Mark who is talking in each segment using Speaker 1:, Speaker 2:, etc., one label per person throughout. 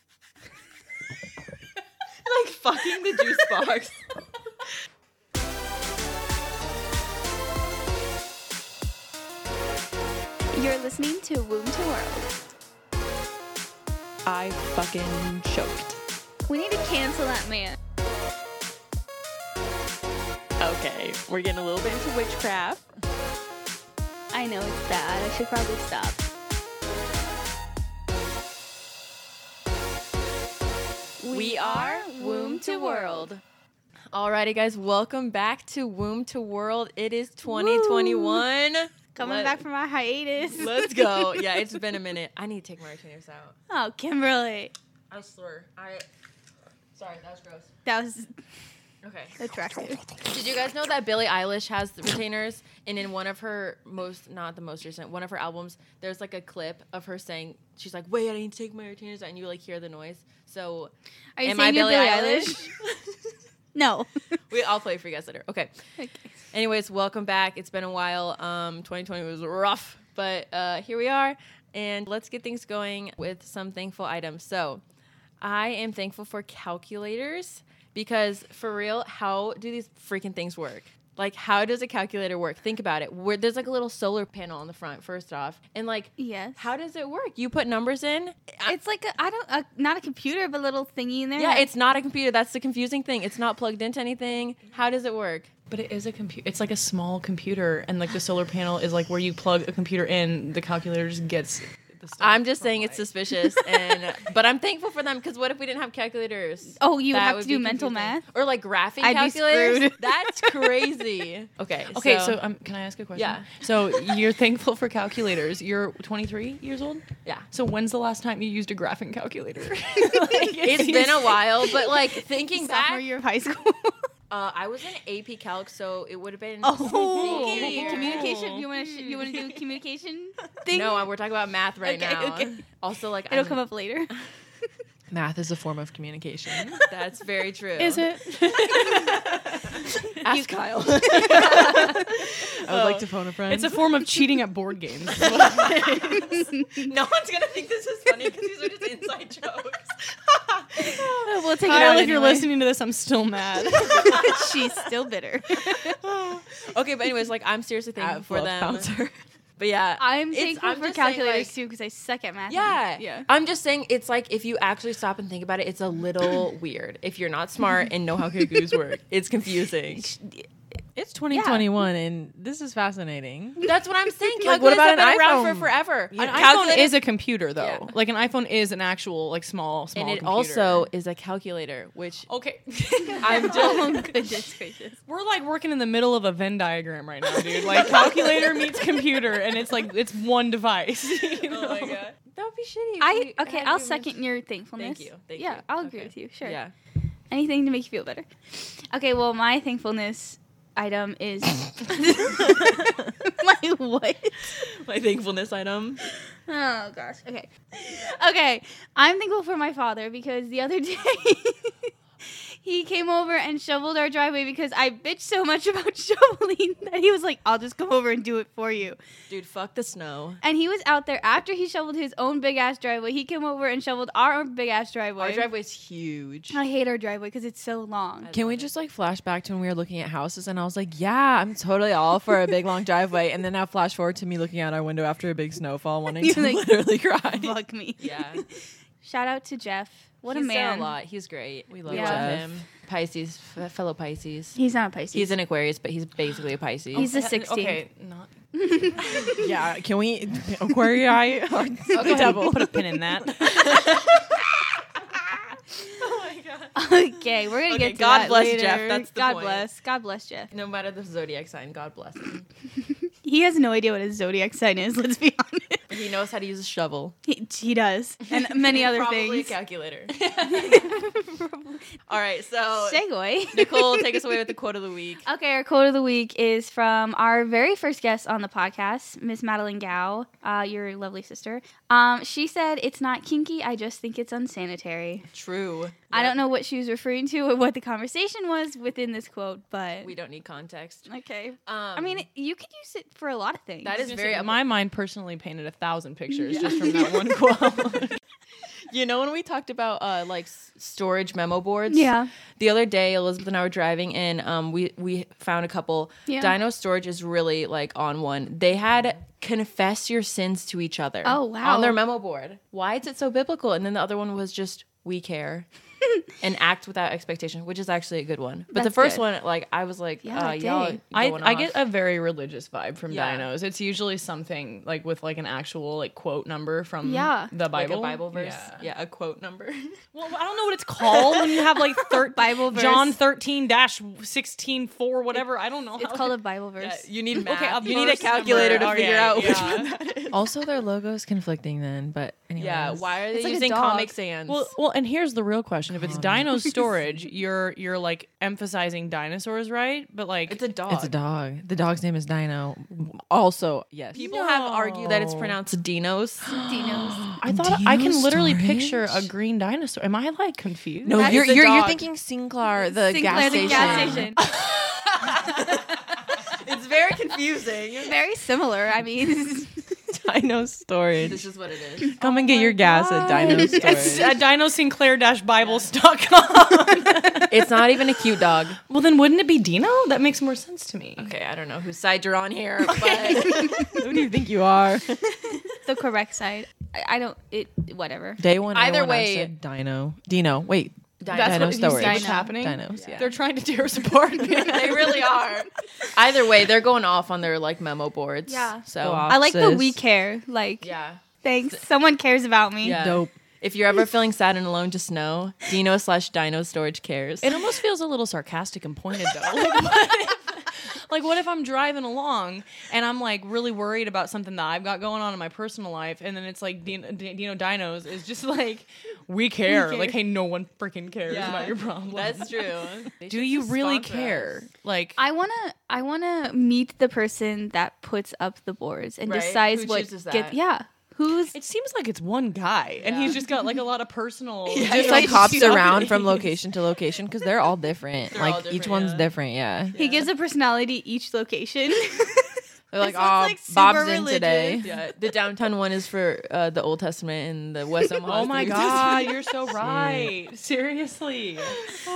Speaker 1: fucking the juice box.
Speaker 2: You're listening to Womb to World.
Speaker 1: I fucking choked.
Speaker 2: We need to cancel that man.
Speaker 1: Okay, we're getting a little bit into witchcraft.
Speaker 2: I know it's bad. I should probably stop.
Speaker 1: We are Womb to World. Alrighty, guys, welcome back to Womb to World. It is 2021.
Speaker 2: Coming
Speaker 1: Let-
Speaker 2: back from our hiatus.
Speaker 1: Let's go. Yeah, it's been a minute. I need to take martinis out.
Speaker 2: Oh, Kimberly.
Speaker 1: I slur. I. Sorry, that was gross.
Speaker 2: That was
Speaker 1: Okay.
Speaker 2: attractive.
Speaker 1: Did you guys know that Billie Eilish has the retainers? And in one of her most, not the most recent, one of her albums, there's like a clip of her saying, she's like, wait, I need to take my retainers out. And you like hear the noise. So,
Speaker 2: Are you
Speaker 1: am I
Speaker 2: saying you're
Speaker 1: Billie,
Speaker 2: Billie
Speaker 1: Eilish?
Speaker 2: Eilish? No.
Speaker 1: we, I'll play it for you guys later. Okay.
Speaker 2: Okay.
Speaker 1: Anyways, welcome back. It's been a while. Um, 2020 was rough, but uh, here we are. And let's get things going with some thankful items. So, I am thankful for calculators because, for real, how do these freaking things work? Like, how does a calculator work? Think about it. Where, there's like a little solar panel on the front, first off. And, like,
Speaker 2: Yes.
Speaker 1: how does it work? You put numbers in. I-
Speaker 2: It's like a, I don't a, not a computer, but a little thingy in there.
Speaker 1: yeah, it's not a computer. That's the confusing thing. It's not plugged into anything. How does it work?
Speaker 3: But it is a computer. It's like a small computer, and like the solar panel is like where you plug a computer in, the calculator just gets. The stuff
Speaker 1: I'm just
Speaker 3: from,
Speaker 1: saying it's
Speaker 3: like-
Speaker 1: suspicious, and but I'm thankful for them because what if we didn't have calculators?
Speaker 2: Oh, you would
Speaker 1: That
Speaker 2: have to
Speaker 1: be
Speaker 2: do mental
Speaker 1: confusing.
Speaker 2: math?
Speaker 1: or like graphing
Speaker 2: I'd be
Speaker 1: calculators.
Speaker 2: screwed.
Speaker 1: That's crazy. Okay,
Speaker 3: Okay, so, um, can I ask a question?
Speaker 1: Yeah.
Speaker 3: So you're thankful for calculators. You're 23 years old.
Speaker 1: yeah,
Speaker 3: So when's the last time you used a graphing calculator?
Speaker 1: it's been a while, but like thinking
Speaker 2: sophomore
Speaker 1: back,
Speaker 2: year of high school.
Speaker 1: uh, I was in AP Calc, so it would have been.
Speaker 2: Oh,
Speaker 1: Thank you.
Speaker 2: communication. You want to sh- you want to do communication? Thing?
Speaker 1: No, I- we're talking about math right
Speaker 2: Okay,
Speaker 1: now.
Speaker 2: okay.
Speaker 1: Also, like
Speaker 2: It'll
Speaker 1: I'm-
Speaker 2: come up later.
Speaker 3: Math is a form of communication.
Speaker 1: That's very true.
Speaker 2: Ask Kyle.
Speaker 3: I would like to phone a friend. It's a form of cheating at board games.
Speaker 1: No one's gonna think this is funny because these are just inside jokes.
Speaker 2: we'll take it
Speaker 3: Kyle,
Speaker 2: out
Speaker 3: if you're
Speaker 2: anyway.
Speaker 3: listening to this, I'm still mad.
Speaker 2: She's still bitter.
Speaker 1: okay, but anyways, like I'm seriously
Speaker 3: uh,
Speaker 1: thankful for them. But yeah,
Speaker 2: I'm
Speaker 1: it's-
Speaker 2: thankful
Speaker 1: I'm
Speaker 2: for
Speaker 1: just saying,
Speaker 2: calculators
Speaker 1: like-
Speaker 2: too because I suck at math.
Speaker 1: Yeah.
Speaker 2: yeah.
Speaker 1: I'm just saying it's like if you actually stop and think about it, it's a little weird. If you're not smart and know how cuckoos work, it's confusing.
Speaker 4: It's 2021, and this is fascinating.
Speaker 1: That's what I'm saying.
Speaker 4: Like,
Speaker 1: Calculators
Speaker 4: what
Speaker 1: have
Speaker 4: about
Speaker 1: been
Speaker 4: an
Speaker 1: around for
Speaker 4: iPhone?
Speaker 1: forever.
Speaker 3: An iPhone
Speaker 1: Calculator-
Speaker 3: is a computer, though.
Speaker 1: Yeah.
Speaker 3: Like an iPhone is an actual, like small, small.
Speaker 1: and it
Speaker 3: computer. Oh
Speaker 1: also is a calculator, which
Speaker 3: okay.
Speaker 1: I'm just
Speaker 2: Oh goodness gracious.
Speaker 3: We're like working in the middle of a Venn diagram right now, dude. Like calculator meets computer, and it's like it's one device. you
Speaker 2: Oh
Speaker 3: know?
Speaker 1: that would be shitty. if
Speaker 2: I
Speaker 1: we
Speaker 2: okay.
Speaker 1: had
Speaker 2: I'll
Speaker 1: humans-
Speaker 2: second your thankfulness.
Speaker 1: Thank you. Thank
Speaker 2: yeah,
Speaker 1: you.
Speaker 2: I'll agree
Speaker 1: Okay.
Speaker 2: with you. Sure.
Speaker 1: Yeah.
Speaker 2: Anything to make you feel better. Okay. Well, my thankfulness item is my what?
Speaker 1: My thankfulness item.
Speaker 2: Oh gosh. Okay. Okay. I'm thankful for my father because the other day he came over and shoveled our driveway because I bitched so much about shoveling that he was like, "I'll just come over and do it for you."
Speaker 1: Dude, fuck the snow.
Speaker 2: And he was out there after he shoveled his own big ass driveway. He came over and shoveled our own big ass driveway.
Speaker 1: Our driveway's huge.
Speaker 2: I hate our driveway because it's so long.
Speaker 4: Can we just like flash back to when we were looking at houses, and I was like, "Yeah, I'm totally all for a big long driveway," and then now flash forward to me looking out our window after a big snowfall, wanting
Speaker 2: You're
Speaker 4: to
Speaker 2: like,
Speaker 4: literally cry.
Speaker 2: Fuck me.
Speaker 1: Yeah.
Speaker 2: Shout out to Jeff. What
Speaker 1: He's
Speaker 2: a
Speaker 1: done
Speaker 2: man.
Speaker 1: a lot. He's great. We love
Speaker 2: Yeah.
Speaker 4: Jeff.
Speaker 1: him. Pisces, f- fellow Pisces.
Speaker 2: He's not a Pisces.
Speaker 1: He's an Aquarius, but he's basically a Pisces.
Speaker 2: He's a 16.
Speaker 3: Okay, not
Speaker 4: yeah, can we Aquarii or the devil?
Speaker 3: put a pin in that.
Speaker 1: Oh
Speaker 2: Okay, we're gonna
Speaker 1: Okay,
Speaker 2: get to
Speaker 1: God
Speaker 2: that
Speaker 1: bless
Speaker 2: later.
Speaker 1: Jeff, that's the
Speaker 2: God
Speaker 1: point.
Speaker 2: bless. God bless Jeff.
Speaker 1: no matter the zodiac sign, God bless him.
Speaker 2: He has no idea what his zodiac sign is. Let's be honest.
Speaker 1: But he knows how to use a shovel.
Speaker 2: He, he does, and many other
Speaker 1: Probably
Speaker 2: things.
Speaker 1: a calculator. All right, so
Speaker 2: Segway.
Speaker 1: Nicole, take us away with the quote of the week.
Speaker 2: Okay, our quote of the week is from our very first guest on the podcast, Miss Madeline Gao, uh, your lovely sister. Um, she said, "It's not kinky. I just think it's unsanitary."
Speaker 1: True.
Speaker 2: I don't know what she was referring to or what the conversation was within this quote, but
Speaker 1: We don't need context.
Speaker 2: okay.
Speaker 1: Um,
Speaker 2: I mean, you could use it for a lot of things.
Speaker 1: that is very.
Speaker 3: my mind personally painted a thousand pictures just from that one quote.
Speaker 1: You know when we talked about uh, like s- storage memo boards?
Speaker 2: Yeah.
Speaker 1: The other day, Elizabeth and I were driving, and um, we we found a couple.
Speaker 2: Yeah.
Speaker 1: Dino storage is really like on one. They had confess your sins to each other.
Speaker 2: Oh, wow.
Speaker 1: On their memo board. Why is it so biblical? And then the other one was just we care. and act without expectation, which is actually a good one. But the
Speaker 2: That's
Speaker 1: first
Speaker 2: good.
Speaker 1: one, like I was like, yeah,
Speaker 2: Yeah,
Speaker 1: y'all,
Speaker 2: dang.
Speaker 3: I,
Speaker 1: going
Speaker 3: I
Speaker 1: off.
Speaker 3: get a very religious vibe from
Speaker 1: Yeah.
Speaker 3: dinos. It's usually something like with like an actual like quote number from
Speaker 2: Yeah.
Speaker 3: the
Speaker 1: like
Speaker 3: Bible.
Speaker 1: a Bible verse.
Speaker 3: Yeah.
Speaker 1: yeah a quote number.
Speaker 3: Well, I don't know what it's called when you have like thir-
Speaker 2: Bible verse.
Speaker 3: John 13 16 4 whatever. I don't know.
Speaker 2: It's
Speaker 3: how-
Speaker 2: called a Bible verse.
Speaker 1: you need
Speaker 3: Okay,
Speaker 1: math.
Speaker 3: a
Speaker 1: you need a
Speaker 3: verse number.
Speaker 1: calculator to
Speaker 3: Okay,
Speaker 1: figure out which
Speaker 3: yeah.
Speaker 1: one that is.
Speaker 4: Also, their logo's conflicting then, but anyways.
Speaker 1: Yeah, why are they
Speaker 2: It's like a
Speaker 1: using
Speaker 2: dog.
Speaker 1: Comic Sans?
Speaker 3: Well, well, and here's the real question: If it's dino storage, you're you're like emphasizing dinosaurs, right? But like,
Speaker 1: it's a dog.
Speaker 4: It's a dog. The dog's name is Dino. Also, yes.
Speaker 1: People have argued that it's pronounced dinos.
Speaker 2: Dinos.
Speaker 3: I thought I
Speaker 4: Dino
Speaker 3: can literally
Speaker 4: storage?
Speaker 3: picture a green dinosaur. Am I like confused?
Speaker 4: No,
Speaker 1: That
Speaker 4: you're
Speaker 1: is a
Speaker 4: you're, you're
Speaker 1: dog.
Speaker 4: thinking Sinclair, the, gas,
Speaker 2: the
Speaker 4: station.
Speaker 2: gas station.
Speaker 1: it's very confusing.
Speaker 2: Very similar. I mean,
Speaker 4: Dino
Speaker 1: this
Speaker 4: storage.
Speaker 1: is what it is.
Speaker 4: Come and get your gas at Dino
Speaker 3: It's
Speaker 4: storage.
Speaker 3: at dinosinclair-bibles.com.
Speaker 1: It's not even a cute dog.
Speaker 3: well, then wouldn't it be Dino? That makes more sense to me.
Speaker 1: Okay, I don't know whose side you're on here, but
Speaker 4: Who do you think you are?
Speaker 2: the correct side. I, I don't. It. Whatever.
Speaker 4: Day one.
Speaker 1: Either
Speaker 4: I went, I
Speaker 1: way-
Speaker 4: said Dino. Dino. Wait.
Speaker 1: That's
Speaker 4: Dino
Speaker 1: what-
Speaker 4: storage.
Speaker 2: Dino.
Speaker 3: happening.
Speaker 4: Dinos. Yeah.
Speaker 3: They're trying to tear us apart.
Speaker 1: they really are. Either way, they're going off on their like memo boards.
Speaker 2: Yeah.
Speaker 1: So
Speaker 4: Go off.
Speaker 2: I like the
Speaker 4: Sis.
Speaker 2: we care. Like,
Speaker 1: yeah.
Speaker 2: thanks. Someone cares about me.
Speaker 1: Yeah.
Speaker 4: Dope.
Speaker 1: If you're ever feeling sad and alone, just know Dino slash Dino Storage cares.
Speaker 3: It almost feels a little sarcastic and pointed though. Like what, if, like, what if I'm driving along and I'm like really worried about something that I've got going on in my personal life, and then it's like Dino, Dino Dinos is just like, we care.
Speaker 2: care.
Speaker 3: Like, hey, no one freaking cares
Speaker 1: Yeah.
Speaker 3: about your problem.
Speaker 1: That's true.
Speaker 3: Do you really care? Like,
Speaker 2: I wanna. I wanna meet the person that puts up the boards and
Speaker 1: Right?
Speaker 2: decides
Speaker 1: Who
Speaker 2: what
Speaker 1: chooses that?
Speaker 2: gets. Yeah. Who's
Speaker 3: it seems like it's one guy, and
Speaker 1: Yeah.
Speaker 3: he's just got like a lot of personal.
Speaker 4: Just like hops around from location to location because they're all different.
Speaker 1: They're
Speaker 4: like
Speaker 1: all
Speaker 4: each
Speaker 1: different,
Speaker 4: one's
Speaker 1: yeah.
Speaker 4: different. Yeah.
Speaker 2: he gives a personality each location.
Speaker 4: They're like,
Speaker 2: This
Speaker 4: oh,
Speaker 2: one's, like, super
Speaker 4: Bob's in
Speaker 2: religious."
Speaker 4: today.
Speaker 1: Yeah, the downtown one is for uh, the Old Testament and the West Omaha.
Speaker 3: Oh
Speaker 1: is the
Speaker 3: my
Speaker 1: New
Speaker 3: god, you're so right. Seriously.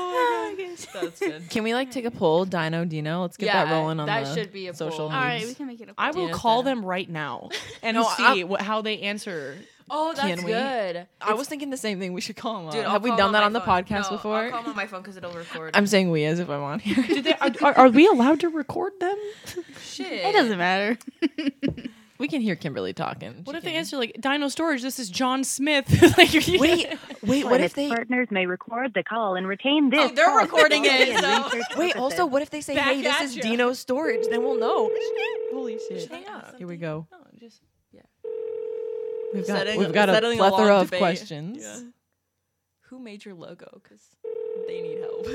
Speaker 1: Testament. That's good.
Speaker 4: Can we like take a poll, Dino Dino? Let's get that rolling on the
Speaker 1: should be a
Speaker 4: social
Speaker 1: poll.
Speaker 2: All
Speaker 4: media.
Speaker 2: right, we can make it. A
Speaker 3: I will
Speaker 1: Dino's
Speaker 3: call
Speaker 1: Dino.
Speaker 3: them right now and
Speaker 4: No,
Speaker 3: see
Speaker 4: I'm-
Speaker 3: what, how they answer.
Speaker 1: Oh, that's
Speaker 4: Can we?
Speaker 1: good.
Speaker 4: I was thinking the same thing. We should call him.
Speaker 1: Dude,
Speaker 4: Dude,
Speaker 1: I'll
Speaker 4: Have we
Speaker 1: call
Speaker 4: done
Speaker 1: on
Speaker 4: that
Speaker 1: my
Speaker 4: on the
Speaker 1: phone.
Speaker 4: podcast
Speaker 1: No,
Speaker 4: before?
Speaker 1: I'll call him on my phone because it'll record.
Speaker 4: I'm saying we as if I'm on here.
Speaker 3: Did they, are, are, are we allowed to record them?
Speaker 1: shit.
Speaker 2: It doesn't matter.
Speaker 4: we can hear Kimberly talking.
Speaker 3: What
Speaker 4: She
Speaker 3: if they
Speaker 4: can-
Speaker 3: answer like Dino Storage? This is John Smith. like, are you-
Speaker 4: Wait, wait. What if they?
Speaker 5: partners may record the call and retain this?
Speaker 1: Oh, they're
Speaker 5: call for
Speaker 1: recording
Speaker 5: quality
Speaker 1: it, so-
Speaker 5: and research
Speaker 4: Wait. Also,
Speaker 5: purposes.
Speaker 4: what if they say,
Speaker 3: Back
Speaker 4: "Hey, this
Speaker 3: at
Speaker 4: is
Speaker 3: ya.
Speaker 4: Dino Storage"? Then we'll know.
Speaker 3: Holy shit!
Speaker 4: Hang up. Here we go.
Speaker 3: No, just
Speaker 4: We've got,
Speaker 1: Setting-
Speaker 4: we've got a
Speaker 1: settling a
Speaker 4: plethora
Speaker 1: long
Speaker 4: of
Speaker 1: debate.
Speaker 4: questions.
Speaker 1: Yeah. Who made your logo? Because they need help.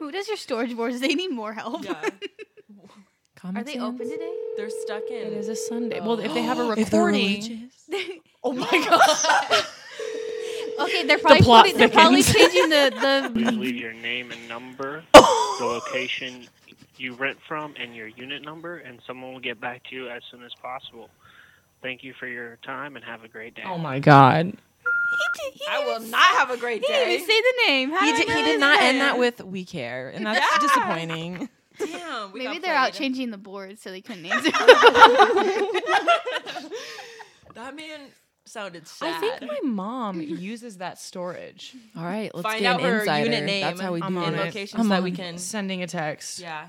Speaker 2: Who does your storage boards? They need more help.
Speaker 1: yeah,
Speaker 2: Are they open today?
Speaker 1: they're stuck in.
Speaker 3: it is a Sunday. Well, if they have a
Speaker 4: Oh. If they're
Speaker 3: recording,
Speaker 4: religious.
Speaker 3: oh my god!
Speaker 2: Okay, they're probably
Speaker 3: plot
Speaker 2: putting- they're probably
Speaker 3: thickens.
Speaker 2: changing the
Speaker 6: Please leave your name and number, the location you rent from, and your unit number, and someone will get back to you as soon as possible. Thank you for your time and have a great day.
Speaker 3: Oh my
Speaker 2: the.
Speaker 3: god!
Speaker 2: He, did, he,
Speaker 1: I
Speaker 2: didn't
Speaker 1: will
Speaker 2: even-
Speaker 1: not have a great
Speaker 2: He didn't even
Speaker 1: day.
Speaker 2: say the name. How
Speaker 4: He
Speaker 2: do I
Speaker 4: did, he
Speaker 2: know
Speaker 4: did
Speaker 2: his
Speaker 4: not end
Speaker 2: name?
Speaker 4: that with "we care," and that's
Speaker 1: Yeah.
Speaker 4: disappointing.
Speaker 1: Damn, we
Speaker 2: Maybe
Speaker 1: got
Speaker 2: they're out
Speaker 1: played.
Speaker 2: changing the board so they couldn't answer.
Speaker 1: That man sounded sad.
Speaker 3: I think my mom uses that storage.
Speaker 4: All right, let's
Speaker 1: Find
Speaker 4: get
Speaker 1: out
Speaker 4: an
Speaker 1: her
Speaker 4: insider.
Speaker 1: unit name
Speaker 4: That's how we
Speaker 1: and
Speaker 4: do
Speaker 3: on
Speaker 1: and
Speaker 3: it.
Speaker 4: it.
Speaker 1: locations
Speaker 4: I'm
Speaker 1: that
Speaker 4: on
Speaker 1: we
Speaker 4: it.
Speaker 1: can.
Speaker 3: Sending a text.
Speaker 1: Yeah.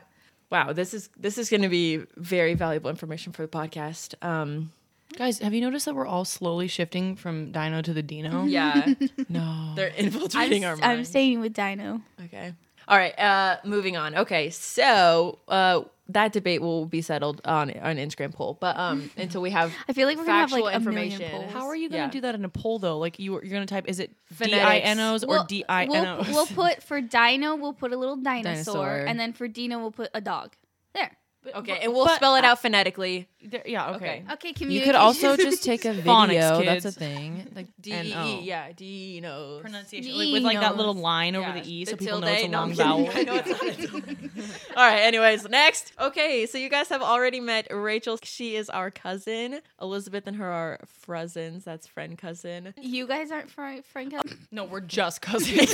Speaker 1: Wow, this is this is going to be very valuable information for the podcast. Um,
Speaker 3: Guys, have you noticed that we're all slowly shifting from Dino to the Dino?
Speaker 1: yeah,
Speaker 4: No,
Speaker 1: they're
Speaker 2: I'm,
Speaker 1: infiltrating our
Speaker 2: s-
Speaker 1: minds.
Speaker 2: I'm staying with Dino.
Speaker 1: Okay. All right. Uh, moving on. Okay. So uh, that debate will be settled on on Instagram poll, but um, until we have
Speaker 2: I feel like we're gonna have
Speaker 1: factual
Speaker 2: like a million
Speaker 1: information.
Speaker 2: polls.
Speaker 3: How are you going to
Speaker 1: Yeah.
Speaker 3: do that in a poll though? Like you, you're going to type is it D
Speaker 1: Phonetics.
Speaker 3: I N O's or
Speaker 2: We'll-
Speaker 3: D I N O's?
Speaker 2: We'll, we'll put for Dino, we'll put a little dinosaur,
Speaker 4: Dinosaur.
Speaker 2: and then for Dino, we'll put a dog. There.
Speaker 1: Okay, and we'll
Speaker 3: but-
Speaker 1: spell it out phonetically.
Speaker 3: There- yeah, okay.
Speaker 2: Okay, communication.
Speaker 4: You could also just take a video.
Speaker 3: Phonics,
Speaker 4: That's a
Speaker 3: kids.
Speaker 4: thing. Like
Speaker 1: D
Speaker 3: And
Speaker 1: E
Speaker 3: O.
Speaker 1: E, yeah, D E knows.
Speaker 3: Pronunciation like, with like that little line over
Speaker 1: Yeah,
Speaker 3: the e, so
Speaker 1: the
Speaker 3: people know
Speaker 1: tilde,
Speaker 3: it's a
Speaker 1: no,
Speaker 3: long
Speaker 1: I'm
Speaker 3: vowel.
Speaker 1: kidding. I know it's- E All right, anyways, next. Okay, so you guys have already met Rachel. She is our cousin. Elizabeth and her are frozens. That's friend cousin.
Speaker 2: You guys aren't Frank. Frank. I
Speaker 3: No, we're just cousins.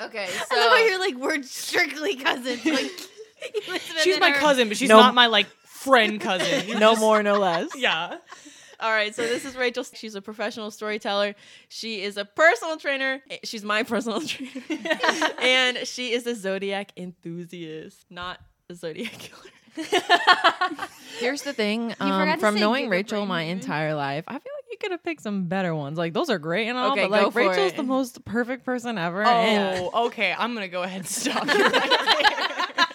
Speaker 1: Okay,
Speaker 2: love how you're like we're strictly cousins. Like, Elizabeth
Speaker 3: she's
Speaker 2: and
Speaker 3: my
Speaker 2: her-
Speaker 3: cousin, but she's
Speaker 4: No.
Speaker 3: not my like friend cousin. You're
Speaker 4: no
Speaker 3: just-
Speaker 4: more, no less.
Speaker 3: Yeah.
Speaker 1: All right, so this is Rachel. She's a professional storyteller. She is a personal trainer. She's my personal trainer. and she is a zodiac enthusiast, not a zodiac killer.
Speaker 4: Here's the thing.
Speaker 2: forgot
Speaker 4: Um,
Speaker 2: to
Speaker 4: from
Speaker 2: say
Speaker 4: knowing
Speaker 2: Gigabrain
Speaker 4: Rachel my
Speaker 2: Brain.
Speaker 4: entire life, I feel like you could have picked some better ones. Like those are great and all,
Speaker 1: Okay,
Speaker 4: but
Speaker 1: go
Speaker 4: like
Speaker 1: for
Speaker 4: Rachel's
Speaker 1: it.
Speaker 4: the most perfect person ever. and-
Speaker 3: Oh, okay. I'm gonna go ahead and stop you right there.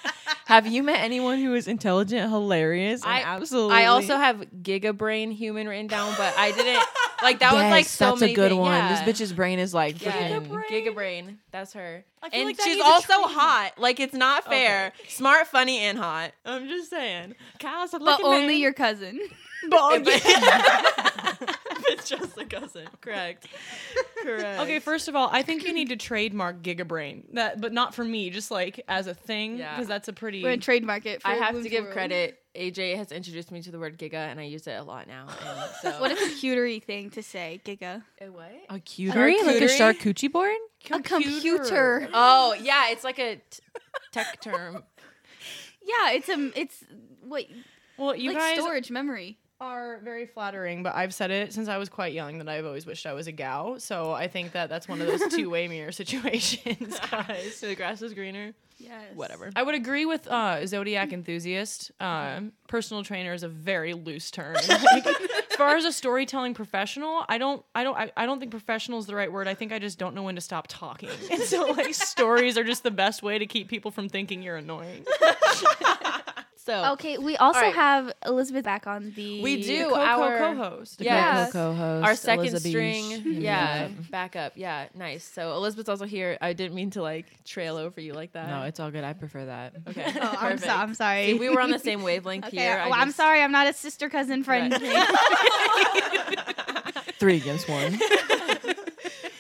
Speaker 4: have you met anyone who is intelligent, hilarious, and
Speaker 1: I-
Speaker 4: absolutely?
Speaker 1: I also have Giga Brain human written down, but I didn't like that was like
Speaker 4: Yes,
Speaker 1: so
Speaker 4: that's
Speaker 1: many
Speaker 4: a good
Speaker 1: things.
Speaker 4: one.
Speaker 1: Yeah.
Speaker 4: This bitch's brain is like
Speaker 1: Yeah,
Speaker 4: freaking-
Speaker 1: Giga Brain. That's her.
Speaker 3: I feel
Speaker 1: And
Speaker 3: like that
Speaker 1: she's
Speaker 3: needs a
Speaker 1: also
Speaker 3: training.
Speaker 1: hot. Like it's not fair. Smart, funny, and hot. I'm just saying. Kyle's a
Speaker 2: But
Speaker 1: looking
Speaker 2: only
Speaker 1: man.
Speaker 2: your cousin.
Speaker 1: But, but just a cousin. Correct. Correct.
Speaker 3: Okay, first of all, I think you need to trademark Gigabrain. That but not for me, just like as a thing.
Speaker 1: Yeah.
Speaker 3: Because that's a pretty
Speaker 2: We're in trademark it. For
Speaker 1: I have to
Speaker 2: Bloom's
Speaker 1: give
Speaker 2: World.
Speaker 1: credit. AJ has introduced me to the word giga, and I use it a lot now. and so.
Speaker 2: What a computery thing to say, Giga.
Speaker 1: A what?
Speaker 4: a cutery, like a
Speaker 1: charcuterie?
Speaker 4: charcuterie board.
Speaker 2: A computer.
Speaker 1: Oh yeah, it's like a t- tech term.
Speaker 2: Yeah, it's um, it's what
Speaker 3: Well, you
Speaker 2: like
Speaker 3: guys
Speaker 2: storage memory.
Speaker 3: are very flattering, but I've said it since I was quite young that I've always wished I was a gal. So I think that that's one of those two-way mirror situations, guys.
Speaker 1: so the grass is greener.
Speaker 2: Yes.
Speaker 1: Whatever.
Speaker 3: I would agree with uh, Zodiac enthusiast. Um, personal trainer is a very loose term. Like, as far as a storytelling professional, I don't, I don't, I, I don't think professional is the right word. I think I just don't know when to stop talking. And so, like, stories are just the best way to keep people from thinking you're annoying.
Speaker 1: So
Speaker 2: Okay, we also
Speaker 1: right.
Speaker 2: have Elizabeth back on the.
Speaker 1: we do
Speaker 3: Co- co-
Speaker 1: our
Speaker 3: co-host.
Speaker 1: Yeah.
Speaker 2: Yes.
Speaker 4: co-host
Speaker 1: Our second
Speaker 4: Elizabeth.
Speaker 1: string, yeah, backup, yeah, nice. So Elizabeth's also here. I didn't mean to like trail over you like that.
Speaker 4: No, it's all good. I prefer that.
Speaker 1: okay.
Speaker 2: Oh, I'm, so,
Speaker 1: perfect.
Speaker 2: I'm sorry.
Speaker 1: See, we were on the same wavelength
Speaker 2: Okay,
Speaker 1: here. I
Speaker 2: well, I'm
Speaker 1: just-
Speaker 2: sorry. I'm not a sister cousin friend.
Speaker 4: Three against one.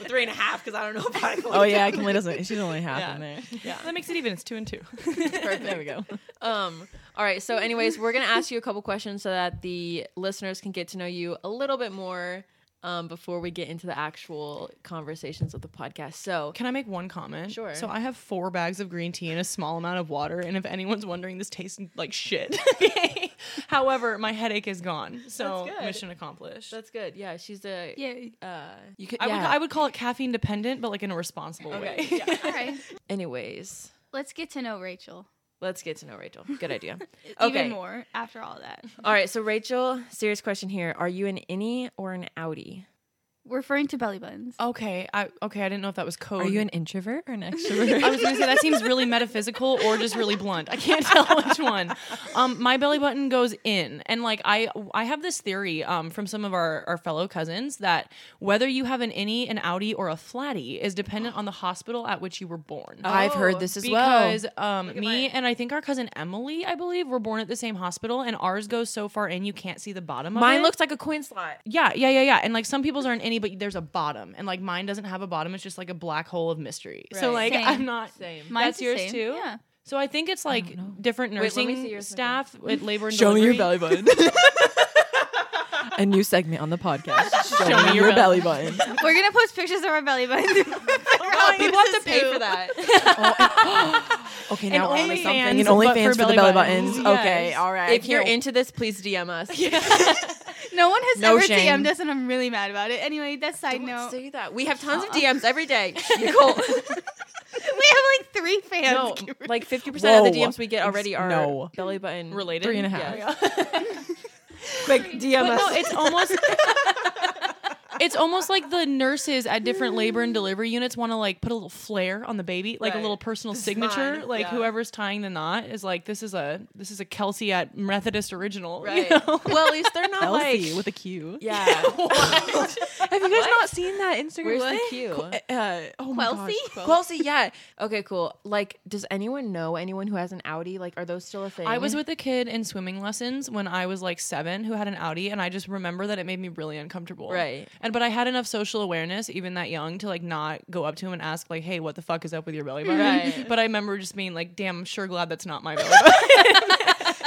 Speaker 1: three and a half because I don't know if I.
Speaker 4: oh yeah, Kimberly doesn't. She's only half
Speaker 3: Yeah.
Speaker 4: in there.
Speaker 3: Yeah. That makes it even. It's two and two.
Speaker 1: Perfect.
Speaker 4: There we go.
Speaker 1: Um. All right. So, anyways, we're gonna ask you a couple questions so that the listeners can get to know you a little bit more um, before we get into the actual conversations of the podcast. So,
Speaker 3: Can I make one comment?
Speaker 1: Sure.
Speaker 3: So I have four bags of green tea and a small amount of water, and if anyone's wondering, this tastes like shit. However, my headache is gone, so
Speaker 1: That's good.
Speaker 3: mission accomplished.
Speaker 1: that's good. Yeah, she's a.
Speaker 2: yeah.
Speaker 1: Uh,
Speaker 4: You could.
Speaker 3: I would
Speaker 4: yeah.
Speaker 3: I would call it caffeine dependent, but like in a responsible way.
Speaker 2: All right.
Speaker 1: anyways,
Speaker 2: Let's get to know Rachel
Speaker 1: let's get to know Rachel. Good idea. Okay.
Speaker 2: even more after all that.
Speaker 1: All right. So, Rachel, serious question here: Are you an innie or an outie?
Speaker 2: We're referring to belly buttons.
Speaker 1: Oh,
Speaker 3: Okay, I okay, I didn't know if that was code.
Speaker 4: Are you an introvert or an extrovert?
Speaker 3: I was gonna say that seems really metaphysical or just really blunt. I can't tell which one. Um, my belly button goes in, and like I, I have this theory um, from some of our, our fellow cousins that whether you have an innie, an outie, or a flatty is dependent on the hospital at which you were born.
Speaker 4: I've heard Oh, this as well.
Speaker 3: because um, me and I think our cousin Emily, I believe, were born at the same hospital, and ours goes so far in you can't see the bottom of it.
Speaker 1: Mine looks like a coin slot.
Speaker 3: Yeah, yeah, yeah, yeah. And like some people's aren't any, but there's a bottom, and like mine doesn't have a bottom. It's just like a black hole of mystery. So
Speaker 1: Right.
Speaker 3: like
Speaker 2: Same.
Speaker 3: I'm not.
Speaker 1: Same.
Speaker 2: Mine's
Speaker 3: That's
Speaker 2: the
Speaker 3: yours
Speaker 2: same.
Speaker 3: too.
Speaker 2: Yeah.
Speaker 3: So I think it's like different
Speaker 1: Wait, let me
Speaker 3: nursing
Speaker 1: see yours again.
Speaker 3: staff with labor and
Speaker 4: Show me your
Speaker 3: delivery.
Speaker 4: belly button. a new segment on the podcast. Show,
Speaker 3: Show
Speaker 4: me,
Speaker 3: me
Speaker 4: your,
Speaker 3: your
Speaker 4: belly button.
Speaker 2: We're gonna post pictures of our belly buttons.
Speaker 1: Oh, people have to pay for that.
Speaker 4: Okay, now we're only something.
Speaker 3: OnlyFans,
Speaker 4: And
Speaker 3: but
Speaker 4: OnlyFans
Speaker 3: for
Speaker 4: for, the
Speaker 3: belly
Speaker 4: belly
Speaker 3: buttons.
Speaker 4: buttons.
Speaker 3: Yes.
Speaker 4: Okay, all right.
Speaker 1: if you're
Speaker 4: Can't-
Speaker 1: into this, please DM us.
Speaker 2: no one has
Speaker 4: No
Speaker 2: ever
Speaker 4: shame.
Speaker 2: DM'd us, and I'm really mad about it. Anyway, that's side
Speaker 1: Don't
Speaker 2: note.
Speaker 1: say that. We have tons of DMs every day. Nicole.
Speaker 2: We have like three fans.
Speaker 1: no,
Speaker 2: Give or-
Speaker 1: like 50% of the
Speaker 4: Whoa.
Speaker 1: DMs we get already are
Speaker 4: No.
Speaker 1: belly button
Speaker 3: related
Speaker 4: Three and a half.
Speaker 1: Quick DM
Speaker 3: But no, it's almost. it's almost like the nurses at different labor and delivery units want to like put a little flair on the baby, like a
Speaker 1: Right.
Speaker 3: little personal
Speaker 1: is
Speaker 3: signature.
Speaker 1: mine.
Speaker 3: Like
Speaker 1: Yeah.
Speaker 3: whoever's tying the knot is like this is a this is a Kelsey at Methodist original. you
Speaker 1: Right.
Speaker 3: know?
Speaker 1: Well, at least they're not
Speaker 4: Elsie
Speaker 1: like
Speaker 4: with a Q.
Speaker 1: yeah.
Speaker 4: Have you guys not seen that Instagram?
Speaker 1: Where's the
Speaker 4: What?
Speaker 1: Q?
Speaker 4: Qu- uh, oh my
Speaker 2: Quelsey?
Speaker 4: gosh, Quel-
Speaker 1: Quelsey, yeah. Okay, cool. Like, does anyone know anyone who has an Audi? Like, are those still a thing?
Speaker 3: I was with a kid in swimming lessons when I was like seven who had an Audi, and I just remember that it made me really uncomfortable.
Speaker 1: Right.
Speaker 3: And but I had enough social awareness, even that young, to like not go up to him and ask like, "Hey, what the fuck is up with your belly button?"
Speaker 1: Right.
Speaker 3: But I remember just being like, "Damn, I'm sure glad that's not my belly button."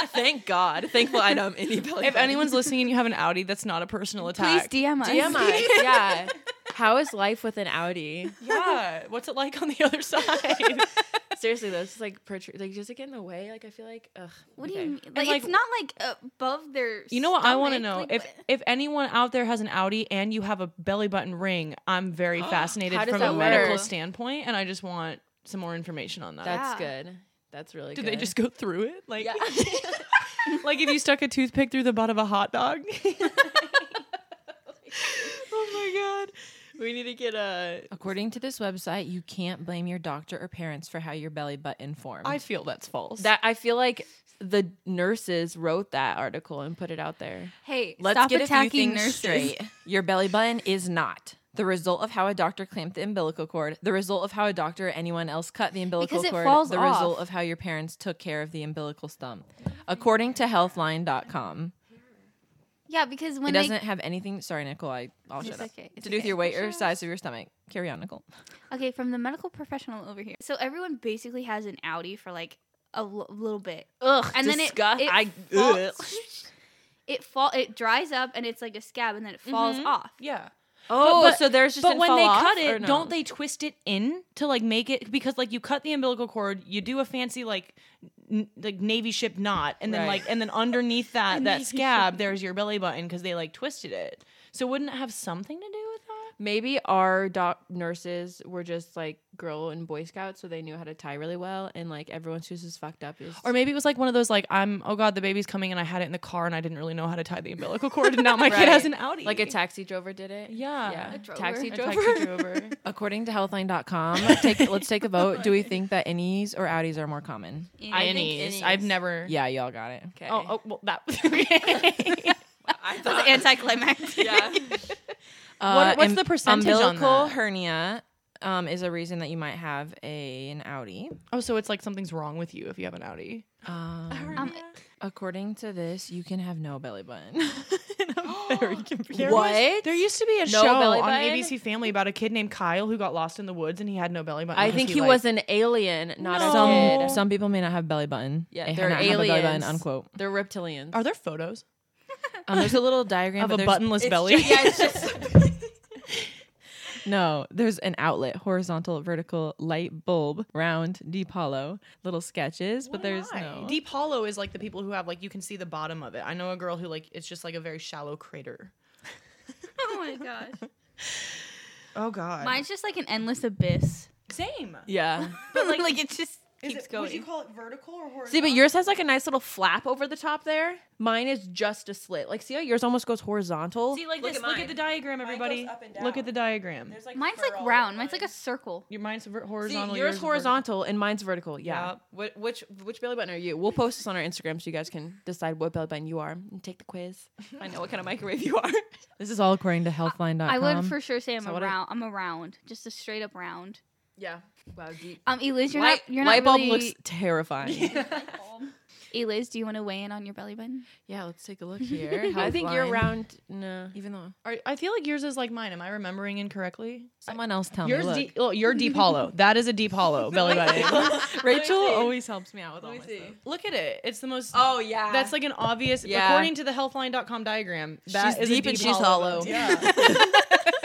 Speaker 4: Thank God. Thankful I don't any belly.
Speaker 3: if anyone's listening and you have an Audi, that's not a personal
Speaker 2: Please
Speaker 3: attack.
Speaker 2: DM us.
Speaker 1: DM us, yeah. How is life with an Audi?
Speaker 3: yeah. What's it like on the other side?
Speaker 1: Seriously, though, it's just, like protr- like does it get in the way? Like, I feel like ugh.
Speaker 2: What do you
Speaker 1: okay.
Speaker 2: mean? Like,
Speaker 3: like-
Speaker 2: it's not like above their.
Speaker 3: You know what I want to know?
Speaker 2: stomach, like,
Speaker 3: if if anyone out there has an Audi and you have a belly button ring, I'm very fascinated
Speaker 1: How does
Speaker 3: from a
Speaker 1: that
Speaker 3: medical
Speaker 1: work?
Speaker 3: standpoint, and I just want some more information on that.
Speaker 1: That's
Speaker 2: Yeah.
Speaker 1: good. That's really
Speaker 3: Did
Speaker 1: good.
Speaker 3: they just go through it? Like,
Speaker 1: Yeah.
Speaker 3: like if you stuck a toothpick through the butt of a hot dog?
Speaker 1: oh my god. We need to get a
Speaker 4: According to this website, you can't blame your doctor or parents for how your belly button formed.
Speaker 3: I feel that's false.
Speaker 1: that I feel like the nurses wrote that article and put it out there.
Speaker 2: hey,
Speaker 4: Let's
Speaker 2: stop
Speaker 4: get a few
Speaker 2: attacking
Speaker 4: things
Speaker 2: nurses.
Speaker 4: straight. Your belly button is not the result of how a doctor clamped the umbilical cord, the result of how a doctor or anyone else cut the umbilical
Speaker 2: Because it
Speaker 4: cord,
Speaker 2: falls
Speaker 4: the
Speaker 2: off.
Speaker 4: result of how your parents took care of the umbilical stump. According to healthline.com,
Speaker 2: Yeah, because
Speaker 4: it
Speaker 2: when
Speaker 4: doesn't have anything. Sorry, Nicole, I, I'll
Speaker 2: It's
Speaker 4: shut up.
Speaker 2: okay, it's
Speaker 4: to do with
Speaker 2: okay.
Speaker 4: your weight or
Speaker 2: Shut up.
Speaker 4: size of your stomach. Carry on, Nicole.
Speaker 2: They, okay, from the medical professional over here. So everyone basically has an Audi for like a l- little bit,
Speaker 1: Ugh.
Speaker 2: and then it
Speaker 1: disgust-
Speaker 2: it
Speaker 1: I
Speaker 2: fall-
Speaker 1: ugh.
Speaker 2: it fall it dries up and it's like a scab, and then it falls
Speaker 1: Mm-hmm.
Speaker 2: off.
Speaker 3: yeah.
Speaker 1: Oh,
Speaker 3: But- but-
Speaker 1: so there's just
Speaker 3: but
Speaker 1: didn't
Speaker 3: when
Speaker 1: fall
Speaker 3: they
Speaker 1: off,
Speaker 3: cut
Speaker 1: or
Speaker 3: it,
Speaker 1: no?
Speaker 3: don't they twist it in to like make it because like you cut the umbilical cord, you do a fancy like n- like navy ship knot, and then
Speaker 4: Right.
Speaker 3: like and then underneath that that scab, there's your belly button because they like twisted it. So wouldn't it have something to do with that?
Speaker 1: Maybe our doc nurses were just like girl and boy scouts, so they knew how to tie really well, and like everyone's just as fucked up. Is
Speaker 3: Or maybe it was like one of those like I'm oh god the baby's coming and I had it in the car and I didn't really know how to tie the umbilical cord and now my kid
Speaker 1: Right.
Speaker 3: has an Audi
Speaker 1: like a taxi driver did it.
Speaker 3: yeah.
Speaker 1: yeah,
Speaker 2: A drover.
Speaker 1: taxi
Speaker 2: A
Speaker 1: driver.
Speaker 3: taxi driver.
Speaker 4: According to healthline.com, take, let's take a vote. Do we think that innies or outies are more common?
Speaker 3: I
Speaker 1: think
Speaker 3: innies.
Speaker 1: innies.
Speaker 3: I've never.
Speaker 4: Yeah, y'all got it.
Speaker 1: Okay.
Speaker 3: Oh, oh, well, that. Okay.
Speaker 1: I
Speaker 2: That was anticlimactic.
Speaker 1: oh, uh, yeah.
Speaker 3: What- what's
Speaker 4: um,
Speaker 3: the percentage on
Speaker 4: umbilical
Speaker 3: that?
Speaker 4: hernia um, is a reason that you might have a an Audi.
Speaker 3: oh, so it's like something's wrong with you if you have an Audi.
Speaker 4: Um,
Speaker 2: Um,
Speaker 4: according to this, you can have no belly button. I'm very confused.
Speaker 3: There
Speaker 1: What?
Speaker 3: was- there used to be
Speaker 1: No
Speaker 3: a show
Speaker 1: belly
Speaker 3: on
Speaker 1: button?
Speaker 3: ABC Family about a kid named Kyle who got lost in the woods and he had no belly button.
Speaker 1: I
Speaker 3: 'cause
Speaker 1: think he
Speaker 3: like-
Speaker 1: was an alien, not
Speaker 3: No.
Speaker 1: a
Speaker 4: Some
Speaker 1: kid.
Speaker 4: some people may not have belly button.
Speaker 1: Yeah,
Speaker 4: They
Speaker 1: they're
Speaker 4: not have a
Speaker 1: aliens.
Speaker 4: belly button. Unquote.
Speaker 1: They're reptilians.
Speaker 3: Are there photos
Speaker 4: Um, there's a little diagram
Speaker 3: of
Speaker 4: but
Speaker 3: a
Speaker 4: there's-
Speaker 3: buttonless belly?
Speaker 4: No, there's an outlet, horizontal, vertical, light bulb, round, deep hollow, little sketches, but there's
Speaker 3: Why?
Speaker 4: no.
Speaker 3: Deep hollow is like the people who have like you can see the bottom of it. I know a girl who like it's just like a very shallow crater.
Speaker 2: oh my gosh,
Speaker 3: Oh god.
Speaker 2: mine's just like an endless abyss.
Speaker 3: Same.
Speaker 1: yeah.
Speaker 2: But like, like it just
Speaker 3: Is
Speaker 2: keeps
Speaker 3: it-
Speaker 2: going.
Speaker 3: Would you call it vertical or horizontal?
Speaker 1: See, but yours has like a nice little flap over the top there. Mine is just a slit. Like, see how yours almost goes horizontal?
Speaker 3: See, like this. look at the diagram, everybody.
Speaker 4: up and
Speaker 3: Look
Speaker 4: down.
Speaker 3: at the diagram.
Speaker 2: Mine's like round. Mine's like a circle.
Speaker 3: Your mine's ver-
Speaker 1: See,
Speaker 3: horizontal.
Speaker 1: yours
Speaker 3: is vertical.
Speaker 1: horizontal and mine's vertical. Yeah.
Speaker 3: Yup.
Speaker 1: What, which which belly button are you? We'll post this on our Instagram so you guys can decide what belly button you are and take the quiz. Find out what kind of microwave you are.
Speaker 4: This is all according to healthline.com.
Speaker 2: I would for sure say I'm
Speaker 4: So
Speaker 2: a
Speaker 4: what are-
Speaker 2: round. I'm a round, just a straight up round.
Speaker 1: Yeah. Wow. Deep.
Speaker 2: Um, Eliz, you're
Speaker 1: light
Speaker 2: not. You're
Speaker 1: light
Speaker 2: not
Speaker 1: bulb
Speaker 2: really.
Speaker 1: looks terrifying.
Speaker 2: Eliz, do you want to weigh in on your belly button?
Speaker 4: Yeah, let's take a look here.
Speaker 1: I think you're
Speaker 4: Healthline.
Speaker 1: round. No.
Speaker 4: Even though
Speaker 3: Are- I feel like yours is like mine. Am I remembering incorrectly?
Speaker 4: someone else tell
Speaker 3: Yours,
Speaker 4: me.
Speaker 3: deep, oh, you're deep hollow. That is a deep hollow belly button.
Speaker 4: Rachel always helps me out with all my stuff.
Speaker 3: Look at it. It's the most.
Speaker 1: Oh yeah.
Speaker 3: That's like an obvious.
Speaker 1: Yeah.
Speaker 3: According to the healthline.com diagram, that
Speaker 4: She's
Speaker 3: is a
Speaker 4: deep and she's hollow.
Speaker 3: Yeah.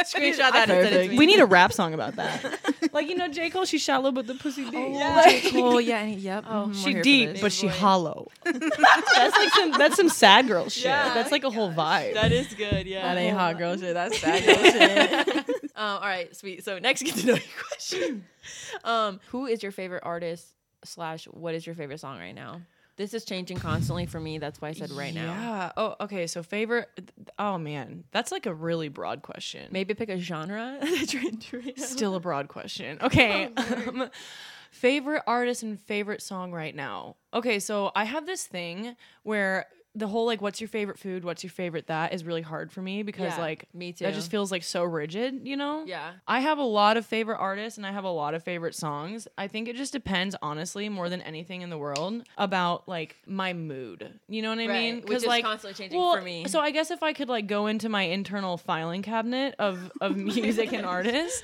Speaker 1: screenshot that.
Speaker 4: and send it to me.
Speaker 3: we need a rap song about that. like you know, J Cole, she's shallow but the pussy deep.
Speaker 4: Oh yeah, and, yep. Oh,
Speaker 3: She deep but she hollow. that's like some. That's some sad girl shit. that's like a whole vibe.
Speaker 1: That is good. Yeah.
Speaker 3: Oh,
Speaker 4: that ain't hot girl shit. That's bad
Speaker 1: Um, all right, sweet. So next, get to know you question. Um, who is your favorite artist slash What is your favorite song right now? This is changing constantly for me. That's why I said right now.
Speaker 3: Yeah. Oh, okay. So favorite. Oh man, that's like a really broad question.
Speaker 1: Maybe pick a genre. that you're into right now.
Speaker 3: Still a broad question. Okay.
Speaker 1: Oh,
Speaker 3: um, favorite artist and favorite song right now. Okay, so I have this thing where the whole like what's your favorite food, what's your favorite that is really hard for me because
Speaker 1: Yeah,
Speaker 3: like
Speaker 1: me
Speaker 3: That just
Speaker 1: too.
Speaker 3: feels like so rigid, you know?
Speaker 1: Yeah.
Speaker 3: I have a lot of favorite artists and I have a lot of favorite songs. I think it just depends honestly more than anything in the world about like my mood. You know what I
Speaker 1: Right,
Speaker 3: mean?
Speaker 1: which is constantly changing for me.
Speaker 3: So I guess if I could like go into my internal filing cabinet of of music and artists,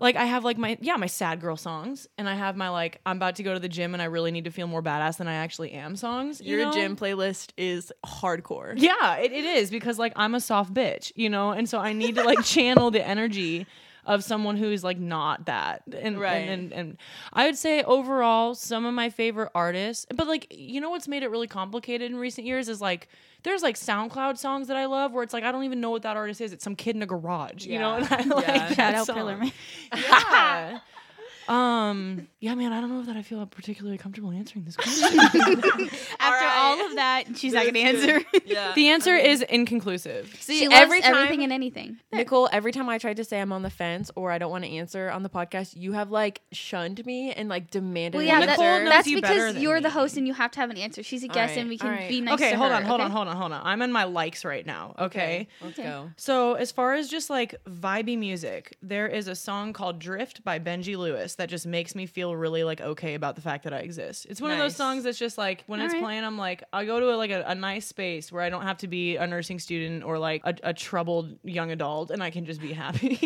Speaker 3: like I have like my yeah my sad girl songs, and I have my like I'm about to go to the gym and I really need to feel more badass than I actually am songs. you
Speaker 1: Your
Speaker 3: know?
Speaker 1: gym playlist is hardcore.
Speaker 3: Yeah, it, it is because like I'm a soft bitch, you know, and so I need to like channel the energy of someone who's like not that. And,
Speaker 1: Right.
Speaker 3: and and and I would say overall some of my favorite artists, but like you know what's made it really complicated in recent years is like there's like SoundCloud songs that I love where it's like I don't even know what that artist is. It's some kid in a garage, you know, and I like
Speaker 1: Yeah.
Speaker 3: that
Speaker 2: Shout out
Speaker 3: song.
Speaker 2: Pillar Man.
Speaker 3: Yeah. um yeah man i don't know that i feel particularly comfortable answering this question
Speaker 2: After
Speaker 1: right.
Speaker 2: all of that, she's not gonna answer.
Speaker 1: Yeah.
Speaker 3: the answer is inconclusive
Speaker 1: See,
Speaker 2: she loves
Speaker 1: every time
Speaker 2: everything and anything.
Speaker 1: Nicole, every time I tried to say I'm on the fence or I don't want to answer on the podcast, you have like shunned me and like demanded.
Speaker 2: Well,
Speaker 1: an
Speaker 2: yeah,
Speaker 1: answer.
Speaker 2: that,
Speaker 3: Nicole knows
Speaker 2: that's
Speaker 3: you better
Speaker 2: because
Speaker 3: than
Speaker 2: you're the
Speaker 3: me.
Speaker 2: host and you have to have an answer. She's a
Speaker 1: All
Speaker 2: guest,
Speaker 1: right,
Speaker 2: and we
Speaker 1: all
Speaker 2: can
Speaker 1: right.
Speaker 2: be nice.
Speaker 3: okay,
Speaker 2: to
Speaker 3: hold
Speaker 2: her,
Speaker 3: on, hold
Speaker 2: okay?
Speaker 3: on, hold on, hold on. I'm in my likes right now. Okay.
Speaker 1: let's go.
Speaker 3: So as far as just like vibey music, there is a song called "Drift" by Benji Lewis that just makes me feel really like okay about the fact that I exist. It's one of those
Speaker 1: Nice.
Speaker 3: songs that's just like when it's
Speaker 2: Alright.
Speaker 3: playing, I'm like I go to a, like a, a nice space where I don't have to be a nursing student or like a, a troubled young adult, and I can just be happy.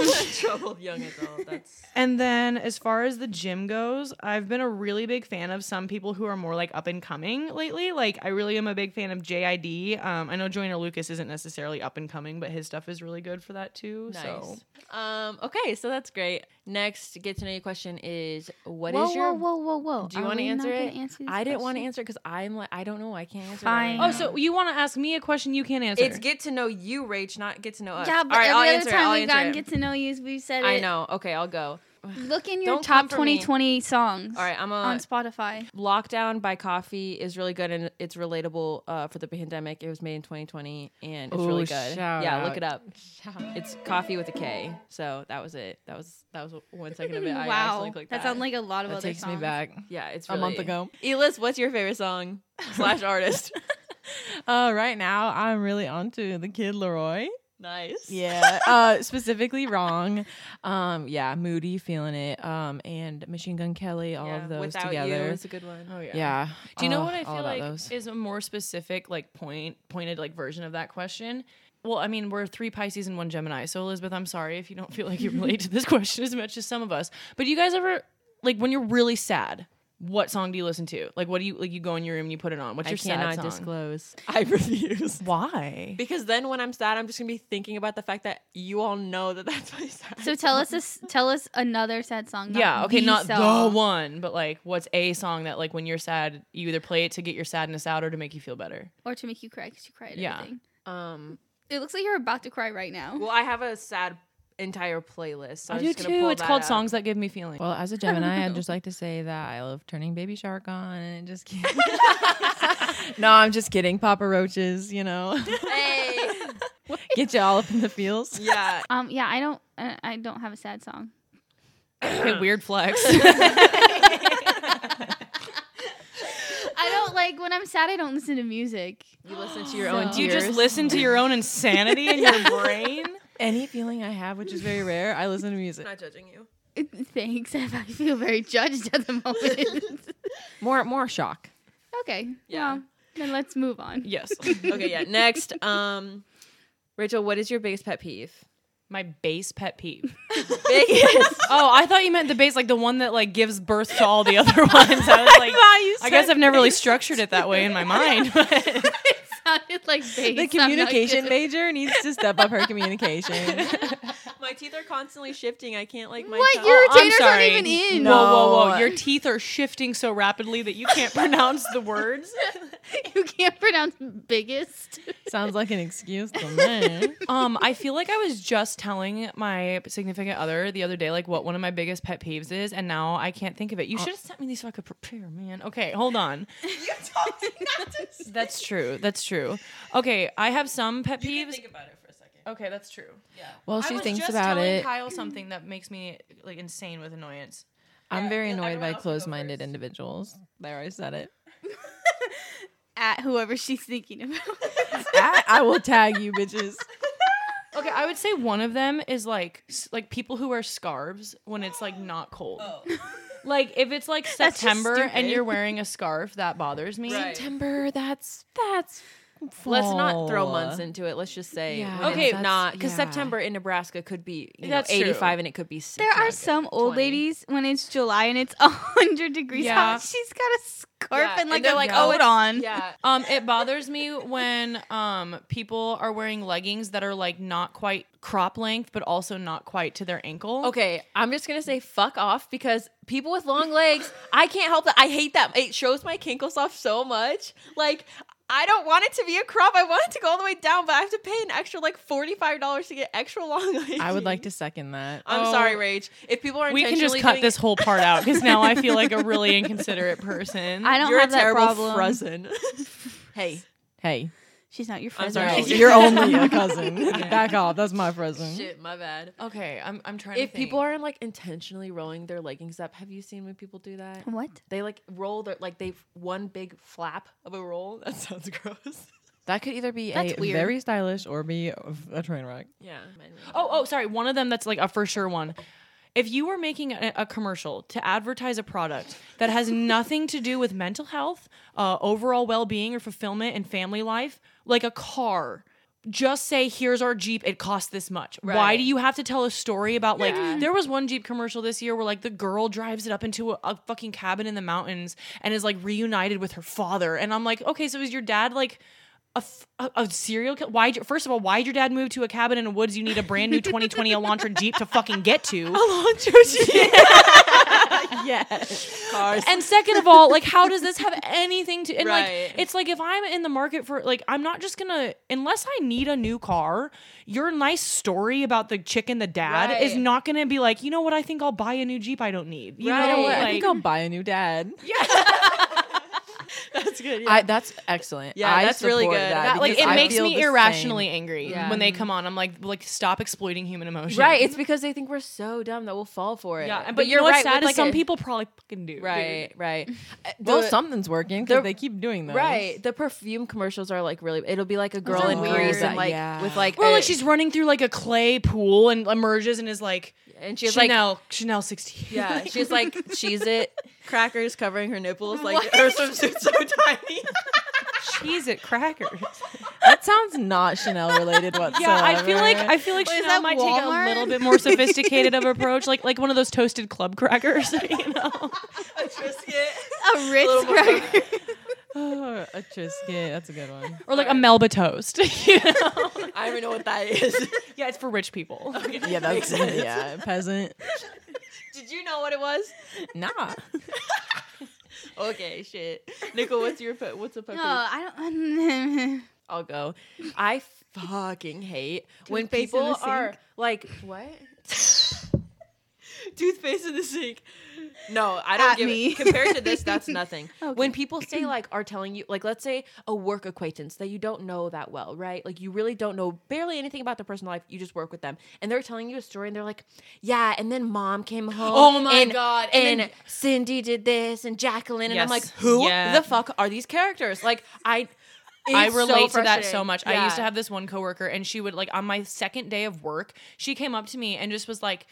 Speaker 1: Troubled young adult. That's
Speaker 3: And then as far as the gym goes, I've been a really big fan of some people who are more like up and coming lately. Like I really am a big fan of JID. Um, I know Joyner Lucas isn't necessarily up and coming, but his stuff is really good for that too.
Speaker 1: nice.
Speaker 3: So
Speaker 1: Um, okay, so that's great. Next, get to know you question is what is
Speaker 2: Whoa,
Speaker 1: your?
Speaker 2: whoa, whoa, whoa, whoa!
Speaker 1: Do you
Speaker 2: Are
Speaker 1: want to
Speaker 2: we not
Speaker 1: answer
Speaker 2: gonna
Speaker 1: it?
Speaker 2: answer this
Speaker 1: I didn't want to
Speaker 2: question?
Speaker 1: answer because I'm like I don't know. I can't answer.
Speaker 2: Fine.
Speaker 1: That
Speaker 3: Oh, so you want to ask me a question you can't answer.
Speaker 1: it's get to know you, Rach, not get to know us.
Speaker 2: Yeah, but
Speaker 1: All right, I'll
Speaker 2: every
Speaker 1: answer it,
Speaker 2: other
Speaker 1: I'll
Speaker 2: time we've
Speaker 1: answer
Speaker 2: gotten
Speaker 1: it.
Speaker 2: get to know you, we've said it.
Speaker 1: I know. Okay, I'll go.
Speaker 2: Look in your
Speaker 1: Don't come
Speaker 2: top
Speaker 1: for me.
Speaker 2: 2020 songs.
Speaker 1: All right, I'm a
Speaker 2: on Spotify.
Speaker 1: Lockdown by Coffee is really good and it's relatable uh, for the pandemic. It was made in 2020 and it's
Speaker 4: Ooh,
Speaker 1: really good.
Speaker 4: shout
Speaker 1: yeah,
Speaker 4: out.
Speaker 1: look it up. It's Coffee with a K. So that was it. That was that was one second of it. I
Speaker 2: wow,
Speaker 1: actually clicked that.
Speaker 2: that sounds like a lot of
Speaker 4: That
Speaker 2: other
Speaker 4: takes me
Speaker 2: songs.
Speaker 4: back.
Speaker 1: yeah, it's
Speaker 4: A month
Speaker 1: really-
Speaker 4: ago.
Speaker 1: Elis, what's your favorite song slash artist?
Speaker 4: Uh, right now, I'm really onto the Kid Leroy.
Speaker 1: nice.
Speaker 4: Yeah. uh, specifically wrong. Um, yeah, Moody, feeling it. Um, and Machine Gun Kelly, all
Speaker 1: Yeah,
Speaker 4: of those
Speaker 1: Without
Speaker 4: together.
Speaker 1: You is a good one.
Speaker 3: oh
Speaker 4: yeah.
Speaker 3: Do you know
Speaker 4: Oh,
Speaker 3: what I
Speaker 4: all
Speaker 3: feel
Speaker 4: about
Speaker 3: like
Speaker 4: those.
Speaker 3: is a more specific, like point pointed, like version of that question? Well, I mean, we're three Pisces and one Gemini, so Elizabeth, I'm sorry if you don't feel like you relate to this question as much as some of us. But you guys ever like when you're really sad? What song do you listen to? Like, what do you like? You go in your room, and you put it on. What's
Speaker 1: I
Speaker 3: your sad
Speaker 1: cannot
Speaker 3: song?
Speaker 1: disclose. I refuse.
Speaker 3: Why?
Speaker 1: Because then when I'm sad, I'm just gonna be thinking about the fact that you all know that that's my sad.
Speaker 2: So tell us this. Tell us another sad song. not
Speaker 3: Yeah, okay,
Speaker 2: the
Speaker 3: not
Speaker 2: song.
Speaker 3: the one, but like, what's a song that like when you're sad, you either play it to get your sadness out or to make you feel better?
Speaker 2: or to make you cry because you cry at
Speaker 3: Yeah.
Speaker 2: everything.
Speaker 1: um.
Speaker 2: It looks like you're about to cry right now.
Speaker 1: Well, I have a sad entire playlist. So
Speaker 3: I
Speaker 1: I'm
Speaker 3: do
Speaker 1: just gonna pull
Speaker 3: too. It's
Speaker 1: that
Speaker 3: called
Speaker 1: up.
Speaker 3: songs that give me feeling.
Speaker 4: Well, as a Gemini, I'd just like to say that I love turning Baby Shark on, and it just kidding. no, I'm just kidding. Papa Roaches, you know, get you all up in the feels.
Speaker 1: yeah.
Speaker 2: Um, yeah, I don't. I I don't have a sad song.
Speaker 3: okay, weird flex.
Speaker 2: I don't like when I'm sad. I don't listen to music.
Speaker 1: You listen to your own
Speaker 2: So-
Speaker 3: Do you
Speaker 1: tears.
Speaker 3: just listen to your own insanity in your brain?
Speaker 4: Any feeling I have, which is very rare, I listen to music.
Speaker 1: not judging you.
Speaker 2: Thanks. I feel very judged at the moment.
Speaker 4: More, more shock.
Speaker 2: okay.
Speaker 1: Yeah.
Speaker 2: Well, then let's move on.
Speaker 3: Yes.
Speaker 1: Okay, yeah. Next, um, Rachel, what is your biggest pet peeve?
Speaker 3: My base pet peeve.
Speaker 1: Biggest.
Speaker 3: Oh, I thought you meant the base, like the one that like gives birth to all the other ones. I was like, I guess I've never really structured it that way in my mind. but-
Speaker 2: Sounded like bass.
Speaker 4: The
Speaker 2: I'm not
Speaker 4: communication
Speaker 2: good.
Speaker 4: major needs to step up her communication.
Speaker 1: My teeth are constantly shifting. I can't like my
Speaker 2: What?
Speaker 1: tongue-
Speaker 2: Your
Speaker 3: Oh, I'm
Speaker 2: retainers aren't
Speaker 3: sorry.
Speaker 2: even in.
Speaker 4: No.
Speaker 3: Whoa, whoa, whoa. Your teeth are shifting so rapidly that you can't pronounce the words.
Speaker 2: You can't pronounce biggest.
Speaker 4: Sounds like an excuse to me.
Speaker 3: Um, I feel like I was just telling my significant other the other day, like what one of my biggest pet peeves is, and now I can't think of
Speaker 4: Uh,
Speaker 3: it. You should have sent me these so I could prepare, man. Okay, hold on. That's true. That's true. Okay, I have some pet peeves.
Speaker 1: about it for a second.
Speaker 3: Okay, that's true.
Speaker 4: Well,
Speaker 3: I
Speaker 4: she
Speaker 3: was
Speaker 4: thinks
Speaker 3: just
Speaker 4: about
Speaker 3: telling
Speaker 4: it.
Speaker 3: Kyle something that makes me like insane with annoyance.
Speaker 4: I'm very annoyed by
Speaker 1: else can go
Speaker 4: closed-minded individuals. There, I said it.
Speaker 2: At whoever she's thinking about.
Speaker 4: I, I will tag you, bitches.
Speaker 3: Okay, I would say one of them is like s- like people who wear scarves when it's like not cold. Like if it's like
Speaker 2: just
Speaker 3: September and
Speaker 2: stupid.
Speaker 3: you're wering a scarf, that bothers me.
Speaker 1: Right.
Speaker 4: September. That's that's.
Speaker 1: Let's not throw
Speaker 4: fall.
Speaker 1: months into it. Let's just say
Speaker 4: Yeah.
Speaker 1: when
Speaker 3: Okay,
Speaker 1: it's not because
Speaker 4: yeah.
Speaker 1: September in Nebraska could be you know,
Speaker 3: That's true.
Speaker 1: 85 and it could be 60.
Speaker 2: There are some old
Speaker 1: 20.
Speaker 2: ladies when it's July and it's hundred degrees
Speaker 3: Yeah.
Speaker 2: out. She's got a scarf
Speaker 1: Yeah,
Speaker 2: and like
Speaker 1: they're
Speaker 2: a
Speaker 1: like, oh,
Speaker 2: coat
Speaker 1: it's-
Speaker 2: on.
Speaker 1: Yeah.
Speaker 3: Um, it bothers me when um people are wearing leggings that are like not quite crop length, but also not quite to their ankle.
Speaker 4: Oh,
Speaker 1: Okay, I'm just gonna say fuck off because people with long legs, I can't help that. I hate that. It shows my kinkles off so much. Like, I don't want it to be a crop. I want it to go all the way down, but I have to pay an extra like forty five dollars to get extra long legs.
Speaker 4: I would like to second that.
Speaker 1: I'm
Speaker 3: Oh.
Speaker 1: sorry, Rage. If people are
Speaker 3: we can just
Speaker 1: intentionally
Speaker 3: cut
Speaker 1: doing
Speaker 3: this
Speaker 1: it-
Speaker 3: whole part out because now I feel like a really inconsiderate person.
Speaker 2: I don't
Speaker 1: you're
Speaker 2: have
Speaker 1: a
Speaker 2: that
Speaker 1: terrible
Speaker 2: problem.
Speaker 1: frozen. hey,
Speaker 4: Hey,
Speaker 2: She's not your
Speaker 1: I'm
Speaker 2: friend.
Speaker 1: sorry.
Speaker 4: no,
Speaker 1: Right.
Speaker 4: you're only a cousin. Back off. That's my frozen.
Speaker 1: shit, my bad.
Speaker 3: okay, I'm I'm trying.
Speaker 1: If
Speaker 3: to think.
Speaker 1: people are like intentionally rolling their leggings up, have you seen when people do that?
Speaker 2: What?
Speaker 1: They like roll their like they've one big flap of a roll. That sounds gross.
Speaker 4: That could either be
Speaker 2: That's
Speaker 4: a
Speaker 2: weird.
Speaker 4: very stylish or be a a train wreck.
Speaker 1: Yeah.
Speaker 3: Oh, oh, sorry. One of them that's like a for sure one. If you were making a, a commercial to advertise a product that has nothing to do with mental health, uh, overall well being, or fulfillment in family life, like a car, just say, here's our Jeep, it costs this much. Why
Speaker 1: Right.
Speaker 3: do you have to tell a story about, like, there was one Jeep commercial this year where, like, the girl drives it up into a, a fucking cabin in the mountains and is, like, reunited with her father. And I'm like, okay, so is your dad, like, a, f- a- a serial killer? Why? First of all, why'd your dad move to a cabin in the woods? You need a brand new 2020 Elantra Jeep to fucking get to.
Speaker 4: yes. Cars.
Speaker 3: And second of all, like, how does this have anything to? And
Speaker 1: Right.
Speaker 3: like, it's like if I'm in the market for like, I'm not just gonna unless I need a new car. Your nice story about the chicken, the dad, is
Speaker 1: Right.
Speaker 3: not gonna be like, you know what? I think I'll buy a new Jeep. I don't need. You
Speaker 1: Right.
Speaker 3: know,
Speaker 1: I
Speaker 3: like,
Speaker 4: I think I'll buy a new dad.
Speaker 1: that's good.
Speaker 4: I, that's excellent.
Speaker 1: Yeah,
Speaker 4: I
Speaker 1: that's really
Speaker 4: support
Speaker 1: good.
Speaker 4: That
Speaker 1: That,
Speaker 3: like
Speaker 4: because
Speaker 3: it
Speaker 4: I
Speaker 3: makes
Speaker 4: feel
Speaker 3: me
Speaker 4: the
Speaker 3: irrationally
Speaker 4: same.
Speaker 3: angry
Speaker 1: Yeah.
Speaker 3: when they come on. I'm like, like, stop exploiting human emotion.
Speaker 1: Right, it's because they think we're so dumb that we'll fall for it.
Speaker 3: Yeah, and- but, you're
Speaker 1: right.
Speaker 3: right. Sad
Speaker 1: with,
Speaker 3: is
Speaker 1: like,
Speaker 3: some
Speaker 1: a-
Speaker 3: people probably fucking do.
Speaker 1: right, right. Uh,
Speaker 4: Well,
Speaker 1: the-
Speaker 4: something's working because
Speaker 1: the-
Speaker 4: they keep doing those.
Speaker 1: right. The perfume commercials are like really. It'll be like a girl
Speaker 4: that
Speaker 1: in
Speaker 4: weird?
Speaker 1: Greece and like
Speaker 4: Yeah.
Speaker 1: with like,
Speaker 3: Well,
Speaker 1: a-
Speaker 3: like she's running through like a clay pool and emerges and is like
Speaker 1: and she's like
Speaker 3: Chanel Chanel sixty.
Speaker 1: yeah, she's like she's it crackers covering her nipples like her swimsuit's so tiny.
Speaker 3: she's at crackers.
Speaker 4: That sounds not Chanel related whatsoever.
Speaker 3: Yeah, I feel like I feel like
Speaker 2: Wait, is
Speaker 3: Chanel
Speaker 2: that
Speaker 3: might
Speaker 2: Walmart?
Speaker 3: take a little bit more sophisticated of approach, like like one of those toasted club crackers. You know,
Speaker 1: A Triscuit.
Speaker 2: A Ritz cracker.
Speaker 4: Oh, a Triscuit. That's a good one.
Speaker 3: or like a Melba toast. you know?
Speaker 1: I don't even know what that is.
Speaker 3: Yeah, it's for rich people.
Speaker 4: Yeah, that's yeah. Peasant.
Speaker 1: Did you know what it was?
Speaker 4: Nah.
Speaker 1: Okay, shit. Nicole, what's your pe- what's a pet
Speaker 2: No,
Speaker 1: peeve?
Speaker 2: I don't.
Speaker 1: I'll go. I fucking hate when
Speaker 2: Toothpaste in the
Speaker 1: people
Speaker 2: sink?
Speaker 1: are like, what? Toothpaste in the sink. No, I don't
Speaker 2: At
Speaker 1: give
Speaker 2: me.
Speaker 1: it. Compared to this, that's nothing.
Speaker 2: Okay.
Speaker 1: When people say like are telling you like let's say a work acquaintance that you don't know that well, right? Like you really don't know barely anything about their personal life. You just work with them, and they're telling you a story, and they're like, "Yeah," and then mom came home.
Speaker 3: Oh my
Speaker 1: and-
Speaker 3: God, and
Speaker 1: And, Cindy did this, and Jacqueline, and I'm
Speaker 3: Yes.
Speaker 1: like, who
Speaker 3: Yeah.
Speaker 1: the fuck are these characters? Like I.
Speaker 3: I
Speaker 1: It's so
Speaker 3: relate to that so
Speaker 1: frustrating.
Speaker 3: much. I
Speaker 1: Yeah.
Speaker 3: used to have this one coworker, and she would like on my second day of work, she came up to me and just was like,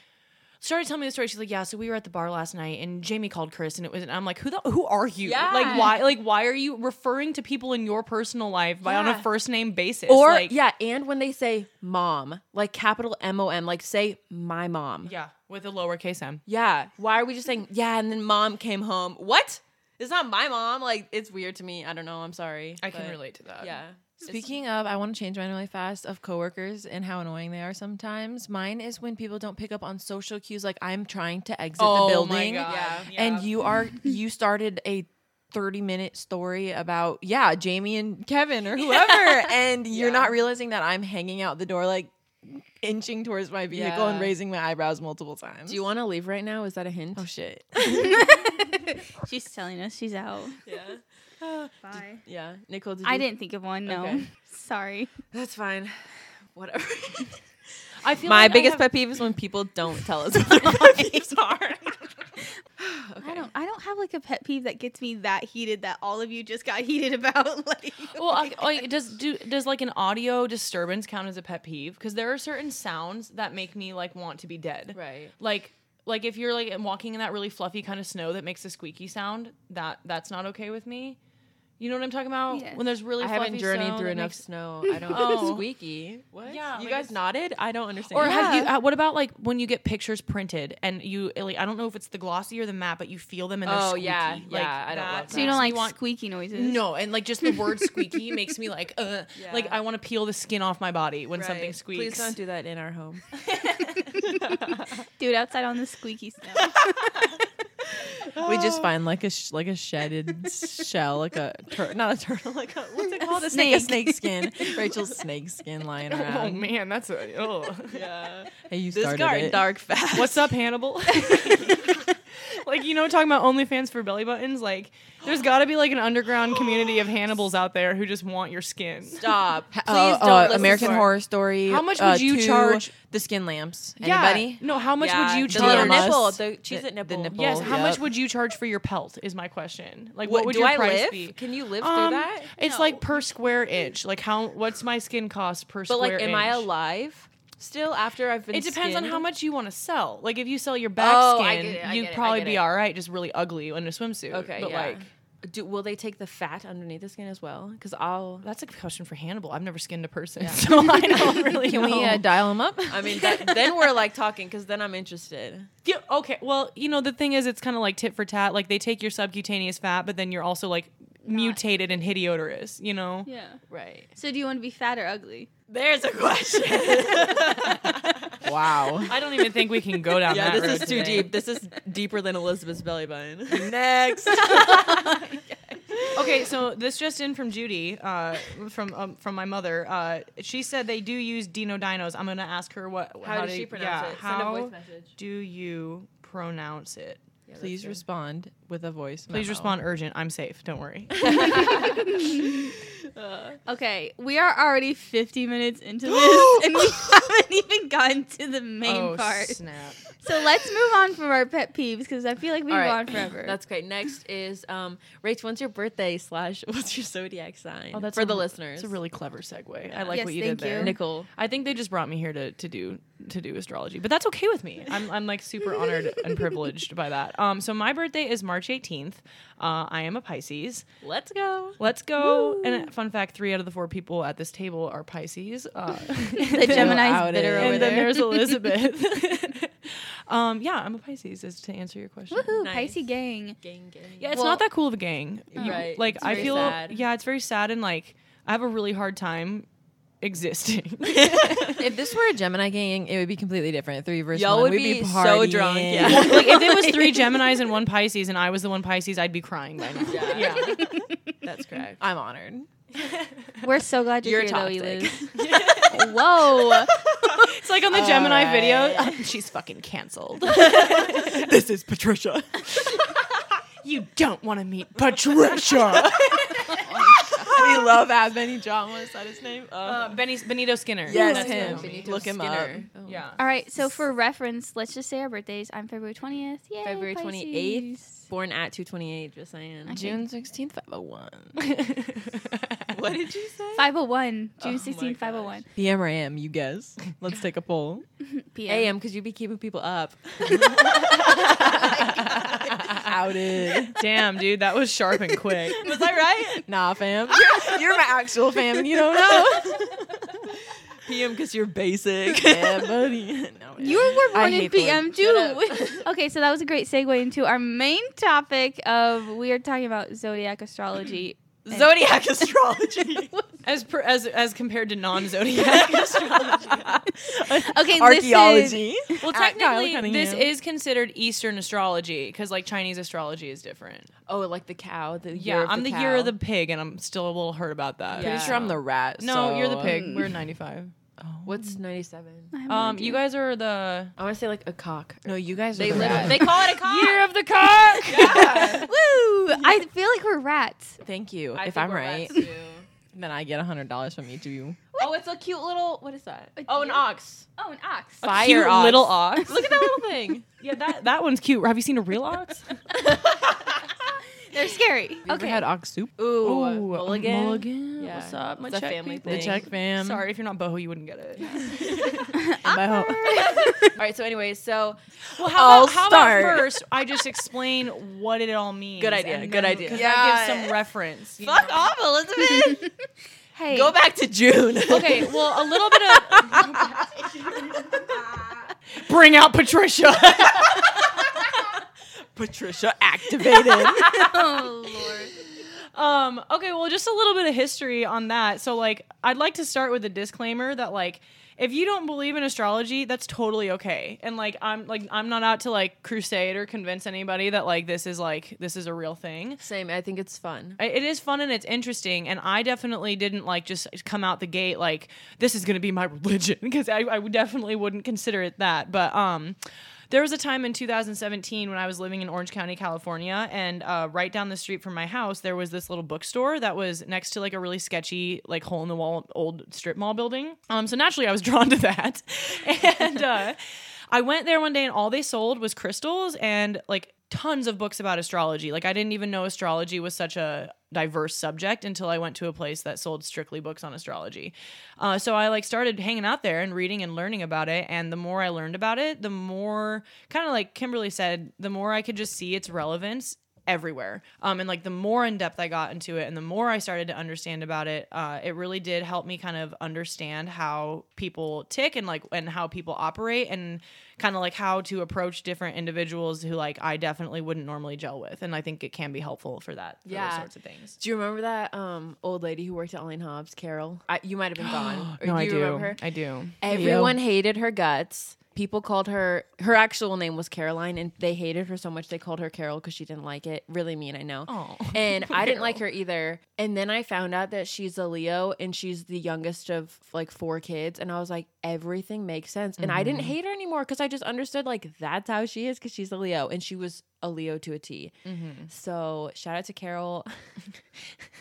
Speaker 3: started telling me the story. She's like, "Yeah, so we were at the bar last night, and Jamie called Chris, and it was." And I'm like, "Who the who are you?
Speaker 1: Yeah.
Speaker 3: Like why? Like why are you referring to people in your personal life by on a
Speaker 1: Yeah.
Speaker 3: first name basis?
Speaker 1: or
Speaker 3: like,
Speaker 1: yeah, and when they say mom, like capital M O M, like say my mom.
Speaker 3: yeah, with a lowercase m.
Speaker 1: Yeah. Why are we just saying yeah? And then mom came home. What? It's not my mom. Like it's weird to me. I don't know. I'm sorry.
Speaker 3: I can
Speaker 1: but-
Speaker 3: relate to that.
Speaker 1: Yeah.
Speaker 4: Speaking of, I want to change mine really fast of coworkers and how annoying they are sometimes. Mine is when people don't pick up on social cues. Like I'm trying to exit
Speaker 3: Oh
Speaker 4: the building,
Speaker 1: Yeah.
Speaker 4: and you are you started a 30 minute story about yeah jamie and kevin or whoever and you're
Speaker 3: Yeah.
Speaker 4: not realizing that i'm hanging out the door like inching towards my vehicle and
Speaker 3: Yeah.
Speaker 4: raising my eyebrows multiple times
Speaker 1: Do you want to leave right now? Is that a hint?
Speaker 4: oh shit
Speaker 2: she's telling us she's out.
Speaker 1: yeah.
Speaker 2: Bye.
Speaker 4: yeah nicole did
Speaker 2: I
Speaker 4: you-
Speaker 2: didn't think of one. No,
Speaker 4: Okay.
Speaker 2: sorry.
Speaker 4: that's fine whatever
Speaker 3: I feel
Speaker 1: My
Speaker 3: like I
Speaker 1: biggest
Speaker 3: have-
Speaker 1: pet peeve is when people don't tell us what their pet peeves are.
Speaker 2: I don't. I don't have like a pet peeve that gets me that heated that all of you just got heated about. Like,
Speaker 3: Well, I, like, does do does like an audio disturbance count as a pet peeve? Because there are certain sounds that make me like want to be dead.
Speaker 4: right
Speaker 3: Like like if you're like walking in that really fluffy kind of snow that makes a squeaky sound, that that's not okay with me. You know what I'm talking about?
Speaker 2: Yes.
Speaker 3: When there's really
Speaker 4: I
Speaker 3: fluffy
Speaker 4: haven't journeyed
Speaker 3: snow
Speaker 4: through
Speaker 3: that
Speaker 4: enough
Speaker 3: makes-
Speaker 4: snow. I don't
Speaker 3: Oh.
Speaker 4: squeaky. What?
Speaker 3: Yeah,
Speaker 4: you
Speaker 3: like
Speaker 4: guys
Speaker 3: it's-
Speaker 4: nodded. I don't understand.
Speaker 3: Or have you? Uh, what about like when you get pictures printed and you like? I don't know if it's the glossy or the matte, but you feel them and they're
Speaker 4: Oh,
Speaker 3: squeaky.
Speaker 4: yeah,
Speaker 3: like,
Speaker 4: yeah, I don't love
Speaker 3: that-
Speaker 4: that.
Speaker 2: so you don't like
Speaker 3: want-
Speaker 2: squeaky noises.
Speaker 3: No, and like just the word squeaky makes me like, uh, like
Speaker 4: Yeah.
Speaker 3: I want to peel the skin off my body when
Speaker 4: Right.
Speaker 3: something squeaks.
Speaker 4: Please don't do that in our home.
Speaker 2: dude, outside on the squeaky snow.
Speaker 4: We just find like a sh- like a shedded shell, like a tur- not a turtle, like a what's it called? A snake, a snake skin. Rachel's snake skin lying
Speaker 3: Oh
Speaker 4: around.
Speaker 3: man, that's a oh.
Speaker 4: yeah. Hey, you
Speaker 1: This
Speaker 4: started
Speaker 1: got
Speaker 4: it.
Speaker 1: dark fast.
Speaker 3: What's up, Hannibal? like you know, talking about OnlyFans for belly buttons. Like, there's got to be like an underground community of Hannibals out there who just want your skin.
Speaker 1: Stop. Please
Speaker 3: uh,
Speaker 4: Oh,
Speaker 1: don't
Speaker 4: oh,
Speaker 1: listen
Speaker 4: American
Speaker 1: to her.
Speaker 4: Horror Story.
Speaker 3: How much
Speaker 4: uh,
Speaker 3: would you
Speaker 4: two,
Speaker 3: charge-
Speaker 4: the skin lamps?
Speaker 3: Yeah.
Speaker 4: Anybody?
Speaker 3: No, how much
Speaker 1: Yeah,
Speaker 3: would you
Speaker 1: the little
Speaker 4: DM us.
Speaker 3: charge?
Speaker 1: nipple? The, choose
Speaker 4: The-
Speaker 1: the, nipple.
Speaker 4: the nipple.
Speaker 3: Yes, how much
Speaker 4: Yep.
Speaker 3: would you charge for your pelt? Is my question. Like,
Speaker 1: What,
Speaker 3: what, would
Speaker 1: do
Speaker 3: your
Speaker 1: I
Speaker 3: price
Speaker 1: live?
Speaker 3: be?
Speaker 1: Can you live
Speaker 3: Um,
Speaker 1: through that?
Speaker 3: It's like per square inch. Like how? What's my skin cost per
Speaker 1: But
Speaker 3: square
Speaker 1: like,
Speaker 3: inch?
Speaker 1: am I alive still after I've been?
Speaker 3: It depends on
Speaker 1: skinned?
Speaker 3: how much you want to sell. Like if you sell your back
Speaker 1: Oh, I
Speaker 3: skin,
Speaker 1: get it, I
Speaker 3: you'd
Speaker 1: get it, I
Speaker 3: probably
Speaker 1: get
Speaker 3: be
Speaker 1: it.
Speaker 3: all right, just really ugly in a swimsuit.
Speaker 1: Okay,
Speaker 3: but
Speaker 1: yeah.
Speaker 3: like
Speaker 1: Do, will they take the fat underneath the skin as well? Because I'll.
Speaker 3: that's a question for Hannibal. I've never skinned a person, so I don't really
Speaker 4: Can
Speaker 3: know.
Speaker 4: we uh, dial them up?
Speaker 1: I mean, that, then we're like talking because then I'm interested.
Speaker 3: Yeah, okay, well, you know the thing is, it's kind of like tit for tat. Like they take your subcutaneous fat, but then you're also like mutated and hideodorous. You know.
Speaker 2: yeah.
Speaker 1: Right.
Speaker 2: So do you want to be fat or ugly?
Speaker 1: There's a question.
Speaker 4: wow.
Speaker 3: I don't even think we can go down
Speaker 1: yeah,
Speaker 3: that
Speaker 1: this
Speaker 3: road
Speaker 1: is too
Speaker 3: today.
Speaker 1: deep. This is deeper than Elizabeth's belly button. Next.
Speaker 3: Okay, so this just in from Judy, uh, from um, from my mother. Uh, she said they do use Dino Dinos. I'm gonna ask her what.
Speaker 1: How, does
Speaker 3: do-
Speaker 1: she pronounce
Speaker 3: yeah,
Speaker 1: it?
Speaker 3: How
Speaker 1: Send a voice message.
Speaker 3: do you pronounce it?
Speaker 4: Please respond with a voice.
Speaker 3: Please
Speaker 4: memo.
Speaker 3: respond urgent. I'm safe. Don't worry.
Speaker 2: Okay, we are already 50 minutes into this, and we haven't even gotten to the main part.
Speaker 3: snap!
Speaker 2: So let's move on from our pet peeves because I feel like we
Speaker 1: All
Speaker 2: can go
Speaker 1: right.
Speaker 2: on forever.
Speaker 1: That's great. Next is um, Rach. When's your birthday? Slash, what's your zodiac sign? Oh, that's for
Speaker 3: a
Speaker 1: the
Speaker 3: re-
Speaker 1: listeners.
Speaker 3: It's a really clever segue. I like
Speaker 2: Yes,
Speaker 3: what you
Speaker 2: thank
Speaker 3: did there.
Speaker 2: you.
Speaker 1: Nicole.
Speaker 3: I think they just brought me here to, to do to do astrology, but that's okay with me. I'm, I'm like super honored and privileged by that. Um, so my birthday is March 18th. Uh, I am a Pisces.
Speaker 1: Let's go.
Speaker 3: Let's go. And uh, fun fact: three out of the four people at this table are Pisces. Uh,
Speaker 2: the Gemini's
Speaker 4: out
Speaker 2: bitter
Speaker 4: it.
Speaker 2: over
Speaker 3: and then
Speaker 2: there.
Speaker 3: there's Elizabeth. um, yeah, I'm a Pisces. Is to answer your question.
Speaker 2: Woohoo,
Speaker 1: Nice.
Speaker 2: Pisces gang.
Speaker 1: Gang, gang.
Speaker 3: Yeah, it's
Speaker 2: Well-
Speaker 3: not that cool of a gang. You-
Speaker 1: Right.
Speaker 3: Like
Speaker 1: It's
Speaker 3: I
Speaker 1: very
Speaker 3: feel.
Speaker 1: sad.
Speaker 3: Yeah, it's very sad and like I have a really hard time existing.
Speaker 4: If this were a Gemini gang, it would be completely different. Three versus
Speaker 1: Y'all
Speaker 4: one.
Speaker 1: would
Speaker 4: We'd
Speaker 1: be,
Speaker 4: be
Speaker 1: so drunk.
Speaker 4: partying.
Speaker 1: Yeah.
Speaker 3: like if it was three Gemini's and one Pisces and I was the one Pisces, I'd be crying by now.
Speaker 1: Yeah.
Speaker 3: yeah.
Speaker 1: That's correct.
Speaker 4: I'm honored.
Speaker 2: We're so glad you're,
Speaker 1: You're
Speaker 2: here,
Speaker 1: toxic.
Speaker 2: though, Eliz. Whoa.
Speaker 3: It's like on the Gemini video. She's fucking canceled.
Speaker 4: This is Patricia.
Speaker 3: you don't want to meet Patricia.
Speaker 4: we love as many dramas. That is name.
Speaker 3: uh, Benny, Benito Skinner.
Speaker 4: Yes,
Speaker 3: That's
Speaker 4: him.
Speaker 3: my homie.
Speaker 1: Benito
Speaker 4: Look him
Speaker 1: Skinner.
Speaker 4: up.
Speaker 3: Yeah.
Speaker 2: All right, so for reference, let's just say our birthdays. I'm February 20th. Yay,
Speaker 1: February twenty
Speaker 2: Pisces.
Speaker 1: eighth. Born at two twenty eight. Just saying.
Speaker 4: June sixteenth, five oh one.
Speaker 1: What did you say?
Speaker 2: 501,
Speaker 1: Oh
Speaker 2: June
Speaker 1: my
Speaker 2: 16, 501
Speaker 4: PM or AM? You guess. Let's take a poll.
Speaker 2: p.m.
Speaker 1: AM because you be keeping people up.
Speaker 4: Outed.
Speaker 3: Damn, dude, that was sharp and quick.
Speaker 1: Was I right?
Speaker 4: Nah, fam. You're, you're my actual fam, and you don't know.
Speaker 1: PM because you're basic.
Speaker 4: yeah, buddy. No,
Speaker 2: You were
Speaker 4: I
Speaker 2: born in
Speaker 4: hate the
Speaker 2: PM too. okay, so that was a great segue into our main topic of we are talking about zodiac astrology.
Speaker 1: Zodiac astrology.
Speaker 3: as per, as as compared to non-zodiac astrology.
Speaker 2: Okay, listen.
Speaker 4: Archaeology.
Speaker 3: Well,
Speaker 4: At Kyle
Speaker 3: technically, this
Speaker 4: Cunningham.
Speaker 3: is considered Eastern astrology because like Chinese astrology is different.
Speaker 1: oh, like the cow. The
Speaker 3: Yeah,
Speaker 1: year of
Speaker 3: I'm the
Speaker 1: the
Speaker 3: year of
Speaker 1: cow.
Speaker 3: the pig, and I'm still a little hurt about that.
Speaker 1: Yeah.
Speaker 4: Pretty sure I'm the rat.
Speaker 3: No,
Speaker 4: so- mm.
Speaker 3: you're the pig. We're 95.
Speaker 1: What's 97?
Speaker 2: I have no
Speaker 3: Um,
Speaker 2: idea.
Speaker 3: you guys are the
Speaker 1: I want to say like a cock.
Speaker 4: No, you guys
Speaker 1: They
Speaker 4: are the
Speaker 1: live.
Speaker 4: rat.
Speaker 1: They call it a cock.
Speaker 3: year of the cock.
Speaker 2: Woo! I feel like we're rats.
Speaker 4: Thank you.
Speaker 1: I
Speaker 4: if
Speaker 1: think
Speaker 4: I'm
Speaker 1: we're
Speaker 4: right,
Speaker 1: rats, too.
Speaker 4: then I get hundred dollars from each of you.
Speaker 1: oh, it's a cute little. What is that?
Speaker 2: A
Speaker 1: Oh, an
Speaker 2: deer?
Speaker 1: ox.
Speaker 2: Oh, an ox.
Speaker 4: Fire
Speaker 3: Cute
Speaker 4: ox.
Speaker 3: little ox.
Speaker 1: Look at that little thing.
Speaker 3: yeah, that that one's cute. Have you seen a real ox?
Speaker 2: They're scary.
Speaker 4: You ever
Speaker 2: Okay.
Speaker 4: had ox soup?
Speaker 1: Ooh, mulligan.
Speaker 4: Mulligan.
Speaker 1: Yeah.
Speaker 4: What's up, my
Speaker 1: It's a
Speaker 4: Czech
Speaker 1: family
Speaker 4: people?
Speaker 1: thing.
Speaker 4: The Czech fam.
Speaker 3: Sorry, if you're not boho, you wouldn't get it.
Speaker 4: And my ho-
Speaker 1: all right. So, anyways, so
Speaker 3: Well, how
Speaker 4: I'll
Speaker 3: about, how about
Speaker 4: start.
Speaker 3: first? I just explain what it all means.
Speaker 1: Good idea,
Speaker 3: and
Speaker 1: good
Speaker 3: then-
Speaker 1: idea.
Speaker 3: 'cause
Speaker 4: Yeah.
Speaker 3: that gives some reference. you know?
Speaker 1: off, Elizabeth.
Speaker 2: Hey.
Speaker 1: Go back to June.
Speaker 3: Okay, well, a little bit of bring out Patricia.
Speaker 4: Patricia activated.
Speaker 2: Oh, Lord.
Speaker 3: Um, okay, well, just a little bit of history on that. So, like, I'd like to start with a disclaimer that, like, if you don't believe in astrology, that's totally okay. And like, I'm like, I'm not out to like crusade or convince anybody that like this is like this is a real thing.
Speaker 1: Same. I think it's fun.
Speaker 3: I- It is fun and it's interesting, and I definitely didn't like just come out the gate like this is going to be my religion because I, I would- definitely wouldn't consider it that. But um, there was a time in 2017 when I was living in Orange County, California, and uh, right down the street from my house there was this little bookstore that was next to like a really sketchy like hole in the wall old strip mall building. Um, so naturally I was drawn to that, and uh, I went there one day and all they sold was crystals and like tons of books about astrology. Like I didn't even know astrology was such a diverse subject until I went to a place that sold strictly books on astrology. Uh, so I like started hanging out there and reading and learning about it. And the more I learned about it, the more kind of like Kimberly said, the more I could just see its relevance everywhere. Um, and like the more in depth I got into it and the more I started to understand about it, uh, it really did help me kind of understand how people tick and like and how people operate and kind of like how to approach different individuals who like I definitely wouldn't normally gel with. And I think it can be helpful for that. For
Speaker 1: Yeah.
Speaker 3: Those sorts of things.
Speaker 1: Do you remember that um, old lady who worked at Allen Hobbs, Carol? I, you might have been gone. Or
Speaker 3: no, I
Speaker 1: you
Speaker 3: do.
Speaker 1: remember her?
Speaker 3: I do.
Speaker 1: Everyone hated her guts. People called her her actual name was Caroline, and they hated her so much they called her Carol because she didn't like it. Really mean, I know.
Speaker 3: Oh.
Speaker 1: And I didn't like her either. And then I found out that she's a Leo and she's the youngest of like four kids. And I was like, everything makes sense. And I didn't
Speaker 3: Mm-hmm.
Speaker 1: hate her anymore because I just understood like that's how she is because she's a Leo and she was a Leo to a T.
Speaker 3: Mm-hmm.
Speaker 1: So shout out to Carol.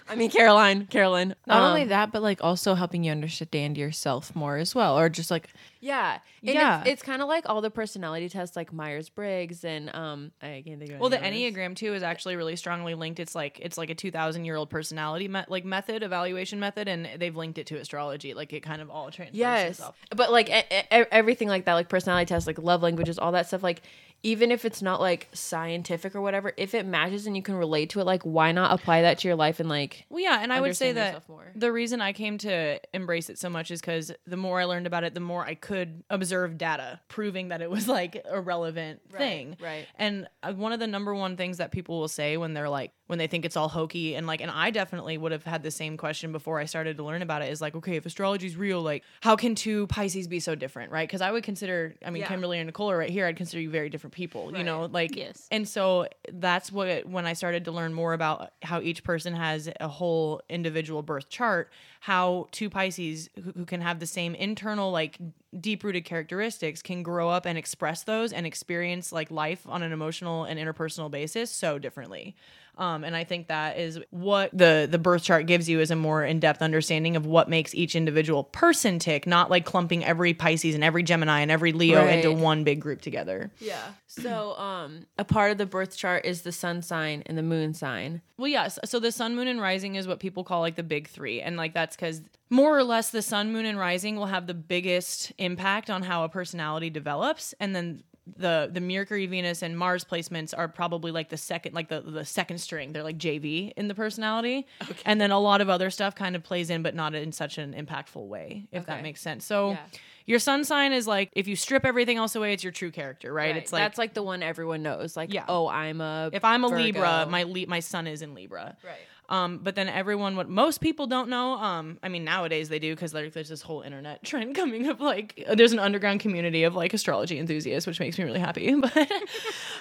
Speaker 1: I mean Caroline, Carolyn.
Speaker 4: Not
Speaker 1: Um,
Speaker 4: only that, but like also helping you understand yourself more as well, or just like
Speaker 1: Yeah. And
Speaker 4: Yeah.
Speaker 1: It's, it's kind of like all the personality tests, like Myers Briggs and um, I can't think of.
Speaker 3: Well, the E
Speaker 1: any others.
Speaker 3: Enneagram too is actually really strongly linked. It's like it's like a two thousand year old personality me- like method evaluation method, and they've linked it to astrology. Like it kind of all transfers
Speaker 1: Yes,
Speaker 3: itself.
Speaker 1: but like e- e- everything like that, like personality tests, like love languages, all that stuff. Like even if it's not like scientific or whatever, if it matches and you can relate to it, like why not apply that to your life and like
Speaker 3: Well, yeah, and I would say
Speaker 1: Understand
Speaker 3: that
Speaker 1: yourself more.
Speaker 3: the reason I came to embrace it so much is because the more I learned about it, the more I could observe data proving that it was like a relevant thing.
Speaker 1: right.
Speaker 3: And uh, one of the number one things that people will say when they're like when they think it's all hokey and like, and I definitely would have had the same question before I started to learn about it is like, okay, if astrology's real, like how can two Pisces be so different, right? Because I would consider, I mean, Kimberly and Nicole are right here. I'd consider you very different people, you know, like
Speaker 2: Yes.
Speaker 3: and so that's what when I started to learn more about how each person has a whole individual birth chart, how two Pisces who, who can have the same internal like deep-rooted characteristics can grow up and express those and experience like life on an emotional and interpersonal basis so differently. Um, and I think that is what the the birth chart gives you is a more in depth understanding of what makes each individual person tick, not like clumping every Pisces and every Gemini and every Leo into
Speaker 1: Right.
Speaker 3: one big group together.
Speaker 1: yeah. So um, a part of the birth chart is the sun sign and the moon sign.
Speaker 3: Well, yes. So the sun, moon, and rising is what people call like the big three. And like that's because more or less the sun, moon, and rising will have the biggest impact on how a personality develops. And then the the Mercury, Venus, and Mars placements are probably like the second, like the, the second string. They're like JV in the personality. And then a lot of other stuff kind of plays in, but not in such an impactful way, if that
Speaker 1: Okay.
Speaker 3: makes sense. So
Speaker 1: Yeah.
Speaker 3: your sun sign is like if you strip everything else away, it's your true character, right?
Speaker 1: Right.
Speaker 3: It's like
Speaker 1: that's like the one everyone knows. Like,
Speaker 3: Yeah.
Speaker 1: oh, I'm a.
Speaker 3: if I'm a Libra,
Speaker 1: Virgo.
Speaker 3: my le- my sun is in Libra.
Speaker 1: Right.
Speaker 3: Um, but then everyone, what most people don't know, um, I mean nowadays they do because there's this whole internet trend coming of like uh, there's an underground community of like astrology enthusiasts, which makes me really happy. But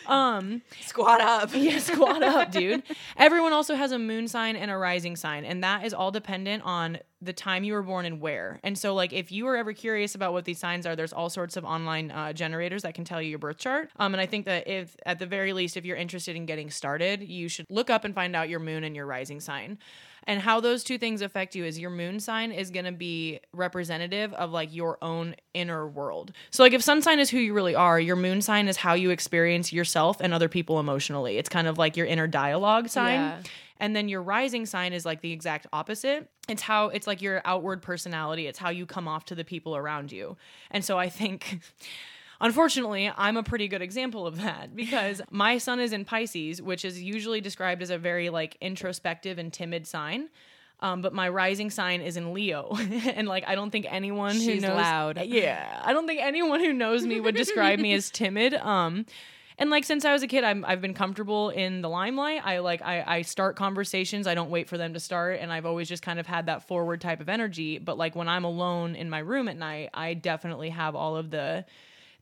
Speaker 3: um,
Speaker 1: squat up.
Speaker 3: yeah, squat up, dude. Everyone also has a moon sign and a rising sign, and that is all dependent on the time you were born and where. And so, like, if you are ever curious about what these signs are, there's all sorts of online uh, generators that can tell you your birth chart. Um, and I think that if, at the very least, if you're interested in getting started, you should look up and find out your moon and your rising sign. And how those two things affect you is your moon sign is going to be representative of like your own inner world. So like if sun sign is who you really are, your moon sign is how you experience yourself and other people emotionally. It's kind of like your inner dialogue sign.
Speaker 1: Yeah.
Speaker 3: And then your rising sign is like the exact opposite. It's how it's like your outward personality. It's how you come off to the people around you. And so I think Unfortunately, I'm a pretty good example of that because my sun is in Pisces, which is usually described as a very like introspective and timid sign. Um, but my rising sign is in Leo, and like I don't think anyone who
Speaker 1: She's
Speaker 3: knows
Speaker 1: loud.
Speaker 3: yeah, I don't think anyone who knows me would describe me as timid. Um, and like since I was a kid, I'm, I've been comfortable in the limelight. I like I, I start conversations. I don't wait for them to start, and I've always just kind of had that forward type of energy. But like when I'm alone in my room at night, I definitely have all of the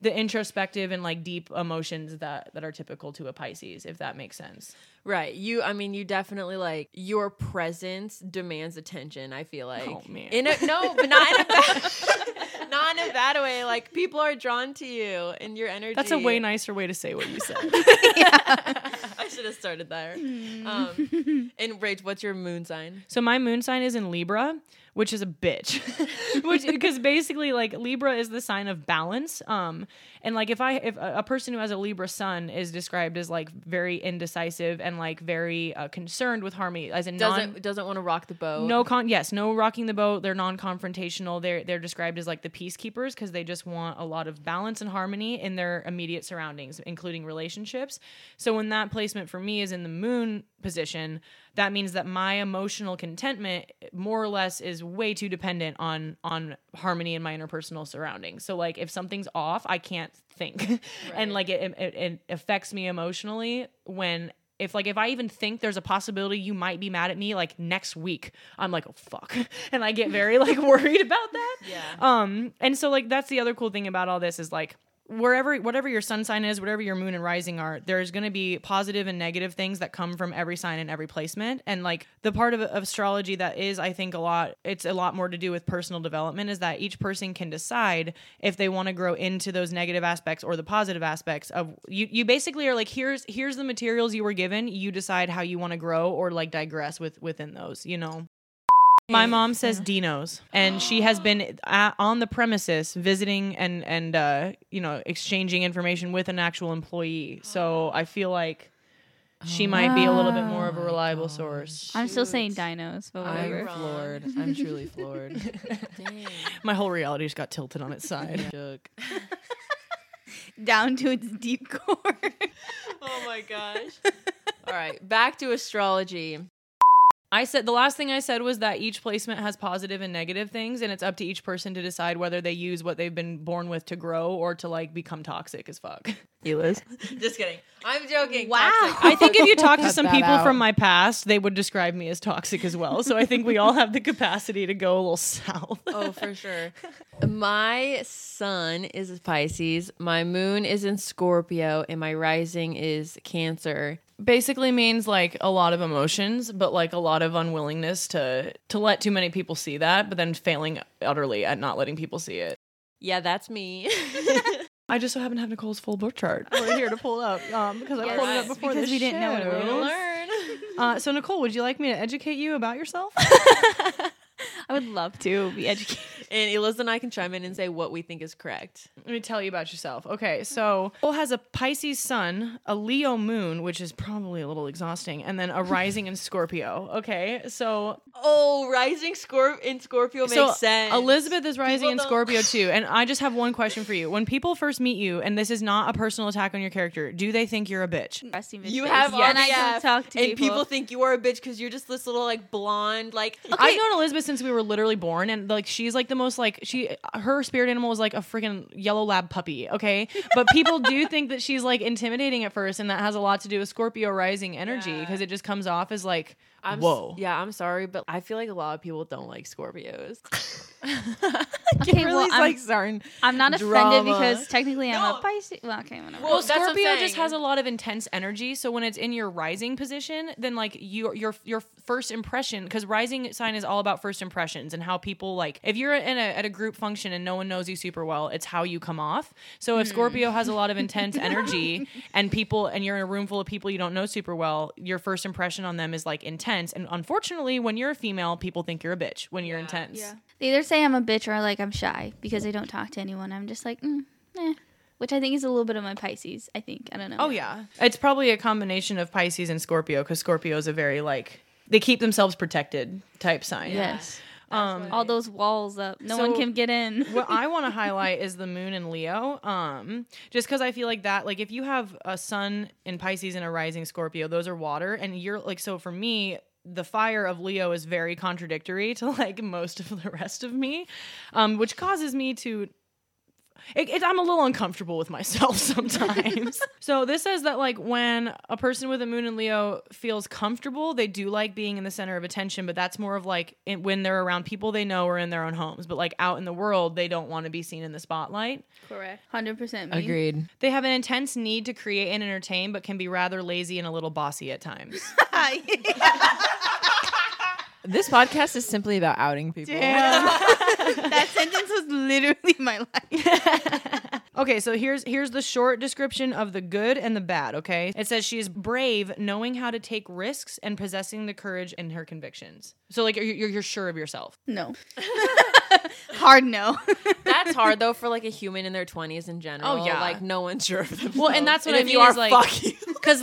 Speaker 3: the introspective and like deep emotions that that are typical to a Pisces, if that makes sense.
Speaker 1: Right. You I mean you definitely like your presence demands attention, I feel like.
Speaker 3: Oh, man.
Speaker 1: In a, no, but not in a bad not in a bad way. Like people are drawn to you and your energy.
Speaker 3: That's a way nicer way to say what you said.
Speaker 1: I should have started there.
Speaker 3: Mm.
Speaker 1: Um and Rach, what's your moon sign?
Speaker 3: So my moon sign is in Libra, which is a bitch. which because basically like Libra is the sign of balance. Um and like if I if a a person who has a Libra sun is described as like very indecisive and like very uh, concerned with harmony as in
Speaker 1: Doesn't
Speaker 3: non
Speaker 1: doesn't want to rock the boat.
Speaker 3: no con yes, no rocking the boat. They're non-confrontational. They're they're described as like the peacekeepers because they just want a lot of balance and harmony in their immediate surroundings, including relationships. So when that placement for me is in the moon position, that means that my emotional contentment more or less is way too dependent on on harmony in my interpersonal surroundings. So like if something's off, I can't think. and like it, it it affects me emotionally when if like if I even think there's a possibility you might be mad at me like next week, I'm like, oh fuck. And I get very like worried about that.
Speaker 1: Yeah.
Speaker 3: Um and so like that's the other cool thing about all this is like wherever whatever your sun sign is, whatever your moon and rising are, there's going to be positive and negative things that come from every sign and every placement. And like the part of, of astrology that is I think a lot it's a lot more to do with personal development is that each person can decide if they want to grow into those negative aspects or the positive aspects of you you basically are like here's here's the materials you were given, you decide how you want to grow or like digress with within those, you know. My mom says Dino's, and she has been a on the premises visiting and and uh, you know exchanging information with an actual employee. So I feel like she might be a little bit more of a reliable source.
Speaker 2: I'm still saying dinos, but
Speaker 4: I'm
Speaker 2: whatever.
Speaker 1: Wrong.
Speaker 4: floored. I'm truly floored.
Speaker 1: Dang.
Speaker 3: My whole reality just got tilted on its side.
Speaker 4: Shook.
Speaker 2: Down to its deep core.
Speaker 1: Oh my gosh. All right, back to astrology.
Speaker 3: I said the last thing I said was that each placement has positive and negative things, and it's up to each person to decide whether they use what they've been born with to grow or to like become toxic as fuck.
Speaker 1: Just kidding. I'm joking.
Speaker 2: Wow.
Speaker 1: Toxic.
Speaker 3: I think if you talk to
Speaker 4: Cut
Speaker 3: some
Speaker 4: that
Speaker 3: people
Speaker 4: out.
Speaker 3: from my past, they would describe me as toxic as well. So I think we all have the capacity to go a little south.
Speaker 1: Oh, for sure. my sun is Pisces, my moon is in Scorpio, and my rising is Cancer.
Speaker 3: Basically means like a lot of emotions, but like a lot of unwillingness to to let too many people see that, but then failing utterly at not letting people see it.
Speaker 1: Yeah, that's me.
Speaker 3: I just so happen to have Nicole's full book chart. We're here to pull up um, because I
Speaker 1: Yes,
Speaker 3: pulled it up before
Speaker 2: because
Speaker 3: this
Speaker 2: we didn't know what it
Speaker 3: show.
Speaker 2: was.
Speaker 3: Uh, so Nicole, would you like me to educate you about yourself?
Speaker 2: I would love to be educated.
Speaker 1: and Eliza and I can chime in and say what we think is correct.
Speaker 3: Let me tell you about yourself. Okay, so Cole has a Pisces sun, a Leo moon, which is probably a little exhausting, and then a rising in Scorpio. Okay, so
Speaker 1: Oh, rising Scorp in Scorpio makes
Speaker 3: so
Speaker 1: sense.
Speaker 3: Elizabeth is rising
Speaker 1: People
Speaker 3: in
Speaker 1: don't-
Speaker 3: Scorpio too, and I just have one question for you. When people first meet you, and this is not a personal attack on your character, do they think you're a bitch?
Speaker 1: you have
Speaker 2: and I
Speaker 1: RBF,
Speaker 2: don't talk to
Speaker 1: and
Speaker 2: people.
Speaker 1: people think you are a bitch because you're just this little like blonde like
Speaker 3: I've known Elizabeth since we were literally born, and like she's like the most like she her spirit animal was like a freaking yellow lab puppy, okay? But people do think that she's like intimidating at first and that has a lot to do with Scorpio rising energy because it just comes off as like
Speaker 1: I'm s-
Speaker 3: whoa.
Speaker 1: yeah, I'm sorry, but I feel like a lot of people don't like Scorpios.
Speaker 2: Okay, well,
Speaker 4: Kimberly's
Speaker 2: I'm-
Speaker 4: like starting.
Speaker 2: I'm not
Speaker 4: Drama.
Speaker 2: offended because technically I'm a Pisces. Well, okay, whatever.
Speaker 1: Well,
Speaker 3: Well,
Speaker 1: that's what I'm
Speaker 3: Scorpio just
Speaker 1: saying.
Speaker 3: has a lot of intense energy, so when it's in your rising position, then like your your your first impression, because rising sign is all about first impressions and how people like. If you're in a, at a group function and no one knows you super well, it's how you come off. So
Speaker 4: Mm-hmm.
Speaker 3: if Scorpio has a lot of intense energy and people and you're in a room full of people you don't know super well, your first impression on them is like intense. And unfortunately, when you're a female, people think you're a bitch when you're intense.
Speaker 1: Yeah.
Speaker 2: They either say I'm a bitch or like I'm shy because I don't talk to anyone. I'm just like, mm, eh. Which I think is a little bit of my Pisces. I think I don't know.
Speaker 3: Oh yeah, it's probably a combination of Pisces and Scorpio because Scorpio is a very like they keep themselves protected type sign.
Speaker 2: Yes.
Speaker 3: Um,
Speaker 2: All those walls up. No one
Speaker 3: So-
Speaker 2: can get in.
Speaker 3: what I want to highlight is the moon in Leo. Um, just because I feel like that, like if you have a sun in Pisces and a rising Scorpio, those are water, and you're like so for me. The fire of Leo is very contradictory to like most of the rest of me, um, which causes me to it, it, I'm a little uncomfortable with myself sometimes. so this says that like when a person with a moon in Leo feels comfortable, they do like being in the center of attention, but that's more of like in, when they're around people they know or in their own homes. But like out in the world, they don't want to be seen in the spotlight.
Speaker 2: Correct. Hundred percent.
Speaker 4: Agreed.
Speaker 3: They have an intense need to create and entertain, but can be rather lazy and a little bossy at times.
Speaker 4: This podcast is simply about outing people.
Speaker 2: that sentence was literally my life.
Speaker 3: Okay, so here's here's the short description of the good and the bad, okay? It says she is brave, knowing how to take risks and possessing the courage in her convictions. So like you're you're, you're sure of yourself.
Speaker 2: No. Oh Hard no.
Speaker 1: That's hard though for like a human in their 20s in general.
Speaker 3: Oh, yeah.
Speaker 1: like no one's sure of them.
Speaker 3: Well, and that's what I
Speaker 1: if
Speaker 3: mean
Speaker 1: you are
Speaker 3: is, like-
Speaker 1: fuck you.
Speaker 3: Cuz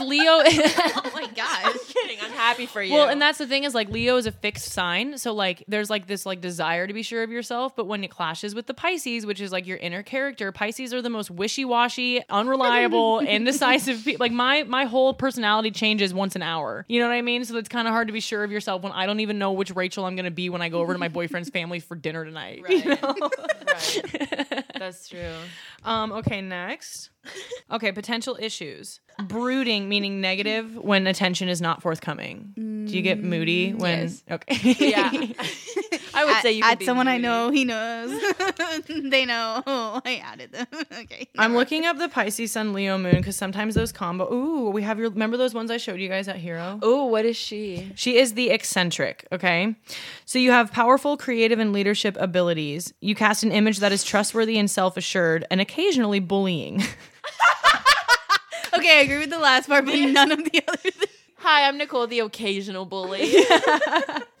Speaker 3: Leo
Speaker 2: oh my gosh.
Speaker 1: kidding. I'm happy for you.
Speaker 3: Well, and that's the thing is like Leo is a fixed sign, so like there's like this like desire to be sure of yourself, but when it clashes with the Pisces, which is like your inner character, Pisces are the most wishy-washy, unreliable, indecisive. Pe- like my my whole personality changes once an hour. You know what I mean? So it's kind of hard to be sure of yourself when I don't even know which Rachel I'm going to be when I go over to my boyfriend's family for dinner tonight. you
Speaker 1: Right.
Speaker 3: know?
Speaker 1: Right. that's true.
Speaker 3: Um, okay, next. Okay, potential issues. Brooding, meaning negative when attention is not forthcoming. Do you get moody when
Speaker 1: Mm, yes.
Speaker 3: okay.
Speaker 1: Yeah. I would say you could
Speaker 2: Add
Speaker 1: be
Speaker 2: someone I
Speaker 1: moody.
Speaker 2: know. He knows. they know. Oh, I added them. okay.
Speaker 3: I'm looking up the Pisces Sun Leo Moon because sometimes those combo. Ooh, we have your. Remember those ones I showed you guys at Hero?
Speaker 1: Oh, what is she?
Speaker 3: She is the eccentric, okay? So you have powerful creative and leadership abilities. You cast an image that is trustworthy and self assured and occasionally bullying.
Speaker 2: Okay, I agree with the last part, but none of the other. Things.
Speaker 1: Hi, I'm Nicole, the occasional bully.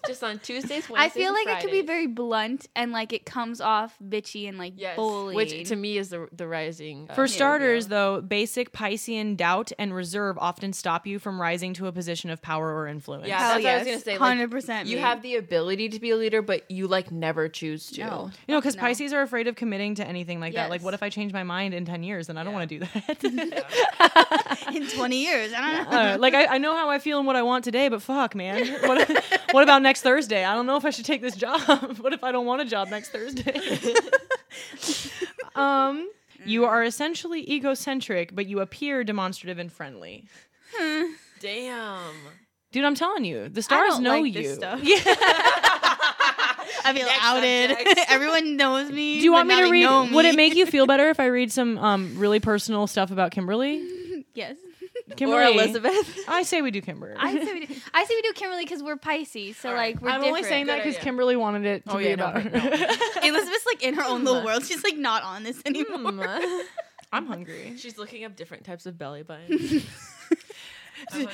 Speaker 1: Just on Tuesdays, Wednesdays.
Speaker 2: I feel like
Speaker 1: and
Speaker 2: it could be
Speaker 1: Fridays.
Speaker 2: very blunt and like it comes off bitchy and like
Speaker 1: yes,
Speaker 2: bullying.
Speaker 1: which to me is the the rising. uh,
Speaker 3: For
Speaker 1: Scorpio.
Speaker 3: starters, though, basic Piscean doubt and reserve often stop you from rising to a position of power or influence.
Speaker 1: Yeah.
Speaker 2: Hell
Speaker 1: that's what I was gonna say, like,
Speaker 2: Hundred percent.
Speaker 1: you have the ability to be a leader, but you like never choose to.
Speaker 2: No.
Speaker 3: You know, because Pisces are afraid of committing to anything like that. Like,
Speaker 2: Yes.
Speaker 3: what if I change my mind in 10 years? Then I don't want to do that.
Speaker 2: in twenty years. I don't know.
Speaker 3: Uh, like I, I know how I feel and what I want today, but fuck, man. What, what about next Thursday? I don't know if I should take this job. What if I don't want a job next Thursday? um, you
Speaker 2: Mm.
Speaker 3: are essentially egocentric, but you appear demonstrative and friendly.
Speaker 1: Damn.
Speaker 3: Dude, I'm telling you, the stars
Speaker 2: Hmm. don't
Speaker 3: know
Speaker 2: like
Speaker 3: you.
Speaker 2: this stuff.
Speaker 3: Yeah.
Speaker 2: I feel outed. Everyone knows me.
Speaker 3: Do you
Speaker 2: but
Speaker 3: want me
Speaker 2: now
Speaker 3: to
Speaker 2: they
Speaker 3: read?
Speaker 2: know Me.
Speaker 3: Would it make you feel better if I read some um, really personal stuff about Kimberly?
Speaker 2: Yes.
Speaker 3: Kimberly,
Speaker 1: Or Elizabeth.
Speaker 3: I say we do Kimberly.
Speaker 2: I say we do. I say we do Kimberly because we're Pisces, so like we're
Speaker 3: I'm only saying that because
Speaker 1: idea.
Speaker 3: Kimberly wanted it to
Speaker 1: Oh,
Speaker 3: be
Speaker 1: yeah, no,
Speaker 3: about
Speaker 1: but no.
Speaker 3: her.
Speaker 2: Elizabeth's like in her own little world. She's like not on this anymore.
Speaker 1: Mm.
Speaker 3: I'm hungry.
Speaker 1: She's looking up different types of belly buttons.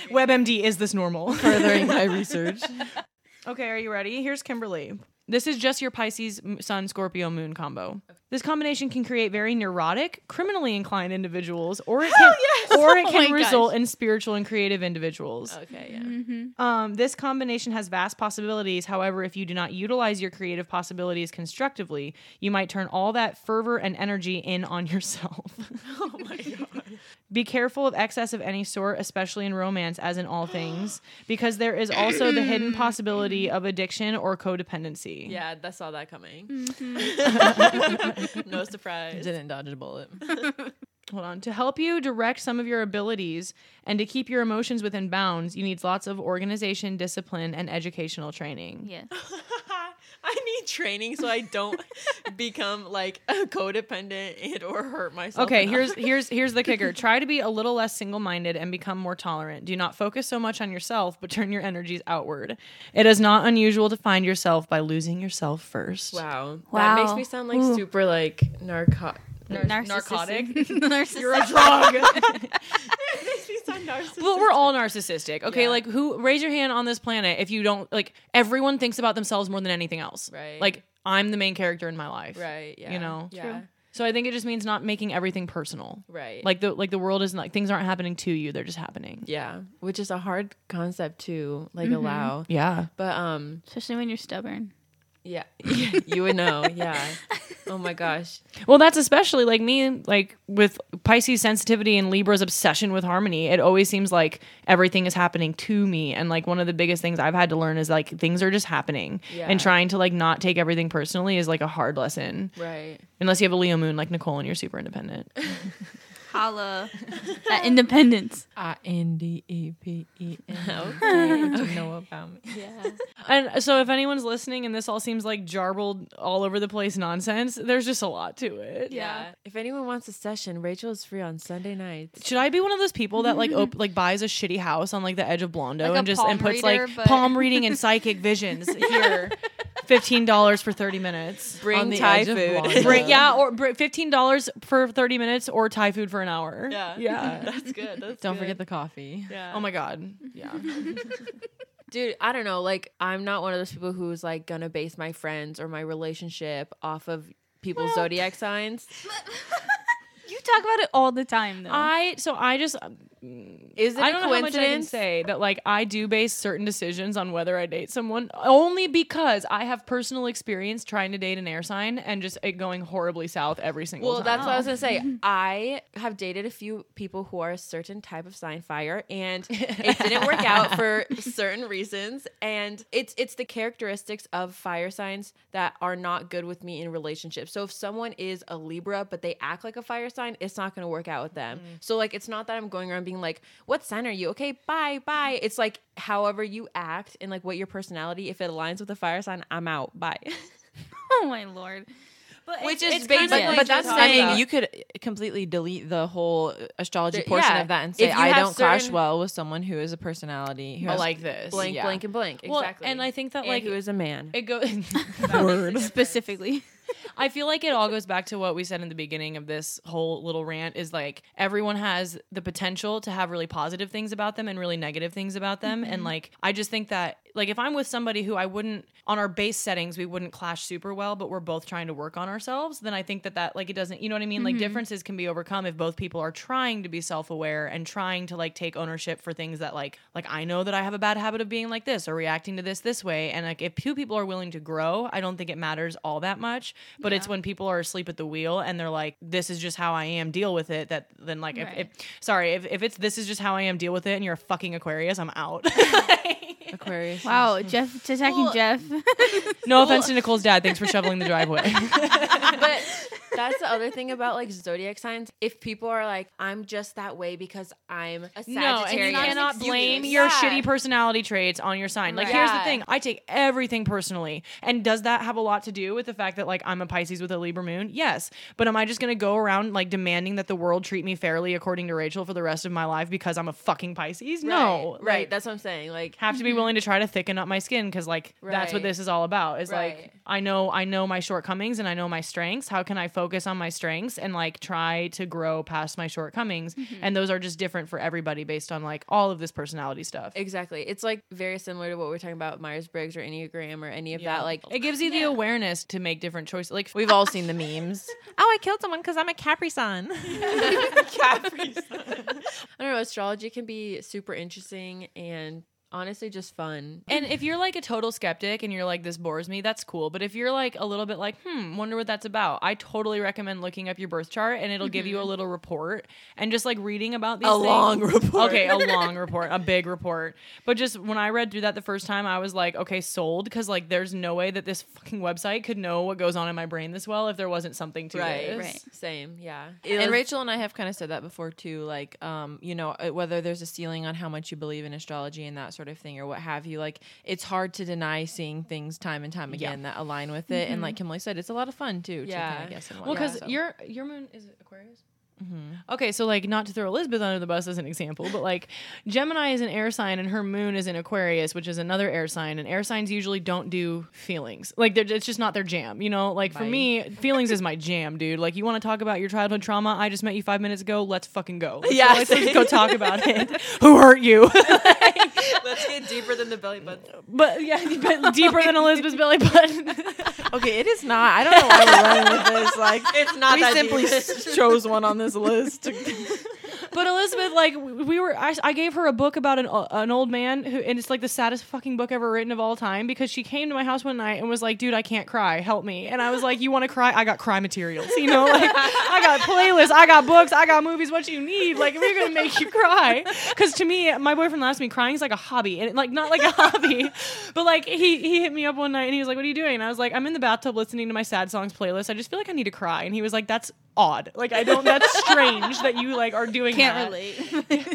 Speaker 3: WebMD, is this normal?
Speaker 4: Furthering my research.
Speaker 3: Okay, are you ready? Here's Kimberly. This is just your Pisces m- Sun Scorpio Moon combo. This combination can create very neurotic, criminally inclined individuals, or it can, or it
Speaker 2: Oh
Speaker 3: can
Speaker 2: my
Speaker 3: result in spiritual and creative
Speaker 4: Oh,
Speaker 3: individuals.
Speaker 1: okay, yeah.
Speaker 3: Um, this combination has vast possibilities. However, if you do not utilize your creative possibilities constructively, you might turn all that fervor and energy in on yourself. oh my god. Be careful of excess of any sort, especially in romance, as in all things, because there is also the hidden possibility of addiction or codependency.
Speaker 1: Yeah, I saw that coming. no surprise.
Speaker 4: Didn't dodge a bullet.
Speaker 3: Hold on. To help you direct some of your abilities and to keep your emotions within bounds, you need lots of organization, discipline, and educational training.
Speaker 2: Yes.
Speaker 1: I need training so I don't become like a codependent and or hurt myself.
Speaker 3: Okay,
Speaker 1: enough.
Speaker 3: here's here's here's the kicker. Try to be a little less single-minded and become more tolerant. Do not focus so much on yourself, but turn your energies outward. It is not unusual to find yourself by losing yourself first.
Speaker 1: wow. That makes
Speaker 2: Wow.
Speaker 1: me sound like super like narco.
Speaker 2: Narcissistic.
Speaker 3: narcotic?
Speaker 2: Narcissistic.
Speaker 1: makes me sound narcissistic.
Speaker 3: But we're all narcissistic. Okay,
Speaker 1: Yeah.
Speaker 3: like who raise your hand on this planet if you don't like everyone thinks about themselves more than anything else.
Speaker 1: Right.
Speaker 3: Like I'm the main character in my life.
Speaker 1: right. Yeah.
Speaker 3: You know.
Speaker 1: Yeah.
Speaker 3: So I think it just means not making everything personal.
Speaker 1: Right.
Speaker 3: Like the like the world isn't like things aren't happening to you, they're just happening.
Speaker 1: yeah, which is a hard concept to like allow.
Speaker 3: Yeah.
Speaker 1: But um,
Speaker 2: Especially when you're stubborn.
Speaker 1: yeah, you would know. Yeah. Oh my gosh.
Speaker 3: Well, that's especially like me, like with Pisces sensitivity and Libra's obsession with harmony. It always seems like everything is happening to me. And like one of the biggest things I've had to learn is like things are just happening.
Speaker 1: Yeah.
Speaker 3: And trying to like not take everything personally is like a hard lesson.
Speaker 1: Right.
Speaker 3: Unless you have a Leo moon like Nicole and you're super independent.
Speaker 2: Holla. that independence.
Speaker 4: I N D E P E N.
Speaker 1: Okay.
Speaker 4: You know about me.
Speaker 3: and so if anyone's listening and this all seems like jarbled all over the place nonsense, there's just a lot to it.
Speaker 1: yeah. If anyone wants a session, Rachel is free on Sunday nights.
Speaker 3: Should I be one of those people that like op- like buys a shitty house on like the edge of Blondo
Speaker 2: Like a
Speaker 3: and just
Speaker 2: palm
Speaker 3: and puts
Speaker 2: reader,
Speaker 3: like
Speaker 2: but-
Speaker 3: palm reading and psychic visions here, fifteen dollars for thirty minutes.
Speaker 1: Bring
Speaker 4: On the
Speaker 1: Thai
Speaker 4: edge of
Speaker 1: food.
Speaker 4: Wanda.
Speaker 3: Bring, yeah, or br- fifteen dollars for thirty minutes or Thai food for an hour.
Speaker 1: Yeah.
Speaker 3: yeah.
Speaker 1: That's good. That's
Speaker 4: Don't
Speaker 1: good.
Speaker 4: forget the coffee.
Speaker 1: Yeah.
Speaker 3: Oh my god. Yeah.
Speaker 1: Dude, I don't know. Like, I'm not one of those people who's like gonna base my friends or my relationship off of people's zodiac signs.
Speaker 2: You talk about it all the time, though.
Speaker 3: I so I just
Speaker 1: Is it
Speaker 3: I
Speaker 1: a
Speaker 3: don't know how much I can
Speaker 1: coincidence?
Speaker 3: say that like I do base certain decisions on whether I date someone only because I have personal experience trying to date an air sign and just it going horribly south every single
Speaker 1: well, oh.
Speaker 3: time.
Speaker 1: that's what I was gonna say. I have dated a few people who are a certain type of sign fire, and it didn't work out for certain reasons. And it's it's the characteristics of fire signs that are not good with me in relationships. So if someone is a Libra but they act like a fire sign, it's not gonna work out with them. So like, it's not that I'm going around being like, "What sign are you?" Okay, bye, bye. It's like however you act and like what your personality. If it aligns with the fire sign, I'm out. Bye.
Speaker 2: oh my lord.
Speaker 1: Which is
Speaker 2: kind
Speaker 1: basic,
Speaker 2: of
Speaker 1: but
Speaker 2: like
Speaker 1: that's
Speaker 2: you're talking
Speaker 4: I
Speaker 1: saying-
Speaker 4: mean,
Speaker 2: about-
Speaker 4: you could completely delete the whole astrology
Speaker 1: There-
Speaker 4: portion
Speaker 1: yeah.
Speaker 4: of that and
Speaker 1: If
Speaker 4: say
Speaker 1: you
Speaker 4: I
Speaker 1: have
Speaker 4: don't clash
Speaker 1: certain-
Speaker 4: well with someone who is a personality who
Speaker 3: I
Speaker 4: has
Speaker 3: like this.
Speaker 1: Blank,
Speaker 4: Yeah.
Speaker 1: blank, and blank.
Speaker 3: Well,
Speaker 1: Exactly.
Speaker 3: and I think that
Speaker 1: And
Speaker 3: like
Speaker 1: who is a man.
Speaker 3: it goes
Speaker 2: specifically.
Speaker 3: I feel like it all goes back to what we said in the beginning of this whole little rant is like everyone has the potential to have really positive things about them and really negative things about them. And like, I just think that, like, if I'm with somebody who I wouldn't, on our base settings, we wouldn't clash super well, but we're both trying to work on ourselves, then I think that that, like, it doesn't, you know what I mean? Like, differences can be overcome if both people are trying to be self aware and trying to, like, take ownership for things that, like, like, I know that I have a bad habit of being like this or reacting to this this way. And, like, if two people are willing to grow, I don't think it matters all that much. But it's when people are asleep at the wheel and they're like, this is just how I am, deal with it. That then, like, if, if sorry, if, if it's this is just how I am, deal with it, and you're a fucking Aquarius, I'm out.
Speaker 4: Aquarius.
Speaker 2: Wow, Oh, Jeff it's attacking Jeff.
Speaker 3: no offense to Nicole's dad. Thanks for shoveling the driveway.
Speaker 1: but that's the other thing about like zodiac signs. If people are like, I'm just that way because I'm a
Speaker 3: no, and
Speaker 1: Sagittarius,
Speaker 3: you cannot
Speaker 1: You
Speaker 3: blame
Speaker 1: can't-
Speaker 3: your
Speaker 1: Yeah.
Speaker 3: shitty personality traits on your sign. Like,
Speaker 1: Right.
Speaker 3: here's the
Speaker 1: Yeah.
Speaker 3: thing I take everything personally. And does that have a lot to do with the fact that, like, I'm a Pisces with a Libra moon? Yes. But am I just going to go around, like, demanding that the world treat me fairly according to Rachel for the rest of my life because I'm a fucking Pisces? No.
Speaker 1: right,
Speaker 3: Like,
Speaker 1: right. That's what I'm saying. Like,
Speaker 3: have to
Speaker 4: Mm-hmm.
Speaker 3: be willing to try to thicken up my skin because like that's what
Speaker 1: Right.
Speaker 3: this is all about is
Speaker 1: Right.
Speaker 3: like i know i know my shortcomings and i know my strengths how can i focus on my strengths and like try to grow past my shortcomings
Speaker 4: Mm-hmm.
Speaker 3: and those are just different for everybody based on like all of this personality stuff
Speaker 1: exactly. It's like very similar to what we're talking about Myers Briggs or Enneagram or any of
Speaker 3: Yeah.
Speaker 1: that. Like,
Speaker 3: it gives you the awareness to make different choices like
Speaker 4: We've all seen the memes. oh, I killed someone because I'm a Capri Sun.
Speaker 1: I don't know. Astrology can be super interesting and honestly just fun.
Speaker 3: And if you're like a total skeptic and you're like, this bores me, that's cool. But if you're like a little bit like, hmm, wonder what that's about, I totally recommend looking up your birth chart and it'll give you a little report and just like reading about these
Speaker 1: Mm-hmm. A
Speaker 3: things-
Speaker 1: long report.
Speaker 3: Okay, a long report, a big report. But just when I read through that the first time, I was like, okay, sold. Cause like there's no way that this fucking website could know what goes on in my brain this well if there wasn't something to
Speaker 1: Right.
Speaker 3: this.
Speaker 2: Right.
Speaker 1: Same. Yeah.
Speaker 4: and Rachel and I have kind of said that before too, like um, you know, uh, whether there's a ceiling on how much you believe in astrology and that sort of thing or what have you, like it's hard to deny seeing things time and time again that align with it. And like Kimberly said, it's a lot of fun too. To kind
Speaker 1: Yeah. Mm-hmm.
Speaker 4: of guess and
Speaker 3: Well,
Speaker 4: whatnot,
Speaker 3: because
Speaker 4: so.
Speaker 3: your your moon is it Aquarius. Okay, so like not to throw Elizabeth under the bus as an example, but like Gemini is an air sign and her moon is in Aquarius, which is another air sign, and air signs usually don't do feelings. Like they're, it's just not their jam, you know. Like for me, feelings is my jam, dude. Like you want to talk about your childhood trauma? I just met you five minutes ago. Let's fucking go. Let's
Speaker 1: Yeah,
Speaker 3: go, let's just go talk about it. Who hurt you?
Speaker 1: Let's get deeper than the belly button.
Speaker 3: but yeah, but deeper than Elizabeth's belly button.
Speaker 4: okay, it is not. I don't know why we're running with this. Like
Speaker 1: It's not
Speaker 4: we
Speaker 1: that
Speaker 4: simply
Speaker 1: deep.
Speaker 4: s- chose one on this list.
Speaker 3: But Elizabeth, like w- we were, I, I gave her a book about an o- an old man who, and it's like the saddest fucking book ever written of all time because she came to my house one night and was like, "Dude, I can't cry, help me." And I was like, "You want to cry? I got cry materials, you know, like I got playlists, I got books, I got movies. What you need, like we're gonna make you cry." Because to me, my boyfriend laughs at me crying is like a hobby, and like not like a hobby, but like he he hit me up one night and he was like, "What are you doing?" And I was like, "I'm in the bathtub listening to my sad songs playlist. I just feel like I need to cry." And he was like, "That's." odd like i don't that's strange that you like are doing
Speaker 2: Can't
Speaker 3: that.
Speaker 2: relate.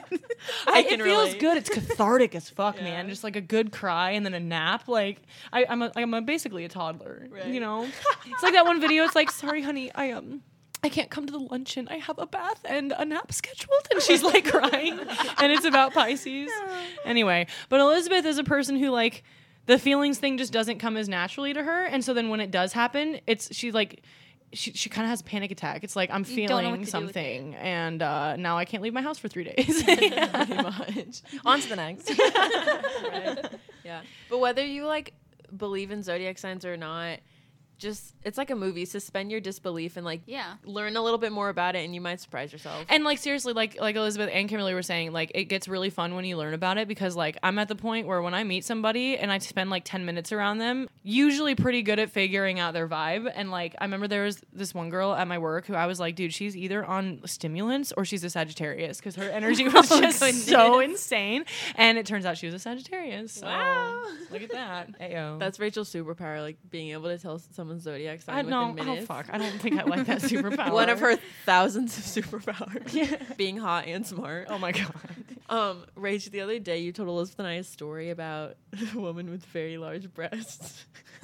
Speaker 3: I,
Speaker 1: can
Speaker 3: it feels
Speaker 1: relate.
Speaker 3: good. It's cathartic as fuck, man. Just like a good cry and then a nap. Like I, I'm, a, I'm a basically a toddler. You know, it's like that one video. It's like, sorry, honey, I um, I can't come to the luncheon. I have a bath and a nap scheduled, and she's like crying, and it's about Pisces. Anyway, but Elizabeth is a person who like the feelings thing just doesn't come as naturally to her, and so then when it does happen, it's she's like. She, she kind of has a panic attack. It's like I'm
Speaker 2: You don't know what to do
Speaker 3: feeling
Speaker 2: with it.
Speaker 3: something, and uh, now I can't leave my house for three days.
Speaker 4: Pretty much. On to the next.
Speaker 1: Yeah. But whether you like believe in zodiac signs or not, just it's like a movie. Suspend your disbelief and like
Speaker 2: yeah.
Speaker 1: learn a little bit more about it, and you might surprise yourself.
Speaker 3: And like seriously, like like Elizabeth and Kimberly were saying, like it gets really fun when you learn about it because like I'm at the point where when I meet somebody and I spend like ten minutes around them, usually pretty good at figuring out their vibe. And like I remember there was this one girl at my work who I was like, dude, she's either on stimulants or she's a Sagittarius because her energy was just so insane. And it turns out she was a Sagittarius. So
Speaker 1: Wow.
Speaker 3: look at that. Ayo.
Speaker 1: That's Rachel's superpower, like being able to tell someone's zodiac sign
Speaker 3: I
Speaker 1: within
Speaker 3: know. Oh
Speaker 1: minutes.
Speaker 3: fuck! I don't think I like that superpower.
Speaker 1: One of her thousands of superpowers, being hot and smart.
Speaker 3: Oh my god.
Speaker 1: Um, Rach, the other day you told Elizabeth and I a story about a woman with very large breasts,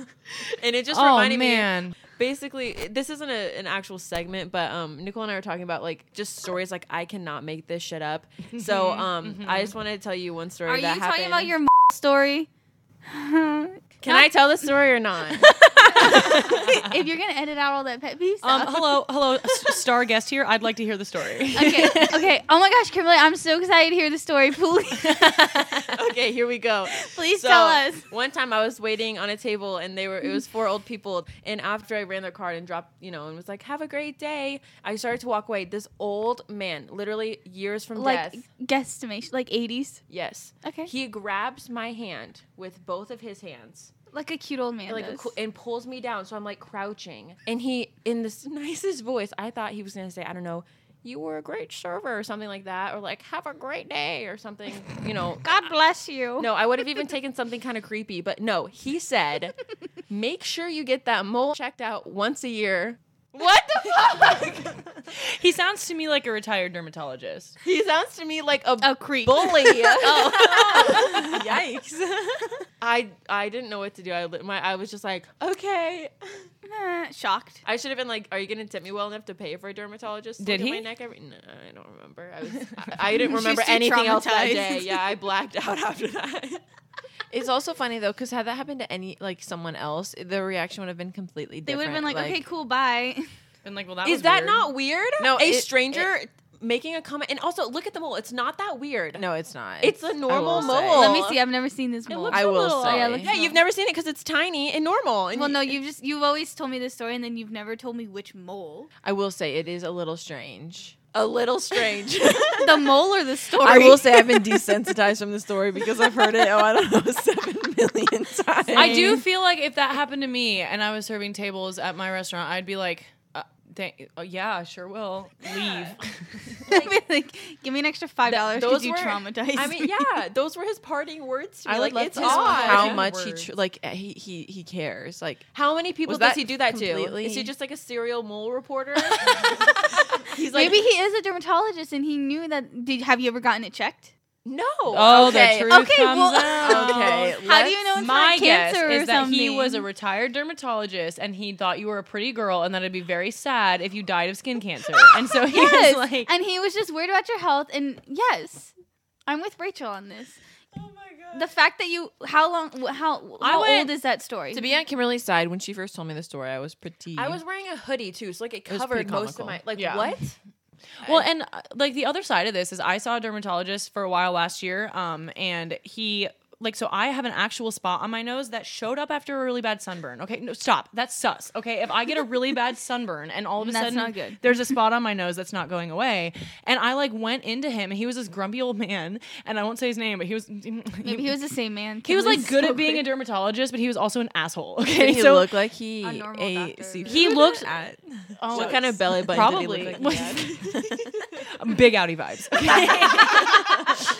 Speaker 1: and it just
Speaker 3: Oh,
Speaker 1: reminded me. Basically, this isn't a, an actual segment, but um, Nicole and I were talking about like just stories. Like I cannot make this shit up. So um, I just wanted to tell you one story.
Speaker 2: Mm-hmm, Are you
Speaker 1: that
Speaker 2: talking about
Speaker 1: happened.
Speaker 2: your story?
Speaker 1: Can I tell the story or not?
Speaker 2: if you're gonna edit out all that pet peeve
Speaker 3: Um,
Speaker 2: stuff.
Speaker 3: hello, hello, s- star guest here. I'd like to hear the story.
Speaker 2: okay, okay. Oh my gosh, Kimberly, I'm so excited to hear the story. Please,
Speaker 1: okay, here we go.
Speaker 2: please tell us.
Speaker 1: One time I was waiting on a table and they were it was four old people and after I ran their card and dropped, you know, and was like, "Have a great day." I started to walk away. This old man, literally years from
Speaker 2: Like
Speaker 1: death.
Speaker 2: guesstimation, like 80s,
Speaker 1: Yes.
Speaker 2: Okay.
Speaker 1: He grabs my hand with both of his hands
Speaker 2: like a cute old man.
Speaker 1: like
Speaker 2: does.
Speaker 1: cl- and pulls me down so i'm like crouching and he in this nicest voice i thought he was going to say i don't know you were a great server or something like that or like have a great day or something you know
Speaker 2: God bless you.
Speaker 1: no i would have even taken something kind of creepy but no he said make sure you get that mole checked out once a year what the fuck
Speaker 3: He sounds to me like a retired dermatologist.
Speaker 1: he sounds to me like a
Speaker 2: a creep.
Speaker 1: bully Oh.
Speaker 4: Yikes.
Speaker 1: i i didn't know what to do i li- my i was just like okay
Speaker 2: Uh, shocked.
Speaker 1: I should have been like, "Are you going to tip me well enough to pay for a dermatologist?" to
Speaker 3: Did
Speaker 1: look at
Speaker 3: he?
Speaker 1: My neck every- no, I don't remember. I was. I, I didn't
Speaker 2: She's
Speaker 1: remember
Speaker 2: too
Speaker 1: anything else that
Speaker 2: traumatized.
Speaker 1: day. Yeah, I blacked out after that.
Speaker 4: It's also funny though, because had that happened to any like someone else, the reaction would have been completely
Speaker 2: They
Speaker 4: different.
Speaker 2: would have been like, okay, cool, bye.
Speaker 3: And like, well, that
Speaker 1: Is
Speaker 3: was
Speaker 1: that
Speaker 3: weird.
Speaker 1: not weird?
Speaker 4: No,
Speaker 1: a
Speaker 4: it-
Speaker 1: stranger making a comment, and also look at the mole. It's not that weird.
Speaker 4: No, it's not.
Speaker 1: It's a
Speaker 4: I
Speaker 1: normal
Speaker 4: will say.
Speaker 1: mole.
Speaker 2: Let me see. I've never seen this mole.
Speaker 3: looks
Speaker 4: I will
Speaker 2: Oh,
Speaker 4: say.
Speaker 2: yeah, look
Speaker 1: Yeah, you've never seen it because it's tiny and normal. And
Speaker 2: well,
Speaker 1: you-
Speaker 2: no, you've just you've always told me this story, and then you've never told me which mole.
Speaker 4: I will say it is a little strange.
Speaker 1: a little strange.
Speaker 2: the mole or the story?
Speaker 4: I will say I've been desensitized from the story because I've heard it. Oh, I don't know, seven million times.
Speaker 3: I do feel like if that happened to me and I was serving tables at my restaurant, I'd be like, uh, thank- uh, yeah, I sure will. Leave.
Speaker 2: like, give me an extra five dollars
Speaker 1: those
Speaker 2: because you
Speaker 1: were-
Speaker 2: traumatized.
Speaker 1: I mean,
Speaker 2: me.
Speaker 1: yeah, those were his parting words to me.
Speaker 4: I
Speaker 1: like,
Speaker 4: like
Speaker 1: it's
Speaker 4: it's
Speaker 1: odd.
Speaker 4: how
Speaker 3: Yeah.
Speaker 4: much he
Speaker 3: Words.
Speaker 4: tr- like uh, he he he cares. Like
Speaker 1: How many people
Speaker 4: Was
Speaker 1: does
Speaker 4: that
Speaker 1: he do that to?
Speaker 4: completely-
Speaker 1: Is he just like a serial mole reporter? He's like,
Speaker 2: Maybe he is a dermatologist and he knew that. Did have you ever gotten it checked?
Speaker 1: no.
Speaker 3: Oh,
Speaker 1: okay.
Speaker 3: the truth
Speaker 2: okay,
Speaker 3: comes
Speaker 2: well-
Speaker 3: out.
Speaker 4: okay,
Speaker 2: How do
Speaker 4: let's-
Speaker 2: you know it's
Speaker 3: My
Speaker 2: not
Speaker 3: guess
Speaker 2: cancer
Speaker 3: is
Speaker 2: or
Speaker 3: that
Speaker 2: something?
Speaker 3: he was a retired dermatologist and he thought you were a pretty girl and that it'd be very sad if you died of skin cancer. And so he
Speaker 2: yes,
Speaker 3: was like,
Speaker 2: and he was just worried about your health. And yes, I'm with Rachel on this. The fact that you, how long, wh- how
Speaker 3: I
Speaker 2: how
Speaker 3: went-
Speaker 2: old is that story?
Speaker 4: To be on Kimberly's side, when she first told me the story, I was pretty.
Speaker 1: I was wearing a hoodie too, so like it
Speaker 4: was
Speaker 1: covered
Speaker 4: pretty
Speaker 1: most of
Speaker 4: comical.
Speaker 1: my like
Speaker 3: Yeah.
Speaker 1: what?
Speaker 3: Well, and uh, like the other side of this is I saw a dermatologist for a while last year, um, and he like so I have an actual spot on my nose that showed up after a really bad sunburn. Okay, no, stop. That's sus. Okay, if I get a really bad sunburn and all of a
Speaker 2: That's
Speaker 3: sudden
Speaker 2: not good.
Speaker 3: there's a spot on my nose that's not going away, and I like went into him, and he was this grumpy old man, and I won't say his name, but he was
Speaker 2: Maybe he was the same man.
Speaker 3: he was like
Speaker 2: Kimberly's
Speaker 3: good
Speaker 2: so
Speaker 3: at being a dermatologist, but he was also an asshole. Okay,
Speaker 4: Did he
Speaker 3: so
Speaker 4: looked like he
Speaker 2: A normal
Speaker 4: ate
Speaker 2: doctor.
Speaker 4: seafood.
Speaker 3: he looked
Speaker 4: at
Speaker 3: oh,
Speaker 4: what kind of belly button
Speaker 3: probably
Speaker 4: did he look like? he had?
Speaker 3: big outie vibes.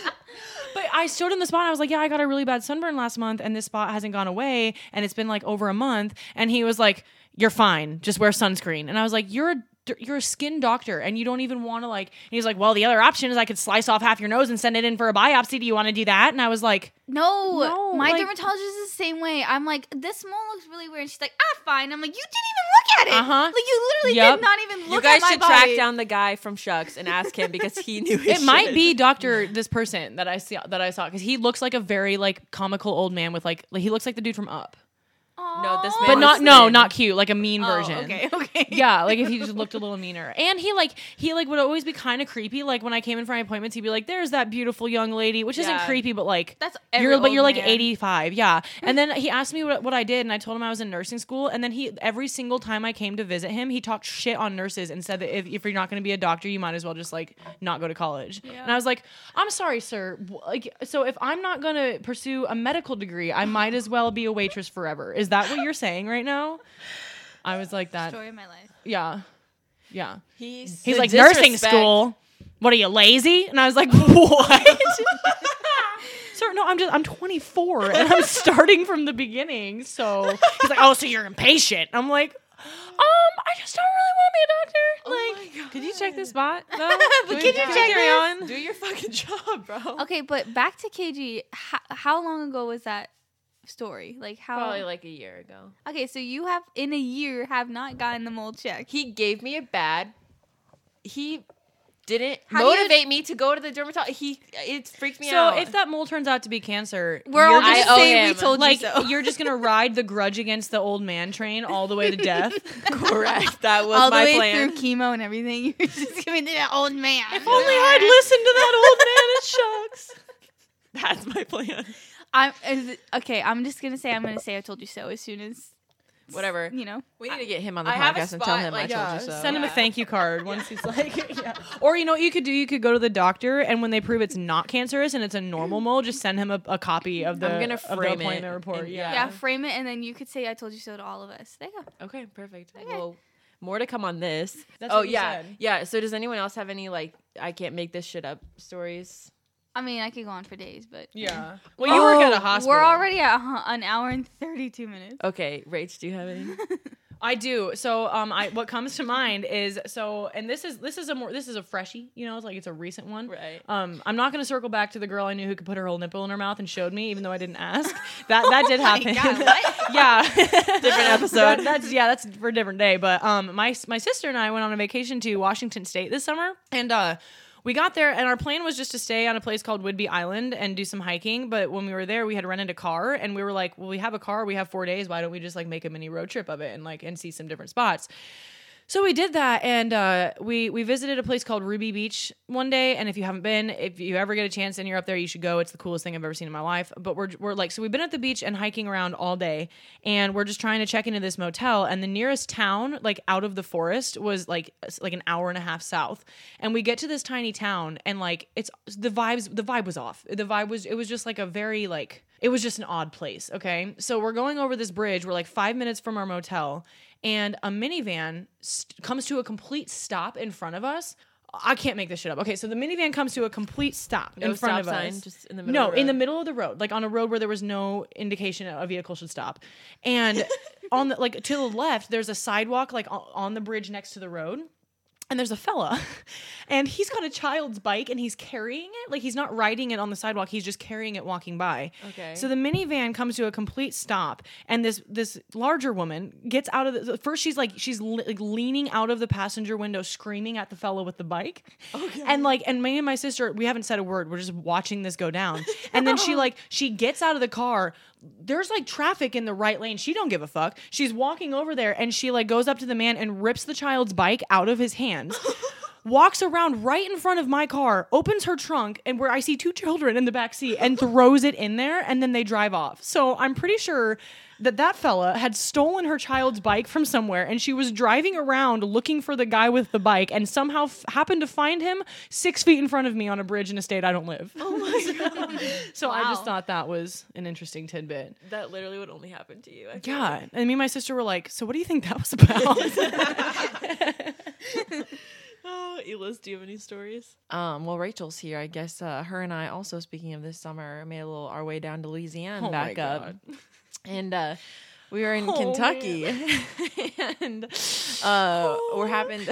Speaker 3: but I showed him the spot. And I was like, "Yeah, I got a really bad sunburn last month, and this spot hasn't gone away, and it's been like over a month." And he was like, "You're fine. Just wear sunscreen." And I was like, "You're a d- you're a skin doctor, and you don't even want to like." And he's like, "Well, the other option is I could slice off half your nose and send it in for a biopsy. Do you want to do that?" And I was like,
Speaker 2: No,
Speaker 3: No,
Speaker 2: my
Speaker 3: like-
Speaker 2: dermatologist is the same way. I'm like, this mole looks really weird. And she's like, ah, fine. I'm like, you didn't even look at it.
Speaker 3: Uh-huh.
Speaker 2: Like, you literally
Speaker 3: Yep.
Speaker 2: did not even
Speaker 1: You
Speaker 2: look
Speaker 1: guys
Speaker 2: at my
Speaker 1: should
Speaker 2: body.
Speaker 1: track down the guy from Shucks and ask him because he knew his
Speaker 3: "It might
Speaker 1: shit.
Speaker 3: be Doctor this person that I see that I saw because he looks like a very like comical old man with like, like he looks like the dude from Up,
Speaker 1: No, this
Speaker 2: Aw.
Speaker 3: but
Speaker 1: man
Speaker 3: not
Speaker 1: was
Speaker 3: no
Speaker 1: thin.
Speaker 3: not cute like a mean
Speaker 2: Oh,
Speaker 3: version."
Speaker 2: Okay, okay.
Speaker 3: yeah, like if he just looked a little meaner. And he like he like would always be kind of creepy. Like when I came in for my appointments, he'd be like, "There's that beautiful young lady," which isn't
Speaker 1: Yeah.
Speaker 3: creepy, but like
Speaker 2: That's every
Speaker 3: you're but
Speaker 2: old
Speaker 3: you're like
Speaker 2: man. Mm.
Speaker 3: 85, yeah. And then he asked me what, what I did, and I told him I was in nursing school. And then he every single time I came to visit him, he talked shit on nurses and said that if, if you're not going to be a doctor, you might as well just like not go to college. And I was like, "I'm sorry, sir. W- Like, so if I'm not going to pursue a medical degree, I might as well be a waitress forever. Is that what you're saying right now?" I was like that.
Speaker 2: Story of my life.
Speaker 3: Yeah. Yeah.
Speaker 4: He's,
Speaker 3: He's like nursing school. What are you lazy? And I was like, what? Sir, no, I'm just I'm 24 and I'm starting from the beginning. So he's like, oh, so you're impatient. I'm like, um, I just don't
Speaker 1: Oh
Speaker 3: really want to be a doctor. like,
Speaker 4: Could you check this spot? No.
Speaker 2: But could you check
Speaker 4: carry on? Do your fucking job, bro.
Speaker 2: Okay, but back to KG. How, how long ago was that story? Like how?
Speaker 1: probably like a year ago.
Speaker 2: okay, so you have in a year have not gotten the mole check.
Speaker 1: He gave me a bad. He didn't
Speaker 2: How do you-
Speaker 1: motivate me to go to the dermatologist. He it freaked me
Speaker 3: so
Speaker 1: out.
Speaker 3: if that mole turns out to be cancer,
Speaker 2: We're
Speaker 3: you're
Speaker 2: all just
Speaker 1: I owe
Speaker 2: saying
Speaker 1: him.
Speaker 2: we told
Speaker 3: like
Speaker 2: you so.
Speaker 3: you're just gonna ride the grudge against the old man train all the way to death.
Speaker 1: correct, that was
Speaker 2: All the
Speaker 1: my
Speaker 2: way
Speaker 1: plan.
Speaker 2: through chemo and everything, you're just giving it to that old man.
Speaker 3: Only I'd listened to that old man. It
Speaker 1: That's
Speaker 3: shucks.
Speaker 1: my plan.
Speaker 2: I'm is it- okay. I'm just gonna say I'm gonna say I told you so as soon as
Speaker 1: Whatever.
Speaker 2: you know.
Speaker 4: We need to get him on the
Speaker 1: I have a
Speaker 4: podcast and tell
Speaker 1: spot,
Speaker 4: him
Speaker 1: like,
Speaker 4: I
Speaker 1: yeah,
Speaker 4: told you so.
Speaker 3: Send him a thank you card once he's like, yeah. Or you know what you could do? You could go to the doctor, and when they prove it's not cancerous and it's a normal mole, just send him a, a copy of the,
Speaker 4: I'm gonna
Speaker 3: of the
Speaker 4: frame it
Speaker 3: appointment report.
Speaker 4: and-
Speaker 3: yeah.
Speaker 2: Yeah, frame it, and then you could say I told you so to all of us. There you go.
Speaker 1: Okay, perfect. Well, more to come on this.
Speaker 3: That's
Speaker 1: oh
Speaker 3: what you
Speaker 1: yeah,
Speaker 3: said.
Speaker 1: yeah. So does anyone else have any like I can't make this shit up stories?
Speaker 2: I mean, I could go on for days, but
Speaker 3: Yeah. Well, you work at
Speaker 4: Oh,
Speaker 3: a hospital.
Speaker 2: We're already at uh, an hour and thirty-two minutes.
Speaker 1: Okay, Rach, do you have any?
Speaker 3: I do. So, um, I what comes to mind is so, and this is this is a more this is a freshie. You know, it's like it's a recent one.
Speaker 1: Right.
Speaker 3: Um, I'm not gonna circle back to the girl I knew who could put her whole nipple in her mouth and showed me, even though I didn't ask. That that did happen. yeah. different
Speaker 4: episode.
Speaker 3: that's yeah, that's for a different day. But um, my my sister and I went on a vacation to Washington State this summer, and uh. We got there, and our plan was just to stay on a place called Whidbey Island and do some hiking. But when we were there, we had rented a car, and we were like, "Well, we have a car. We have four days. Why don't we just like make a mini road trip of it and like and see some different spots?" So we did that, and uh, we we visited a place called Ruby Beach one day. And if you haven't been, if you ever get a chance and you're up there, you should go. It's the coolest thing I've ever seen in my life. But we're we're like, so we've been at the beach and hiking around all day, and we're just trying to check into this motel. And the nearest town, like out of the forest, was like s- like an hour and a half south. And we get to this tiny town, and like it's the vibes. The vibe was off. The vibe was it was just like a very like it was just an odd place. Okay, so we're going over this bridge. We're like five minutes from our motel and a minivan st- comes to a complete stop in front of us. I can't make this shit up. Okay, so the minivan comes to a complete stop
Speaker 1: No
Speaker 3: in front
Speaker 1: stop
Speaker 3: of
Speaker 1: sign,
Speaker 3: us.
Speaker 1: just in the middle
Speaker 3: no,
Speaker 1: of the
Speaker 3: in the
Speaker 1: road.
Speaker 3: middle of the road, like on a road where there was no indication a vehicle should stop. And on the like to the left, there's a sidewalk like o- on the bridge next to the road and there's a fella and he's got a child's bike and he's carrying it like he's not riding it on the sidewalk he's just carrying it walking by
Speaker 1: Okay.
Speaker 3: so the minivan comes to a complete stop and this this larger woman gets out of the first she's like she's le- like leaning out of the passenger window screaming at the fella with the bike okay. and like and me and my sister we haven't said a word we're just watching this go down and then she like she gets out of the car there's like traffic in the right lane. She don't give a fuck. She's walking over there and she like goes up to the man and rips the child's bike out of his hands. walks around right in front of my car, opens her trunk and where I see two children in the back seat and throws it in there and then they drive off. So I'm pretty sure that that fella had stolen her child's bike from somewhere and she was driving around looking for the guy with the bike and somehow f- happened to find him 6 feet in front of me on a bridge in a state I don't live. Oh my god. so I just
Speaker 2: Wow.
Speaker 3: thought that was an interesting tidbit.
Speaker 1: that literally would only happen to you. I feel like.
Speaker 3: Yeah. And me and my sister were like, so what do you think that was about?
Speaker 1: Oh, Elis, do you have any stories?
Speaker 4: Um, well, Rachel's here. I guess uh, her and I also, speaking of this summer, made a little our way down to Louisiana
Speaker 3: Oh my
Speaker 4: back up.
Speaker 3: God. Oh,
Speaker 4: And uh, we were in Kentucky. and uh, what happened?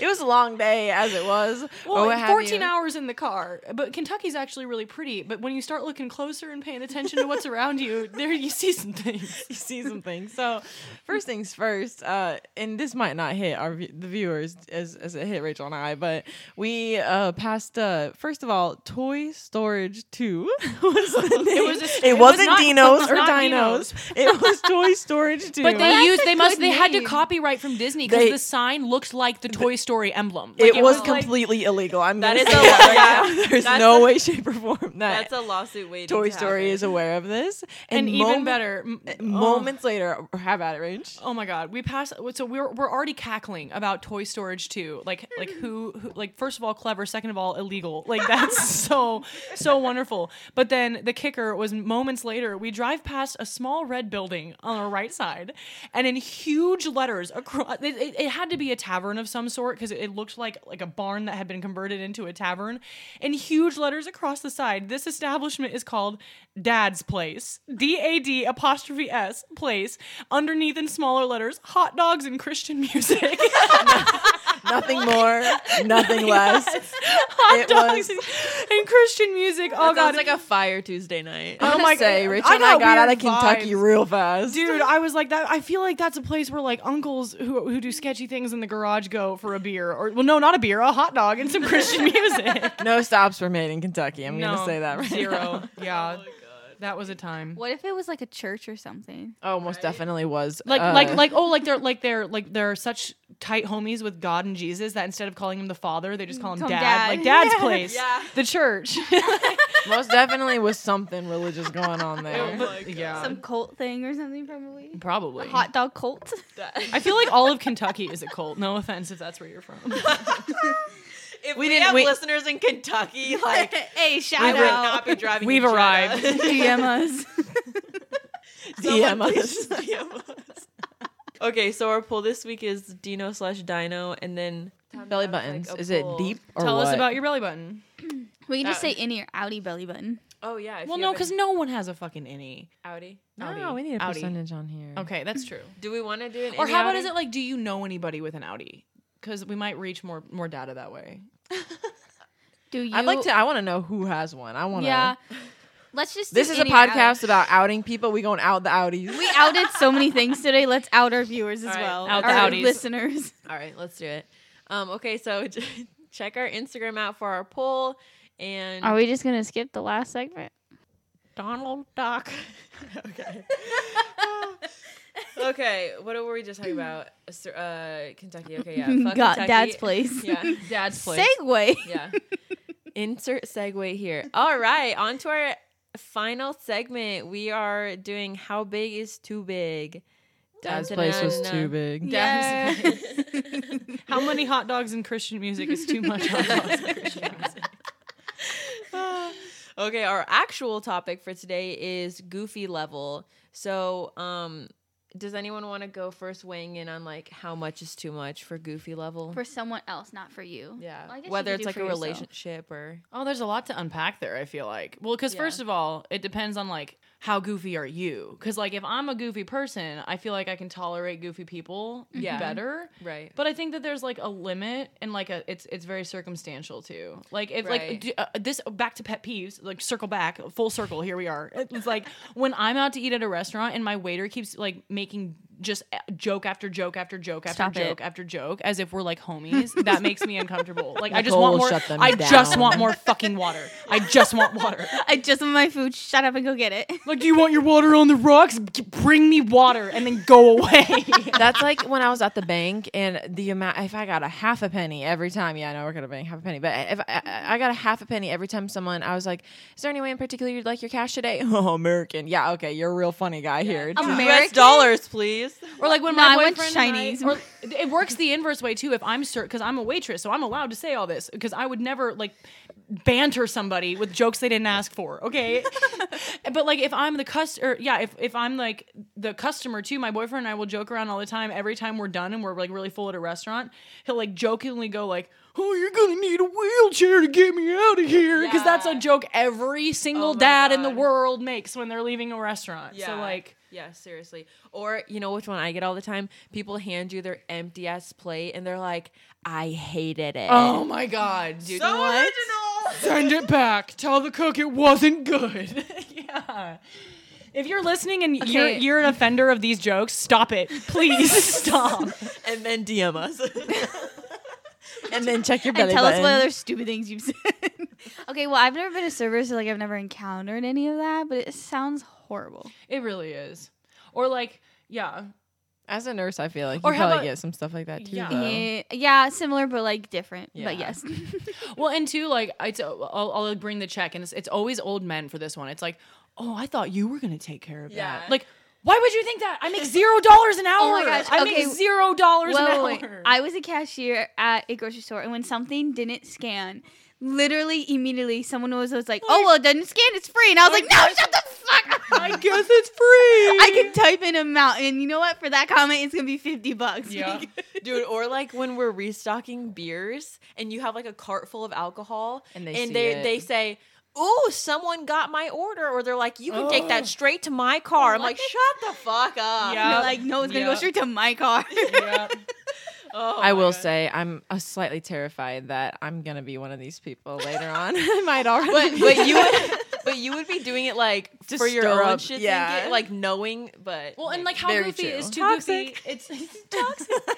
Speaker 4: it was a long day as it was.
Speaker 3: Oh. well,
Speaker 4: or what have
Speaker 3: 14
Speaker 4: you.
Speaker 3: hours in the car. But Kentucky's actually really pretty. But when you start looking closer and paying attention to what's around you, there you see some things.
Speaker 4: you see something. So, first things first, uh, and this might not hit our vi- the viewers as as it hit Rachel and I, but we uh, passed. Uh, first of all, Toy Storage Two was the name. It,
Speaker 3: was a- it
Speaker 4: it
Speaker 3: was
Speaker 4: wasn't
Speaker 3: not- it
Speaker 4: Dino's
Speaker 3: was
Speaker 4: or
Speaker 3: not
Speaker 4: Dino's. It was Toy Storage Two.
Speaker 3: But they
Speaker 2: That's
Speaker 3: used,
Speaker 2: a
Speaker 3: they must,
Speaker 2: good
Speaker 3: they had to
Speaker 2: name.
Speaker 3: copyright from Disney because
Speaker 4: They-
Speaker 3: the sign looked like the Toy Story emblem. Like,
Speaker 4: it, was,
Speaker 3: like-
Speaker 4: completely illegal. I'm
Speaker 1: That
Speaker 4: gonna
Speaker 1: is
Speaker 4: say
Speaker 1: a
Speaker 4: that right
Speaker 1: yeah.
Speaker 4: now. There's
Speaker 1: That's
Speaker 4: no
Speaker 1: a-
Speaker 4: way, shape, or form that
Speaker 1: That's a lawsuit waiting.
Speaker 4: Toy
Speaker 1: to
Speaker 4: Story
Speaker 1: happen.
Speaker 4: is aware of this.
Speaker 3: and even
Speaker 4: moment- e
Speaker 3: better, m- oh.
Speaker 4: Moments later, have at it, Rach.
Speaker 3: Oh my god, we passed. So we're we're already cackling about Toy Storage two. Like like who, who like first of all clever, second of all illegal. Like that's so so wonderful. But then the kicker was moments later we drive past a small red building on our right side, and in huge letters across it, it, it had to be a tavern of some sort because it, it looked like like a barn that had been converted into a tavern. In huge letters across the side, this establishment is called Dad's Place. D A D apostrophe S place. Underneath in smaller letters, hot dogs and Christian music.
Speaker 4: Nothing more, nothing less.
Speaker 3: hot
Speaker 4: It
Speaker 3: dogs
Speaker 4: was-
Speaker 3: and, and Christian music. Oh
Speaker 1: That
Speaker 3: god,
Speaker 1: sounds like a fire Tuesday night.
Speaker 4: I'm
Speaker 3: Oh
Speaker 4: gonna
Speaker 3: my-
Speaker 4: say,
Speaker 3: I
Speaker 4: Rachel and I
Speaker 3: got
Speaker 4: got out
Speaker 3: weird
Speaker 4: of Kentucky
Speaker 3: vibes.
Speaker 4: real fast.
Speaker 3: Dude, I was like that. I feel like that's a place where like uncles who who do sketchy things in the garage go for a beer, or well, no, not a beer, a hot dog and some Christian music.
Speaker 4: No stops were made in Kentucky. I'm
Speaker 3: No,
Speaker 4: gonna say that right
Speaker 3: zero.
Speaker 4: now.
Speaker 3: Yeah, that was a time.
Speaker 2: What if it was like a church or something?
Speaker 4: Oh, most definitely was
Speaker 3: Like,
Speaker 4: uh,
Speaker 3: like, like, oh, like they're like they're like they're such tight homies with God and Jesus that instead of calling him the Father, they just call him
Speaker 2: Call
Speaker 3: Dad.
Speaker 2: him Dad.
Speaker 3: Like Dad's
Speaker 2: Yeah.
Speaker 3: place,
Speaker 1: Yeah.
Speaker 3: the church.
Speaker 4: most definitely was something religious going on there.
Speaker 3: But-
Speaker 1: Um,
Speaker 3: yeah,
Speaker 2: Some cult thing or something, probably.
Speaker 3: probably.
Speaker 2: Hot dog cult.
Speaker 3: I feel like all of Kentucky is a cult. No offense if that's where you're from.
Speaker 1: if
Speaker 4: we
Speaker 1: we,
Speaker 4: didn't-
Speaker 1: have
Speaker 4: we-
Speaker 1: listeners in Kentucky, like
Speaker 2: hey, shout
Speaker 1: I would
Speaker 2: out.
Speaker 1: not be driving.
Speaker 3: We've
Speaker 1: to Jetta.
Speaker 3: arrived.
Speaker 2: DM us.
Speaker 1: Someone
Speaker 4: DM
Speaker 1: please
Speaker 4: us.
Speaker 1: just DM us. okay, so our poll this week is Dino slash Dino, and then
Speaker 4: Belly buttons.
Speaker 1: like a
Speaker 4: Is it
Speaker 1: pull.
Speaker 4: deep or
Speaker 3: Tell us
Speaker 4: what?
Speaker 3: about your belly button.
Speaker 2: We can just
Speaker 4: Uh,
Speaker 1: That-
Speaker 2: say in or outy belly button.
Speaker 1: oh yeah, if
Speaker 3: Well,
Speaker 1: you
Speaker 3: no,
Speaker 1: have
Speaker 3: because
Speaker 1: an
Speaker 3: no one has a fucking any.
Speaker 1: Audi.
Speaker 4: No,
Speaker 3: Audi.
Speaker 4: Oh, we need a
Speaker 3: Audi.
Speaker 4: percentage on here.
Speaker 3: Okay, that's true.
Speaker 1: Do we want to do it?
Speaker 3: or how about is it like, do you know anybody with an Audi? Because we might reach more more data that way.
Speaker 2: Do you?
Speaker 4: I'd like to. I want to know who has one. I want to.
Speaker 2: Yeah. Let's just. do
Speaker 4: This is a
Speaker 2: in or outy.
Speaker 4: podcast about outing people. We going out the outies.
Speaker 2: We outed so many things today. Let's out our viewers as
Speaker 1: All right,
Speaker 2: well.
Speaker 3: out the
Speaker 2: our
Speaker 3: outies.
Speaker 2: listeners.
Speaker 1: All right, let's do it. Um, okay, so j- check our Instagram out for our poll. And
Speaker 2: we just gonna skip the last segment?
Speaker 1: Donald Duck. okay.
Speaker 4: Okay, what were we just talking about? Uh, Kentucky. Okay, yeah. Fuck
Speaker 2: God,
Speaker 4: Kentucky.
Speaker 2: dad's place.
Speaker 4: Yeah, dad's place.
Speaker 2: Segway.
Speaker 4: yeah. Insert segue here. All right, on to our final segment. We are doing how big is too big.
Speaker 2: Dad's
Speaker 4: big.
Speaker 2: Yes.
Speaker 3: How many hot dogs and Christian music is too much hot dogs and Christian music?
Speaker 4: Okay, our actual topic for today is goofy level. So, um, does anyone want to go first, weighing in on like how much is too much for goofy level?
Speaker 2: for someone else, not for you.
Speaker 4: yeah,
Speaker 2: Well, I guess you
Speaker 4: whether
Speaker 2: could
Speaker 4: it's
Speaker 2: do
Speaker 4: like
Speaker 2: for
Speaker 4: a
Speaker 2: yourself.
Speaker 4: relationship or
Speaker 3: Oh, there's a lot to unpack there, I feel like. Well, because
Speaker 4: Yeah.
Speaker 3: first of all, it depends on like how goofy are you? Because like if I'm a goofy person, I feel like I can tolerate goofy people
Speaker 4: Yeah.
Speaker 3: better.
Speaker 4: right.
Speaker 3: But I think that there's like a limit and like a it's it's very circumstantial too. Like if
Speaker 4: Right.
Speaker 3: like do, uh, this back to pet peeves, like circle back, full circle. Here we are. It's like when I'm out to eat at a restaurant and my waiter keeps like making just a- joke after joke after joke after
Speaker 2: Stop it.
Speaker 3: joke after joke as if we're like homies. that makes me uncomfortable. Like I just
Speaker 4: Nicole,
Speaker 3: want more.
Speaker 4: shut them
Speaker 3: I just
Speaker 4: down.
Speaker 3: want more fucking water. I just want water.
Speaker 2: I just want my food. Shut up and go get it.
Speaker 3: Like, do you want your water on the rocks? G- Bring me water and then go away.
Speaker 4: That's like when I was at the bank and the amount, if I got a half a penny every time, yeah, I know I work at a bank, half a penny, but if I, I- I got a half a penny every time someone, I was like, is there any way in particular you'd like your cash today? Oh, American. Yeah, okay, you're a real funny guy here. Just US
Speaker 2: American?
Speaker 4: dollars, please.
Speaker 3: Or like when
Speaker 2: No,
Speaker 3: my
Speaker 2: I want
Speaker 3: boyfriend and I-
Speaker 2: Chinese.
Speaker 3: or it works the inverse way too. If I'm sir, because I'm a waitress, so I'm allowed to say all this because I would never like banter somebody with jokes they didn't ask for. Okay, but like if I'm the customer, yeah, if if I'm like the customer too, my boyfriend and I will joke around all the time. Every time we're done and we're like really full at a restaurant, he'll like jokingly go like. Oh, you're gonna need a wheelchair to get me out of here because that's a joke every single
Speaker 4: my
Speaker 3: dad in the
Speaker 4: God.
Speaker 3: world makes when they're leaving a restaurant. So like,
Speaker 4: yeah, seriously. Or you know which one I get all the time? People hand you their empty ass plate and they're like, "I hated it."
Speaker 3: Oh my god, dude. So original. Send it back. Tell the cook it wasn't good. yeah. If you're listening and you're
Speaker 2: Okay.
Speaker 3: you're an offender of these jokes, stop it. Please stop.
Speaker 4: and then DM us. and then check your belly
Speaker 2: and tell us
Speaker 4: button.
Speaker 2: what other stupid things you've said. okay, well, I've never been a server, so like I've never encountered any of that, but it sounds horrible.
Speaker 3: It really is. Or like, yeah.
Speaker 4: As a nurse, I feel like you
Speaker 3: Or how
Speaker 4: probably
Speaker 3: about-
Speaker 4: get some stuff like that too.
Speaker 3: Yeah.
Speaker 4: though.
Speaker 2: Yeah, yeah, similar but like different. But
Speaker 4: Yeah.
Speaker 2: yes,
Speaker 3: Well, and two, like it's I'll, I'll bring the check, and it's, it's always old men for this one. It's like, oh, I thought you were gonna take care of
Speaker 4: Yeah.
Speaker 3: that. Like, why would you think that? I make zero dollars an hour.
Speaker 2: my gosh,
Speaker 3: I
Speaker 2: okay.
Speaker 3: make zero dollars an
Speaker 2: Whoa,
Speaker 3: hour.
Speaker 2: wait. I was a cashier at a grocery store, and when something didn't scan, literally immediately someone was, was like, "Oh well, it doesn't scan. It's free." And I was like, "No, shut the fuck up."
Speaker 3: I guess it's free.
Speaker 2: I can type in amount, and you know what? For that comment, it's gonna be fifty bucks.
Speaker 3: Yeah.
Speaker 4: Dude, or like when we're restocking beers and you have like a cart full of alcohol
Speaker 3: And they see
Speaker 4: and they,
Speaker 3: it.
Speaker 4: they say, Ooh, someone got my order, or they're like, You can take that straight to my car. I'm like, Shut the fuck up.
Speaker 3: Oh. Yeah.
Speaker 2: You're like, no, it's gonna go
Speaker 3: Yeah.
Speaker 2: straight to my car.
Speaker 4: I will say I'm uh, slightly terrified that I'm gonna be one of these people later on. I might already but, but you would but you would be doing it like for your
Speaker 3: stir
Speaker 4: own
Speaker 3: up,
Speaker 4: shit
Speaker 3: yeah.
Speaker 4: like knowing but
Speaker 3: Well, and like how
Speaker 4: very
Speaker 3: goofy
Speaker 4: true.
Speaker 3: is too goofy? It's, it's toxic.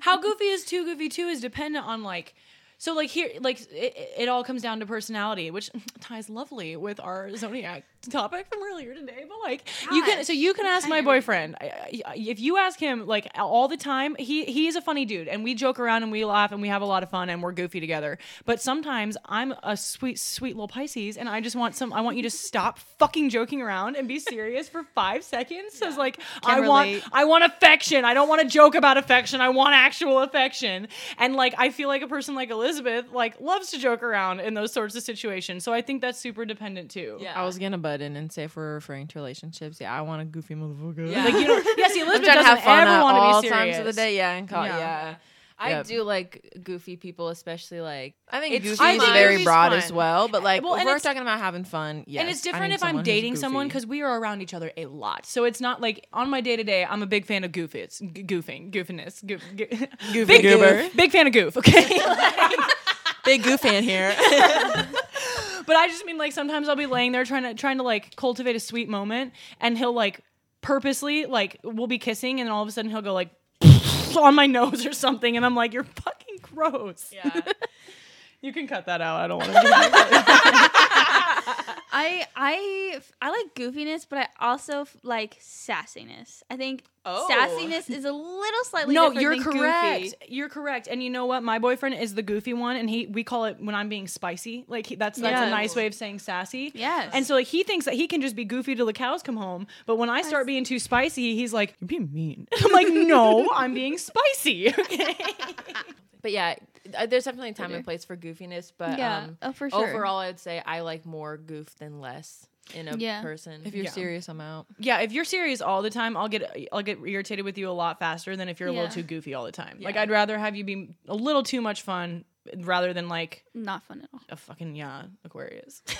Speaker 3: how goofy is too goofy too is dependent on like. So like here, like it, it all comes down to personality, which ties lovely with our zodiac topic from earlier today. But like you can, so you can ask my boyfriend I- I- if you ask him like all the time. He he is a funny dude, and we joke around and we laugh and we have a lot of fun and we're goofy together. But sometimes I'm a sweet sweet little Pisces, and I just want some. I want you to stop fucking joking around and be serious for five seconds. So it's like I
Speaker 2: relate.
Speaker 3: want I want affection. I don't want to joke about affection. I want actual affection. And like I feel like a person like Elizabeth like loves to joke around in those sorts of situations. So I think that's super dependent too.
Speaker 4: I was gonna butt in and say if we're referring to relationships, yeah, I want a goofy motherfucker.
Speaker 3: Like you don't yeah, see Elizabeth
Speaker 4: I'm trying to
Speaker 3: doesn't
Speaker 4: have fun
Speaker 3: ever
Speaker 4: at all
Speaker 3: want to be serious.
Speaker 4: times of the day. Yeah, and call
Speaker 3: Yeah.
Speaker 4: yeah.
Speaker 1: I
Speaker 4: Yep.
Speaker 1: do like goofy people, especially like
Speaker 4: I think
Speaker 1: It's
Speaker 4: goofy
Speaker 1: fine.
Speaker 4: is very
Speaker 3: Goofy's
Speaker 4: broad
Speaker 3: fine.
Speaker 4: as well, but like
Speaker 3: Well, and
Speaker 4: we're
Speaker 3: it's-
Speaker 4: talking about having fun. Yes,
Speaker 3: and it's
Speaker 4: I
Speaker 3: different
Speaker 4: need
Speaker 3: if I'm
Speaker 4: who's
Speaker 3: dating someone
Speaker 4: goofy.
Speaker 3: because we are around each other a lot. So it's not like on my day to day, I'm a big fan of goofies, g- goofing, goofiness, goof, goof.
Speaker 4: Goofy
Speaker 3: big
Speaker 4: goober.
Speaker 3: goof, big fan of goof. Okay,
Speaker 4: big goof fan here.
Speaker 3: But I just mean like sometimes I'll be laying there trying to trying to like cultivate a sweet moment, and he'll like purposely like we'll be kissing, and all of a sudden he'll go like on my nose or something, and I'm like, you're fucking gross. Yeah. you can cut that out. I don't want to.
Speaker 2: I I f- I like goofiness, but I also f- like sassiness. I think
Speaker 4: Oh.
Speaker 2: sassiness is a little slightly
Speaker 3: no,
Speaker 2: different
Speaker 3: you're
Speaker 2: than
Speaker 3: correct.
Speaker 2: goofy.
Speaker 3: You're correct. And you know what? My boyfriend is the goofy one, and he we call it when I'm being spicy. Like he, that's that's a
Speaker 2: Yes.
Speaker 3: nice way of saying sassy.
Speaker 2: Yes.
Speaker 3: And so like, he thinks that he can just be goofy till the cows come home. But when I start being too spicy, he's like, "You're being mean." I'm like, "No, I'm being spicy." Okay.
Speaker 1: But yeah, uh, there's definitely a time and place for goofiness, but
Speaker 2: Yeah.
Speaker 1: um,
Speaker 2: Oh, for sure.
Speaker 1: overall, I'd say I like more goof than less in a
Speaker 2: Yeah.
Speaker 1: person.
Speaker 4: If you're
Speaker 3: Yeah.
Speaker 4: serious, I'm out.
Speaker 3: yeah, if you're serious all the time, I'll get I'll get irritated with you a lot faster than if you're a
Speaker 2: Yeah.
Speaker 3: little too goofy all the time. Like I'd rather have you be a little too much fun rather than like
Speaker 2: Not fun at all.
Speaker 3: a fucking yeah Aquarius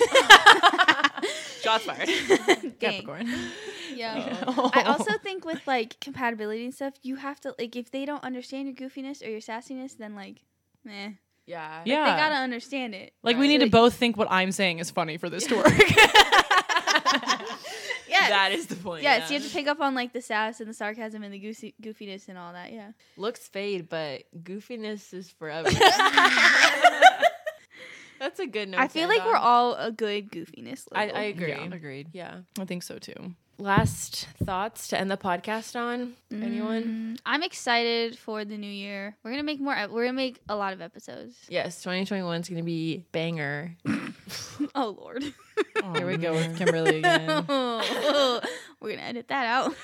Speaker 1: Shots fired.
Speaker 2: Dang.
Speaker 3: Capricorn.
Speaker 2: Yeah. Oh. I also think with like compatibility and stuff, you have to like if they don't understand your goofiness or your sassiness, then like, meh.
Speaker 1: yeah.
Speaker 3: yeah.
Speaker 2: They gotta understand it.
Speaker 3: Like we need to
Speaker 2: Like-
Speaker 3: both think what I'm saying is funny for this to work.
Speaker 2: Yes.
Speaker 1: That is the point.
Speaker 2: Yes,
Speaker 1: yeah.
Speaker 2: you have to pick up on like the sass and the sarcasm and the goosey- goofiness and all that. Yeah.
Speaker 1: Looks fade, but goofiness is forever. That's a good note.
Speaker 2: I
Speaker 1: to
Speaker 2: feel
Speaker 1: end
Speaker 2: like we're
Speaker 1: on.
Speaker 2: all a good goofiness.
Speaker 1: I,
Speaker 2: level.
Speaker 1: I agree.
Speaker 3: Yeah.
Speaker 4: Agreed.
Speaker 1: yeah.
Speaker 3: I think so too.
Speaker 1: Last thoughts to end the podcast on? Anyone?
Speaker 2: Mm, I'm excited for the new year. We're gonna make more. ep- We're gonna make a lot of episodes.
Speaker 1: Yes, 2021 is going to be banger.
Speaker 2: Oh Lord.
Speaker 4: Here we go with Kimberly again.
Speaker 1: Um,
Speaker 2: Oh. we're gonna edit that out.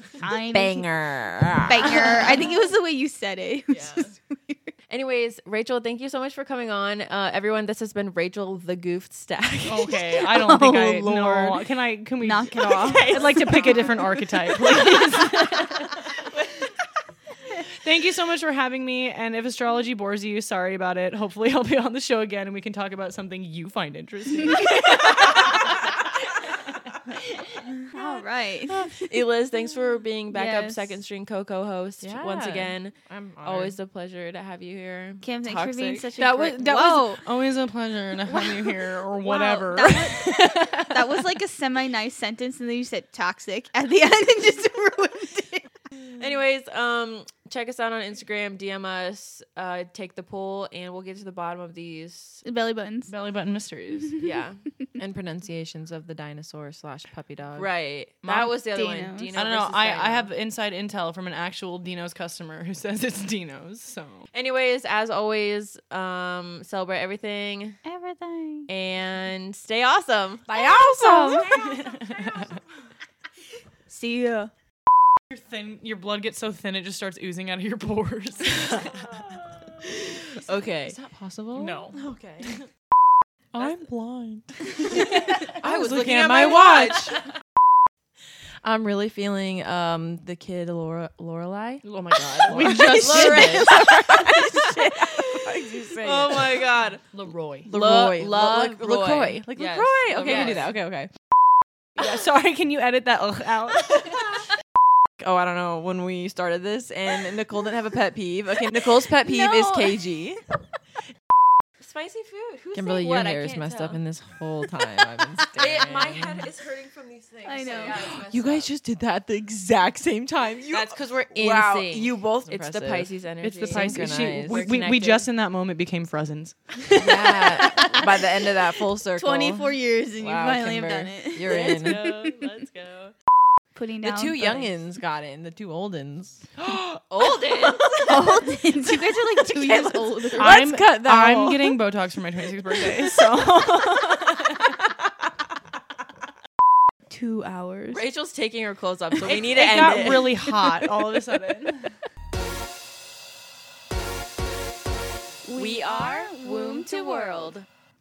Speaker 2: Fine.
Speaker 4: Banger.
Speaker 2: Banger. I think it was the way you said it. It was
Speaker 1: Yeah.
Speaker 2: just weird.
Speaker 1: Anyways, Rachel, thank you so much for coming on. Uh, everyone, this has been Rachel the Goofed Stack.
Speaker 3: Okay, I don't think
Speaker 2: Oh,
Speaker 3: I know.
Speaker 2: Lord.
Speaker 3: Can I? Can we
Speaker 2: Knock it off.
Speaker 3: I'd like to pick a different archetype. please. Thank you so much for having me. And if astrology bores you, sorry about it. Hopefully, I'll be on the show again and we can talk about something you find interesting.
Speaker 2: All right.
Speaker 1: Eliz, thanks for being back up
Speaker 2: Yes.
Speaker 1: second string co-co host once
Speaker 4: Yeah.
Speaker 1: again.
Speaker 4: I'm
Speaker 1: Always a pleasure to have you here.
Speaker 2: Kim, thanks for being
Speaker 1: Toxic.
Speaker 2: such a that was that whoa. was
Speaker 3: Always a pleasure to have you here or whatever.
Speaker 2: That was, that was like a semi nice sentence, and then you said toxic at the end and just ruined it.
Speaker 1: Anyways, um, check us out on Instagram, DM us, uh, take the poll, and we'll get to the bottom of these.
Speaker 2: Belly buttons.
Speaker 3: Belly button mysteries.
Speaker 1: Yeah,
Speaker 4: and pronunciations of the dinosaur slash puppy dog.
Speaker 1: right.
Speaker 3: Mom,
Speaker 1: that was the other one.
Speaker 2: Dinos.
Speaker 1: Dino
Speaker 3: I don't know.
Speaker 1: versus
Speaker 3: I,
Speaker 1: Dino.
Speaker 3: I have inside intel from an actual Dino's customer who says it's Dino's. So
Speaker 1: Anyways, as always, um, celebrate everything
Speaker 2: Everything.
Speaker 1: and stay awesome.
Speaker 2: Stay awesome. See ya.
Speaker 3: your thin, your blood gets so thin it just starts oozing out of your pores.
Speaker 1: Okay.
Speaker 4: Is that possible?
Speaker 3: no.
Speaker 1: Okay.
Speaker 4: I'm blind.
Speaker 1: I was
Speaker 4: looking at my I'm really feeling um the kid Laura Lorelai.
Speaker 3: Oh my god.
Speaker 4: We just did
Speaker 1: Lorelai.
Speaker 4: this.
Speaker 1: Oh my god.
Speaker 3: Leroy.
Speaker 4: Leroy.
Speaker 1: La-
Speaker 4: Le- Le-
Speaker 1: Roy.
Speaker 4: LaCroix. Like
Speaker 1: Yes,
Speaker 4: LaCroix. Okay, we
Speaker 1: yes.
Speaker 4: do that. Okay, okay.
Speaker 3: Yeah, sorry, can you edit that ugh out?
Speaker 4: Oh, I don't know when we started this and Nicole didn't have a pet peeve. Okay, Nicole's pet peeve is
Speaker 2: No.
Speaker 4: KG.
Speaker 1: Spicy food. Who's
Speaker 4: Kimberly,
Speaker 1: what?
Speaker 4: your hair
Speaker 1: I
Speaker 4: is
Speaker 1: can't
Speaker 4: messed
Speaker 1: tell.
Speaker 4: up in this whole time. I've been
Speaker 1: It,
Speaker 4: staring.
Speaker 1: my head is hurting from these things.
Speaker 2: I
Speaker 1: so
Speaker 2: know.
Speaker 1: yeah, it's messed
Speaker 4: You guys
Speaker 1: up.
Speaker 4: just did that at the exact same time. You,
Speaker 1: That's because we're in
Speaker 4: wow,
Speaker 1: sync.
Speaker 4: you both.
Speaker 1: It's the Pisces energy.
Speaker 3: It's the Pisces. She,
Speaker 4: Synchronized.
Speaker 3: we,
Speaker 1: We're
Speaker 3: we, we
Speaker 1: connected.
Speaker 3: just in that moment became Frozens.
Speaker 4: Yeah. By the end of that full circle.
Speaker 2: 24 years and
Speaker 4: Wow,
Speaker 2: you finally
Speaker 4: Kimber,
Speaker 2: have done it.
Speaker 4: You're in. The
Speaker 1: go. Let's go.
Speaker 2: Putting down
Speaker 4: two
Speaker 2: photos.
Speaker 4: youngins got in. The two oldins.
Speaker 1: Olden.
Speaker 2: Old ins. You guys are like two years old.
Speaker 3: I'm,
Speaker 4: cut that
Speaker 3: I'm
Speaker 4: whole-
Speaker 3: getting Botox for my 26th birthday, so
Speaker 2: Two hours.
Speaker 1: Rachel's taking her clothes off, so we need
Speaker 3: it
Speaker 1: to end
Speaker 3: got
Speaker 1: it.
Speaker 3: really hot all of a sudden.
Speaker 1: we are womb to world.